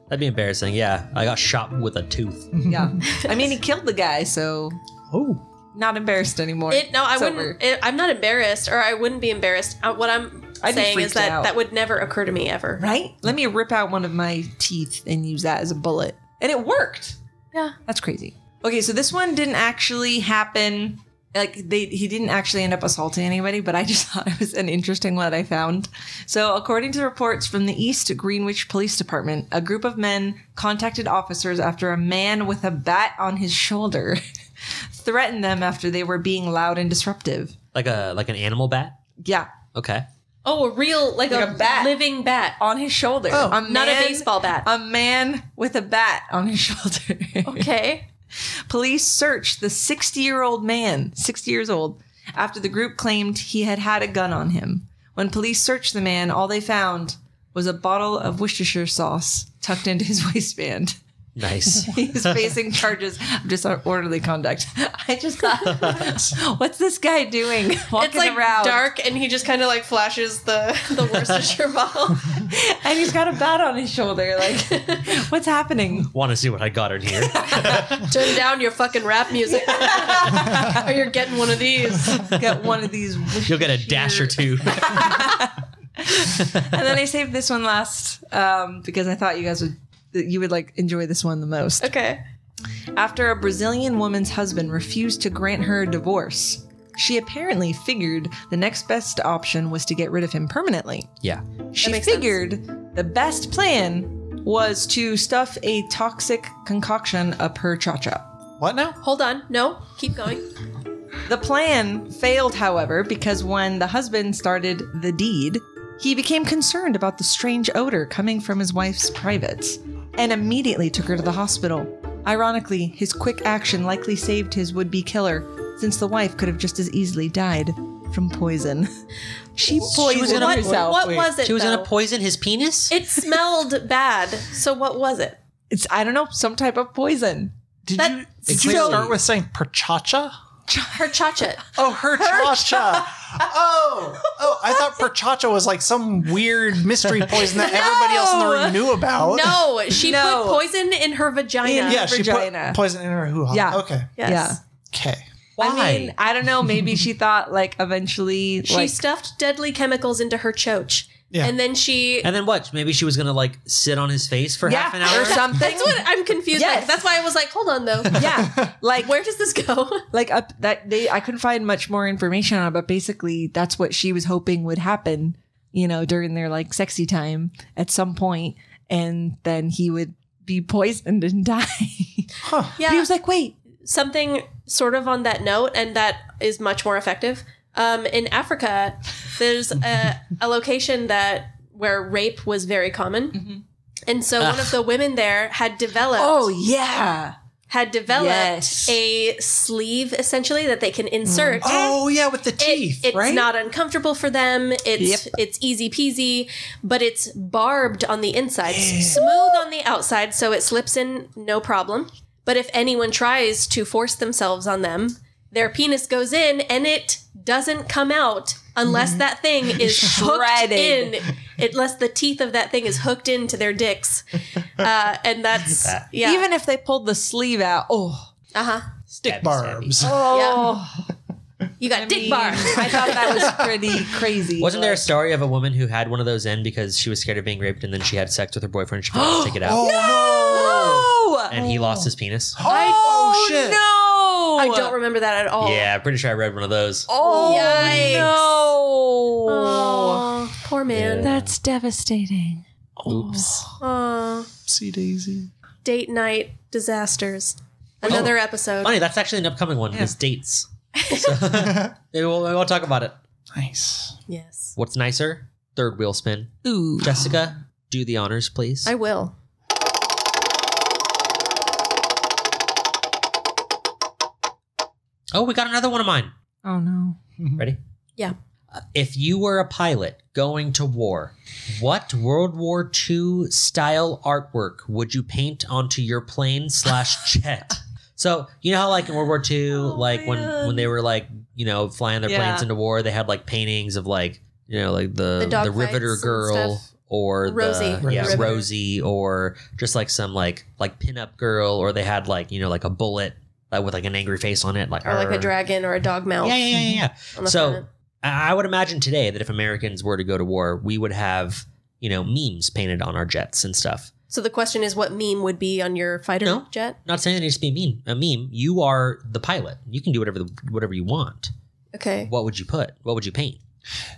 S2: That'd be embarrassing. Yeah. I got shot with a tooth.
S6: yeah i mean he killed the guy so
S2: Oh.
S6: not embarrassed anymore
S3: It, no, I
S6: It's over.
S3: wouldn't. It, I'm not embarrassed, or I wouldn't be embarrassed. Uh, what I'm
S6: I'd be
S3: saying is
S6: freaked
S3: that
S6: out.
S3: that would never occur to me ever.
S6: right let me rip out one of my teeth and use that as a bullet and it worked
S3: Yeah.
S6: that's crazy okay so this one didn't actually happen like they he didn't actually end up assaulting anybody but i just thought it was an interesting one i found so according to reports from the east greenwich police department a group of men contacted officers after a man with a bat on his shoulder threatened them after they were being loud and disruptive
S2: Like a like an animal bat.
S6: yeah
S2: Okay.
S3: Oh, a real like,
S6: Like
S3: a,
S6: a bat.
S3: living bat,
S6: on his shoulder
S5: Oh.
S6: A
S3: not a
S6: man-
S3: baseball bat.
S6: a man with a bat on his shoulder.
S3: okay.
S6: Police searched the 60 year old man, 60 years old, after the group claimed he had had a gun on him. When police searched the man, all they found was a bottle of Worcestershire sauce tucked into his waistband.
S2: Nice.
S6: He's facing charges of disorderly conduct. I just thought, what's this guy doing? Walking
S3: It's like
S6: around.
S3: dark, and he just kind of like flashes the the Worcestershire bottle.
S6: and he's got a bat on his shoulder. Like, what's happening?
S2: Want to see what I got in here?
S3: Turn down your fucking rap music, or you're getting one of these.
S6: Get one of these.
S2: You'll get a dash or two.
S6: and then I saved this one last um, because I thought you guys would that you would like enjoy this one the most.
S3: Okay.
S6: After a Brazilian woman's husband refused to grant her a divorce, she apparently figured the next best option was to get rid of him permanently.
S2: yeah.
S6: She
S3: makes sense.
S6: figured the best plan was to stuff a toxic concoction up her cha cha.
S5: What now?
S3: Hold on. No, keep going.
S6: The plan failed, however, because when the husband started the deed, he became concerned about the strange odor coming from his wife's privates and immediately took her to the hospital. Ironically, his quick action likely saved his would be killer, since the wife could have just as easily died from poison. she poisoned
S2: gonna-
S3: What,
S6: herself.
S3: what was it?
S2: She was
S3: though?
S2: gonna poison his penis.
S3: It smelled bad. So what was it?
S6: It's, I don't know, some type of poison.
S5: Did
S3: That-
S5: you did you
S2: Clearly-
S5: start with saying perchacha?
S3: Her chachet.
S5: Oh, her chacha. Oh, oh, I thought perchacha was like some weird mystery poison that everybody else in the room knew about.
S3: No, she
S6: No.
S3: put poison in her vagina.
S6: In-
S5: Oh. Yeah, she
S6: Vagina.
S5: put poison in her hoo ha.
S6: Yeah.
S5: Okay.
S3: Yes.
S6: Yeah.
S5: Okay.
S6: I mean, I don't know. Maybe she thought, like, eventually,
S3: She
S6: like,
S3: stuffed deadly chemicals into her choch.
S5: Yeah.
S3: And then she
S2: and then what? Maybe she was gonna like sit on his face for half an
S6: yeah,
S2: hour.
S6: or something.
S3: That's what I'm confused
S6: Yes.
S3: by. That's why I was like, hold on though.
S6: yeah, like
S3: Where does this go?
S6: like up that they I couldn't find much more information on it, but basically that's what she was hoping would happen, you know, during their like sexy time at some point, and then he would be poisoned and die.
S3: Yeah.
S6: But he was like, wait,
S3: Something sort of on that note, and that is much more effective. Um, in Africa, there's a, a location that where rape was very common. And so one of the women there had developed
S6: Mm-hmm. oh yeah,
S3: had developed
S6: Yes.
S3: a sleeve essentially that they can insert.
S5: Oh yeah, with the
S3: It-
S5: teeth,
S3: it's
S5: right?
S3: not uncomfortable for them. It's
S6: Yep.
S3: it's easy peasy, but it's barbed on the inside, smooth on the outside, so it slips in no problem. But if anyone tries to force themselves on them, their penis goes in and it doesn't come out unless
S5: Mm-hmm.
S3: that thing is hooked in,
S6: Shredded.
S3: unless the teeth of that thing is hooked into their dicks. Uh, and that's,
S2: That-
S3: yeah.
S6: Even if they pulled the sleeve out, oh,
S3: uh huh.
S2: Stabby,
S5: Dick
S2: stabby.
S5: barbs.
S6: oh,
S3: You got
S6: I
S3: dick
S6: mean,
S3: bar.
S6: I thought that was pretty crazy.
S2: Wasn't there a
S6: but-
S2: story of a woman who had one of those in because she was scared of being raped and then she had sex with her boyfriend? She forgot to take it out.
S6: Oh. No!
S2: And he lost his penis.
S5: Oh, shit.
S6: No!
S3: I don't remember that at all.
S2: Yeah, pretty sure I read one of those.
S6: Oh
S3: Yikes.
S6: no!
S3: Aw, Oh. poor man.
S2: Yeah.
S6: That's devastating.
S2: Oops.
S3: Aw,
S5: See Daisy.
S3: date night disasters.
S6: Oh.
S3: Another episode.
S2: Funny, that's actually an upcoming one. Is dates. So, maybe we'll, maybe we'll talk about it.
S5: Nice.
S3: Yes.
S2: What's nicer? Third wheel spin.
S6: Ooh.
S2: Jessica, do the honors, please.
S3: I will.
S2: oh, we got another one of mine.
S6: Oh no.
S2: Ready? Uh,
S3: Yeah.
S2: If you were a pilot going to war, what World War II style artwork would you paint onto your plane slash jet? so you know how like in World War II,
S3: Oh,
S2: like when when they were like you know flying their
S6: Yeah.
S2: planes into war, they had like paintings of like you know like
S3: The
S2: the the,
S3: dog
S2: Riveter
S3: fights and
S2: girl.
S3: stuff.
S2: Or
S3: Rosie.
S2: the, yeah,
S5: Riveter.
S2: Rosie, or just like some like like pinup girl, or they had like you know like a bullet like, with like an angry face on it, like
S3: Or like a
S2: "Arr."
S3: dragon or a dog mouth.
S2: Yeah, yeah, yeah, yeah, yeah.
S3: on the
S2: So-
S3: front.
S2: I I would imagine today that if Americans were to go to war, we would have, you know, memes painted on our jets and stuff.
S3: So the question is, what meme would be on your fighter
S2: No.
S3: jet?
S2: Not saying it needs to be mean a meme. You are the pilot. You can do whatever the, whatever you want.
S3: Okay.
S2: What would you put? What would you paint?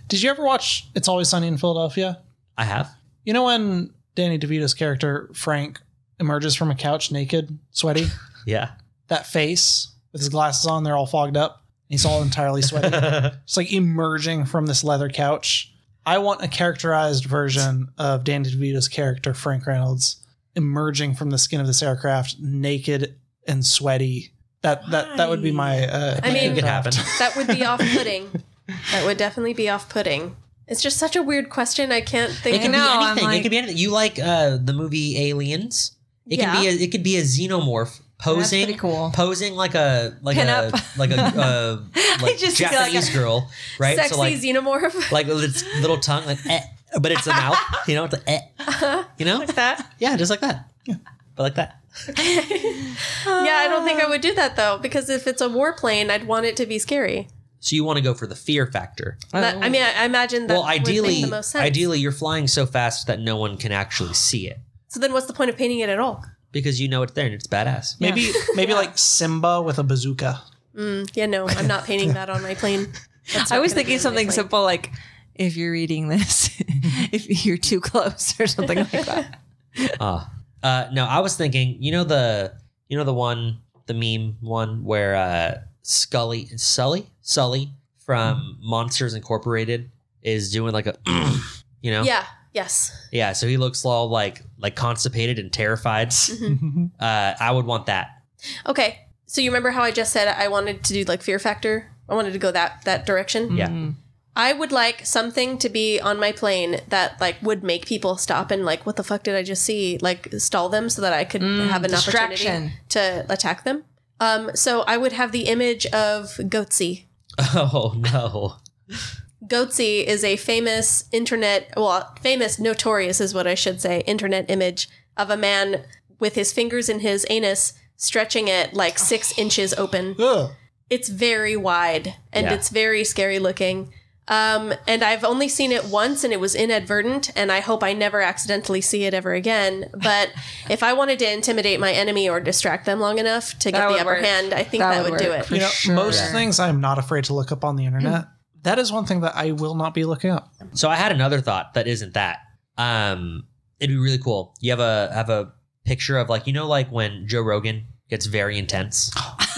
S5: Did you ever watch It's Always Sunny in Philadelphia?
S2: I have.
S5: You know when Danny DeVito's character, Frank, emerges from a couch naked, sweaty?
S2: Yeah.
S5: That face with his glasses on, they're all fogged up. He's all entirely sweaty. It's like emerging from this leather couch. I want a characterized version of Danny DeVito's character, Frank Reynolds, emerging from the skin of this aircraft, naked and sweaty. That that that would be my. Uh,
S3: I mean-
S2: it could happen.
S3: That would be off-putting. That would definitely be off-putting. It's just such a weird question. I can't
S2: It
S3: think.
S2: could
S3: of
S2: be
S6: know, I'm
S2: anything. it
S6: like-
S2: could be anything. You like uh, the movie Aliens? It could be. A, it could be a xenomorph posing.
S6: pretty cool.
S2: Posing like a like a
S6: Pinup.
S2: like a uh, like
S6: just feel like
S2: Japanese
S6: a-
S2: girl, right?
S3: Sexy
S2: like
S3: xenomorph.
S2: like with its little tongue, like eh, but it's a mouth. You know, it's like eh. You know, like that. Yeah, just like that. Yeah. But like that.
S3: yeah, I don't think I would do that though, because if it's a warplane, I'd want it to be scary.
S2: So you want to go for the fear factor.
S3: That, I mean, I, I imagine that
S2: well,
S3: would make
S2: ideally,
S3: the most sense.
S2: ideally you're flying so fast that no one can actually see it
S3: So then, what's the point of painting it at all?
S2: because you know it's there and it's badass.
S5: maybe maybe like Simba with a bazooka.
S3: Mm, yeah, no, I'm not painting that on my plane. That's
S6: I
S3: not
S6: was
S3: gonna be
S6: thinking
S3: on my
S6: something
S3: plane.
S6: simple like if you're reading this, if you're too close or something like that.
S2: Ah. Uh, no, I was thinking, you know the you know the one the meme one where uh Scully Sully Sully from
S3: Mm-hmm.
S2: Monsters Incorporated is doing like a you know?
S3: Yeah. Yes.
S2: Yeah, so he looks all like like constipated and terrified. Uh I would want that.
S3: Okay. So you remember how I just said I wanted to do like Fear Factor? I wanted to go that that direction.
S2: Yeah.
S3: I would like something to be on my plane that like would make people stop and like, what the fuck did I just see? Like stall them so that I could have an opportunity
S6: distraction.
S3: to attack them. Um, so I would have the image of Goatsy.
S2: Oh no.
S3: Goatsy is a famous internet, well, famous, notorious is what I should say, internet image of a man with his fingers in his anus, stretching it like six inches open.
S5: Ugh.
S3: It's very wide and
S2: Yeah.
S3: it's very scary looking. Um, and I've only seen it once and it was inadvertent, and I hope I never accidentally see it ever again. But if I wanted to intimidate my enemy or distract them long enough to
S6: That
S3: get the
S6: would
S3: upper
S6: work.
S3: hand, I think that,
S6: That
S3: would,
S6: would
S3: do
S6: work.
S3: it.
S6: For
S5: you know,
S6: sure.
S5: most things I'm not afraid to look up on the internet. that is one thing that I will not be looking up.
S2: So I had another thought that isn't that. Um, it'd be really cool. You have a have a picture of like you know like when Joe Rogan gets very intense.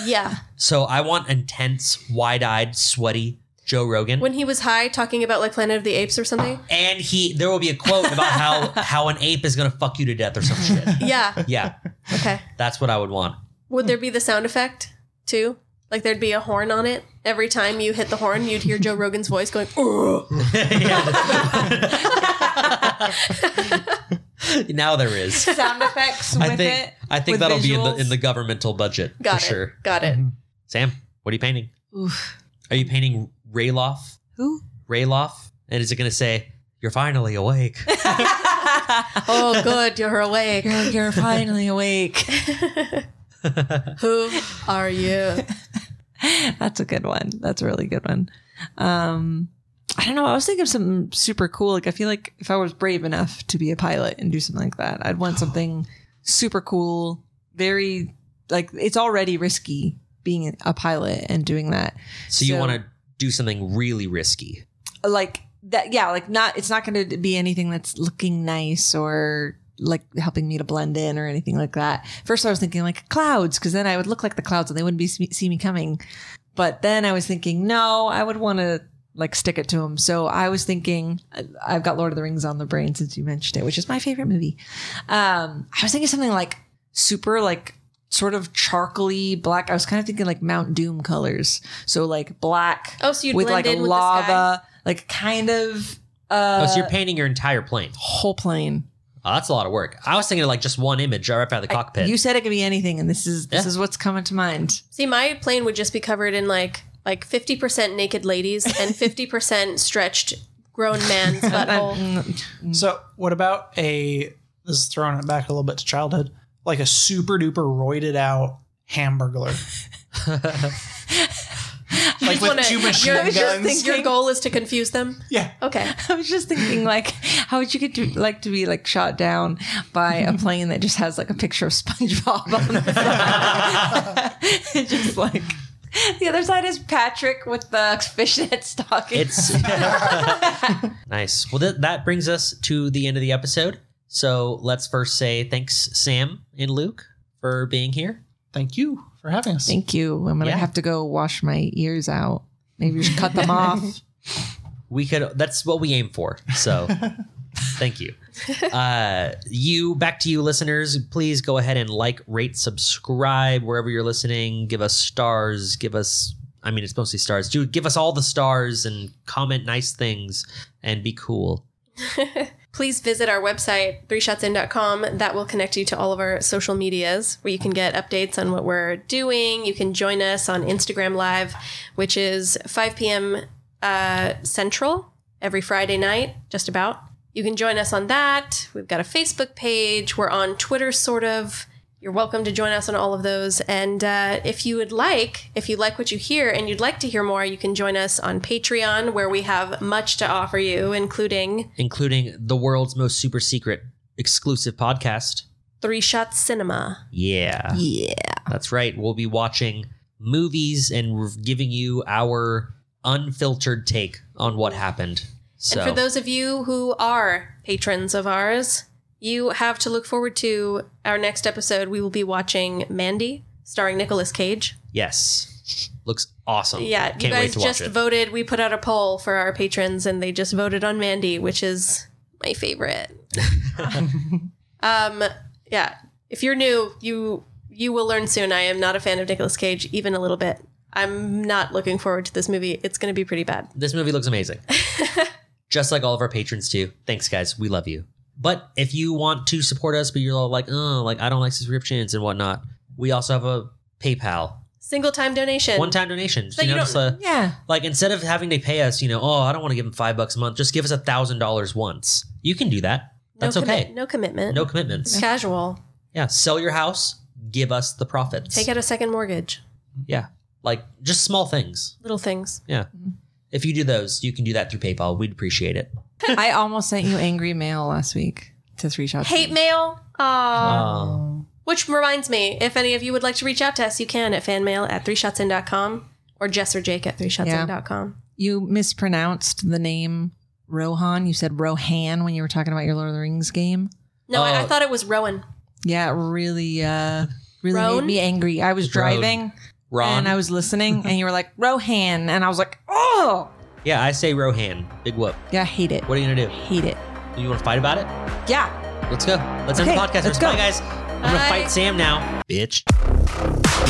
S3: Yeah.
S2: So I want intense, wide-eyed, sweaty Joe Rogan.
S3: When he was high talking about like Planet of the Apes or something.
S2: and he there will be a quote about how how an ape is gonna fuck you to death or some shit.
S3: Yeah.
S2: Yeah,
S3: Okay.
S2: that's what I would want.
S3: Would there be the sound effect too? Like there'd be a horn on it. Every time you hit the horn, you'd hear Joe Rogan's voice going, "Ugh."
S2: Yeah. now there is.
S6: sound effects with
S2: I think
S6: it.
S2: I think
S6: with
S2: that'll be in the
S6: visuals.
S2: in the governmental budget
S3: Got
S2: for
S3: it.
S2: sure.
S3: Got it.
S2: Sam, what are you painting?
S6: Oof.
S2: Are you painting Rayloff?
S6: Who?
S2: Rayloff? And is it going to say you're finally awake?
S3: Oh, good. You're awake.
S6: you're, you're finally awake.
S3: Who are you?
S6: That's a good one. That's a really good one. Um, I don't know. I was thinking of something super cool. Like I feel like if I was brave enough to be a pilot and do something like that, I'd want something super cool. Very like it's already risky being a pilot and doing that.
S2: so you
S6: So-
S2: want to do something really risky.
S6: Like that, yeah. Like not. It's not going to be anything that's looking nice or like helping me to blend in or anything like that. First, I was thinking like clouds because then I would look like the clouds and they wouldn't be see me coming. But then I was thinking, no, I would want to like stick it to him. So I was thinking, I- I've got Lord of the Rings on the brain since you mentioned it, which is my favorite movie. Um, I was thinking something like super, like sort of charcoaly black. I was kind of thinking like Mount Doom colors. So like black
S3: Oh, so you'd
S6: with
S3: blend
S6: like
S3: in with the
S6: lava, like kind of
S2: oh,
S6: uh,
S2: so you're painting your entire plane.
S6: whole plane.
S2: Oh, that's a lot of work. I was thinking of like just one image right up out of the cockpit.
S6: You said it could be anything, and this is this
S2: Yeah.
S6: is what's coming to mind.
S3: See, my plane would just be covered in like like fifty percent naked ladies and fifty percent stretched grown man's butthole.
S5: So, what about a this is throwing it back a little bit to childhood, like a super duper roided out hamburglar, like with
S3: wanna-
S5: two machine
S3: you're-
S5: guns.
S3: you're Your goal is to confuse them.
S5: yeah,
S3: Okay.
S6: I was just thinking, like, how would you get to like to be like shot down by a plane that just has like a picture of SpongeBob on the side? just like the other side is Patrick with the fishnet stockings.
S2: It's nice. Well, th- that brings us to the end of the episode. So let's first say thanks, Sam and Luke, for being here.
S5: thank you for having us.
S6: Thank you. I'm gonna
S2: Yeah.
S6: have to go wash my ears out. Maybe we should cut them off.
S2: We could. That's what we aim for. So thank you. Uh, you back to you, listeners. Please go ahead and like, rate, subscribe wherever you're listening. Give us stars. Give us. I mean, it's mostly stars. Do give us all the stars and comment nice things and be cool.
S3: Please visit our website, threeshotsin.com. That will connect you to all of our social medias where you can get updates on what we're doing. You can join us on Instagram Live, which is 5 p.m. Uh, Central every Friday night, just about. You can join us on that. We've got a Facebook page. We're on Twitter, sort of. You're welcome to join us on all of those. And uh, if you would like, if you like what you hear and you'd like to hear more, you can join us on Patreon, where we have much to offer you, including
S2: including the world's most super secret exclusive podcast.
S3: Three Shot Cinema.
S2: Yeah,
S6: yeah.
S2: that's right. We'll be watching movies and re- giving you our unfiltered take on what happened. So,
S3: And for those of you who are patrons of ours, you have to look forward to our next episode. We will be watching Mandy, starring Nicolas Cage.
S2: yes, looks awesome.
S3: Yeah,
S2: can't
S3: you
S2: wait
S3: guys
S2: to watch
S3: just
S2: it.
S3: voted. We put out a poll for our patrons, and they just voted on Mandy, which is my favorite. um, yeah, if you're new, you you will learn soon. I am not a fan of Nicolas Cage, even a little bit. I'm not looking forward to this movie. It's going to be pretty bad.
S2: This movie looks amazing. Just like all of our patrons too. Thanks, guys. We love you. But if you want to support us, but you're all like, oh, like I don't like subscriptions and whatnot, we also have a PayPal
S3: Single time donation.
S2: one-time donation.
S3: So you don't-
S2: just a-
S6: Yeah.
S2: Like instead of having to pay us, you know, oh, I don't want to give them five bucks a month. Just give us a thousand dollars once. You can do that. That's
S3: no
S2: okay.
S3: commit- no commitment.
S2: No commitments.
S3: Casual.
S2: Yeah, sell your house, give us the profits.
S3: Take out a second mortgage.
S2: Yeah, like just small things.
S3: Little things.
S2: Yeah, if you do those, you can do that through PayPal. We'd appreciate it.
S6: I almost sent you angry mail last week to three shots.
S3: Hate mail. Aww.
S2: Um,
S3: Which reminds me, if any of you would like to reach out to us, you can at fanmail at threeshotsin.com or Jess or Jake at threeshotsin.com.
S6: you mispronounced the name Rohan. You said Rohan when you were talking about your Lord of the Rings game.
S3: No, I, I
S2: Oh.
S3: thought it was Rowan.
S6: Yeah, it really, uh, really
S3: Roan?
S6: made me angry. I was
S2: Roan.
S6: driving
S2: Ron.
S6: and I was listening, and you were like Rohan, and I was like, oh,
S2: yeah, I say Rohan. Big whoop.
S6: yeah, I hate it,
S2: What are you gonna do?
S6: hate it.
S2: You want to fight about it?
S6: Yeah,
S2: Let's go. Let's end
S6: Okay,
S2: the podcast.
S6: let's
S2: Bye,
S6: go.
S2: guys. I'm gonna
S3: Bye.
S2: fight Sam now, bitch.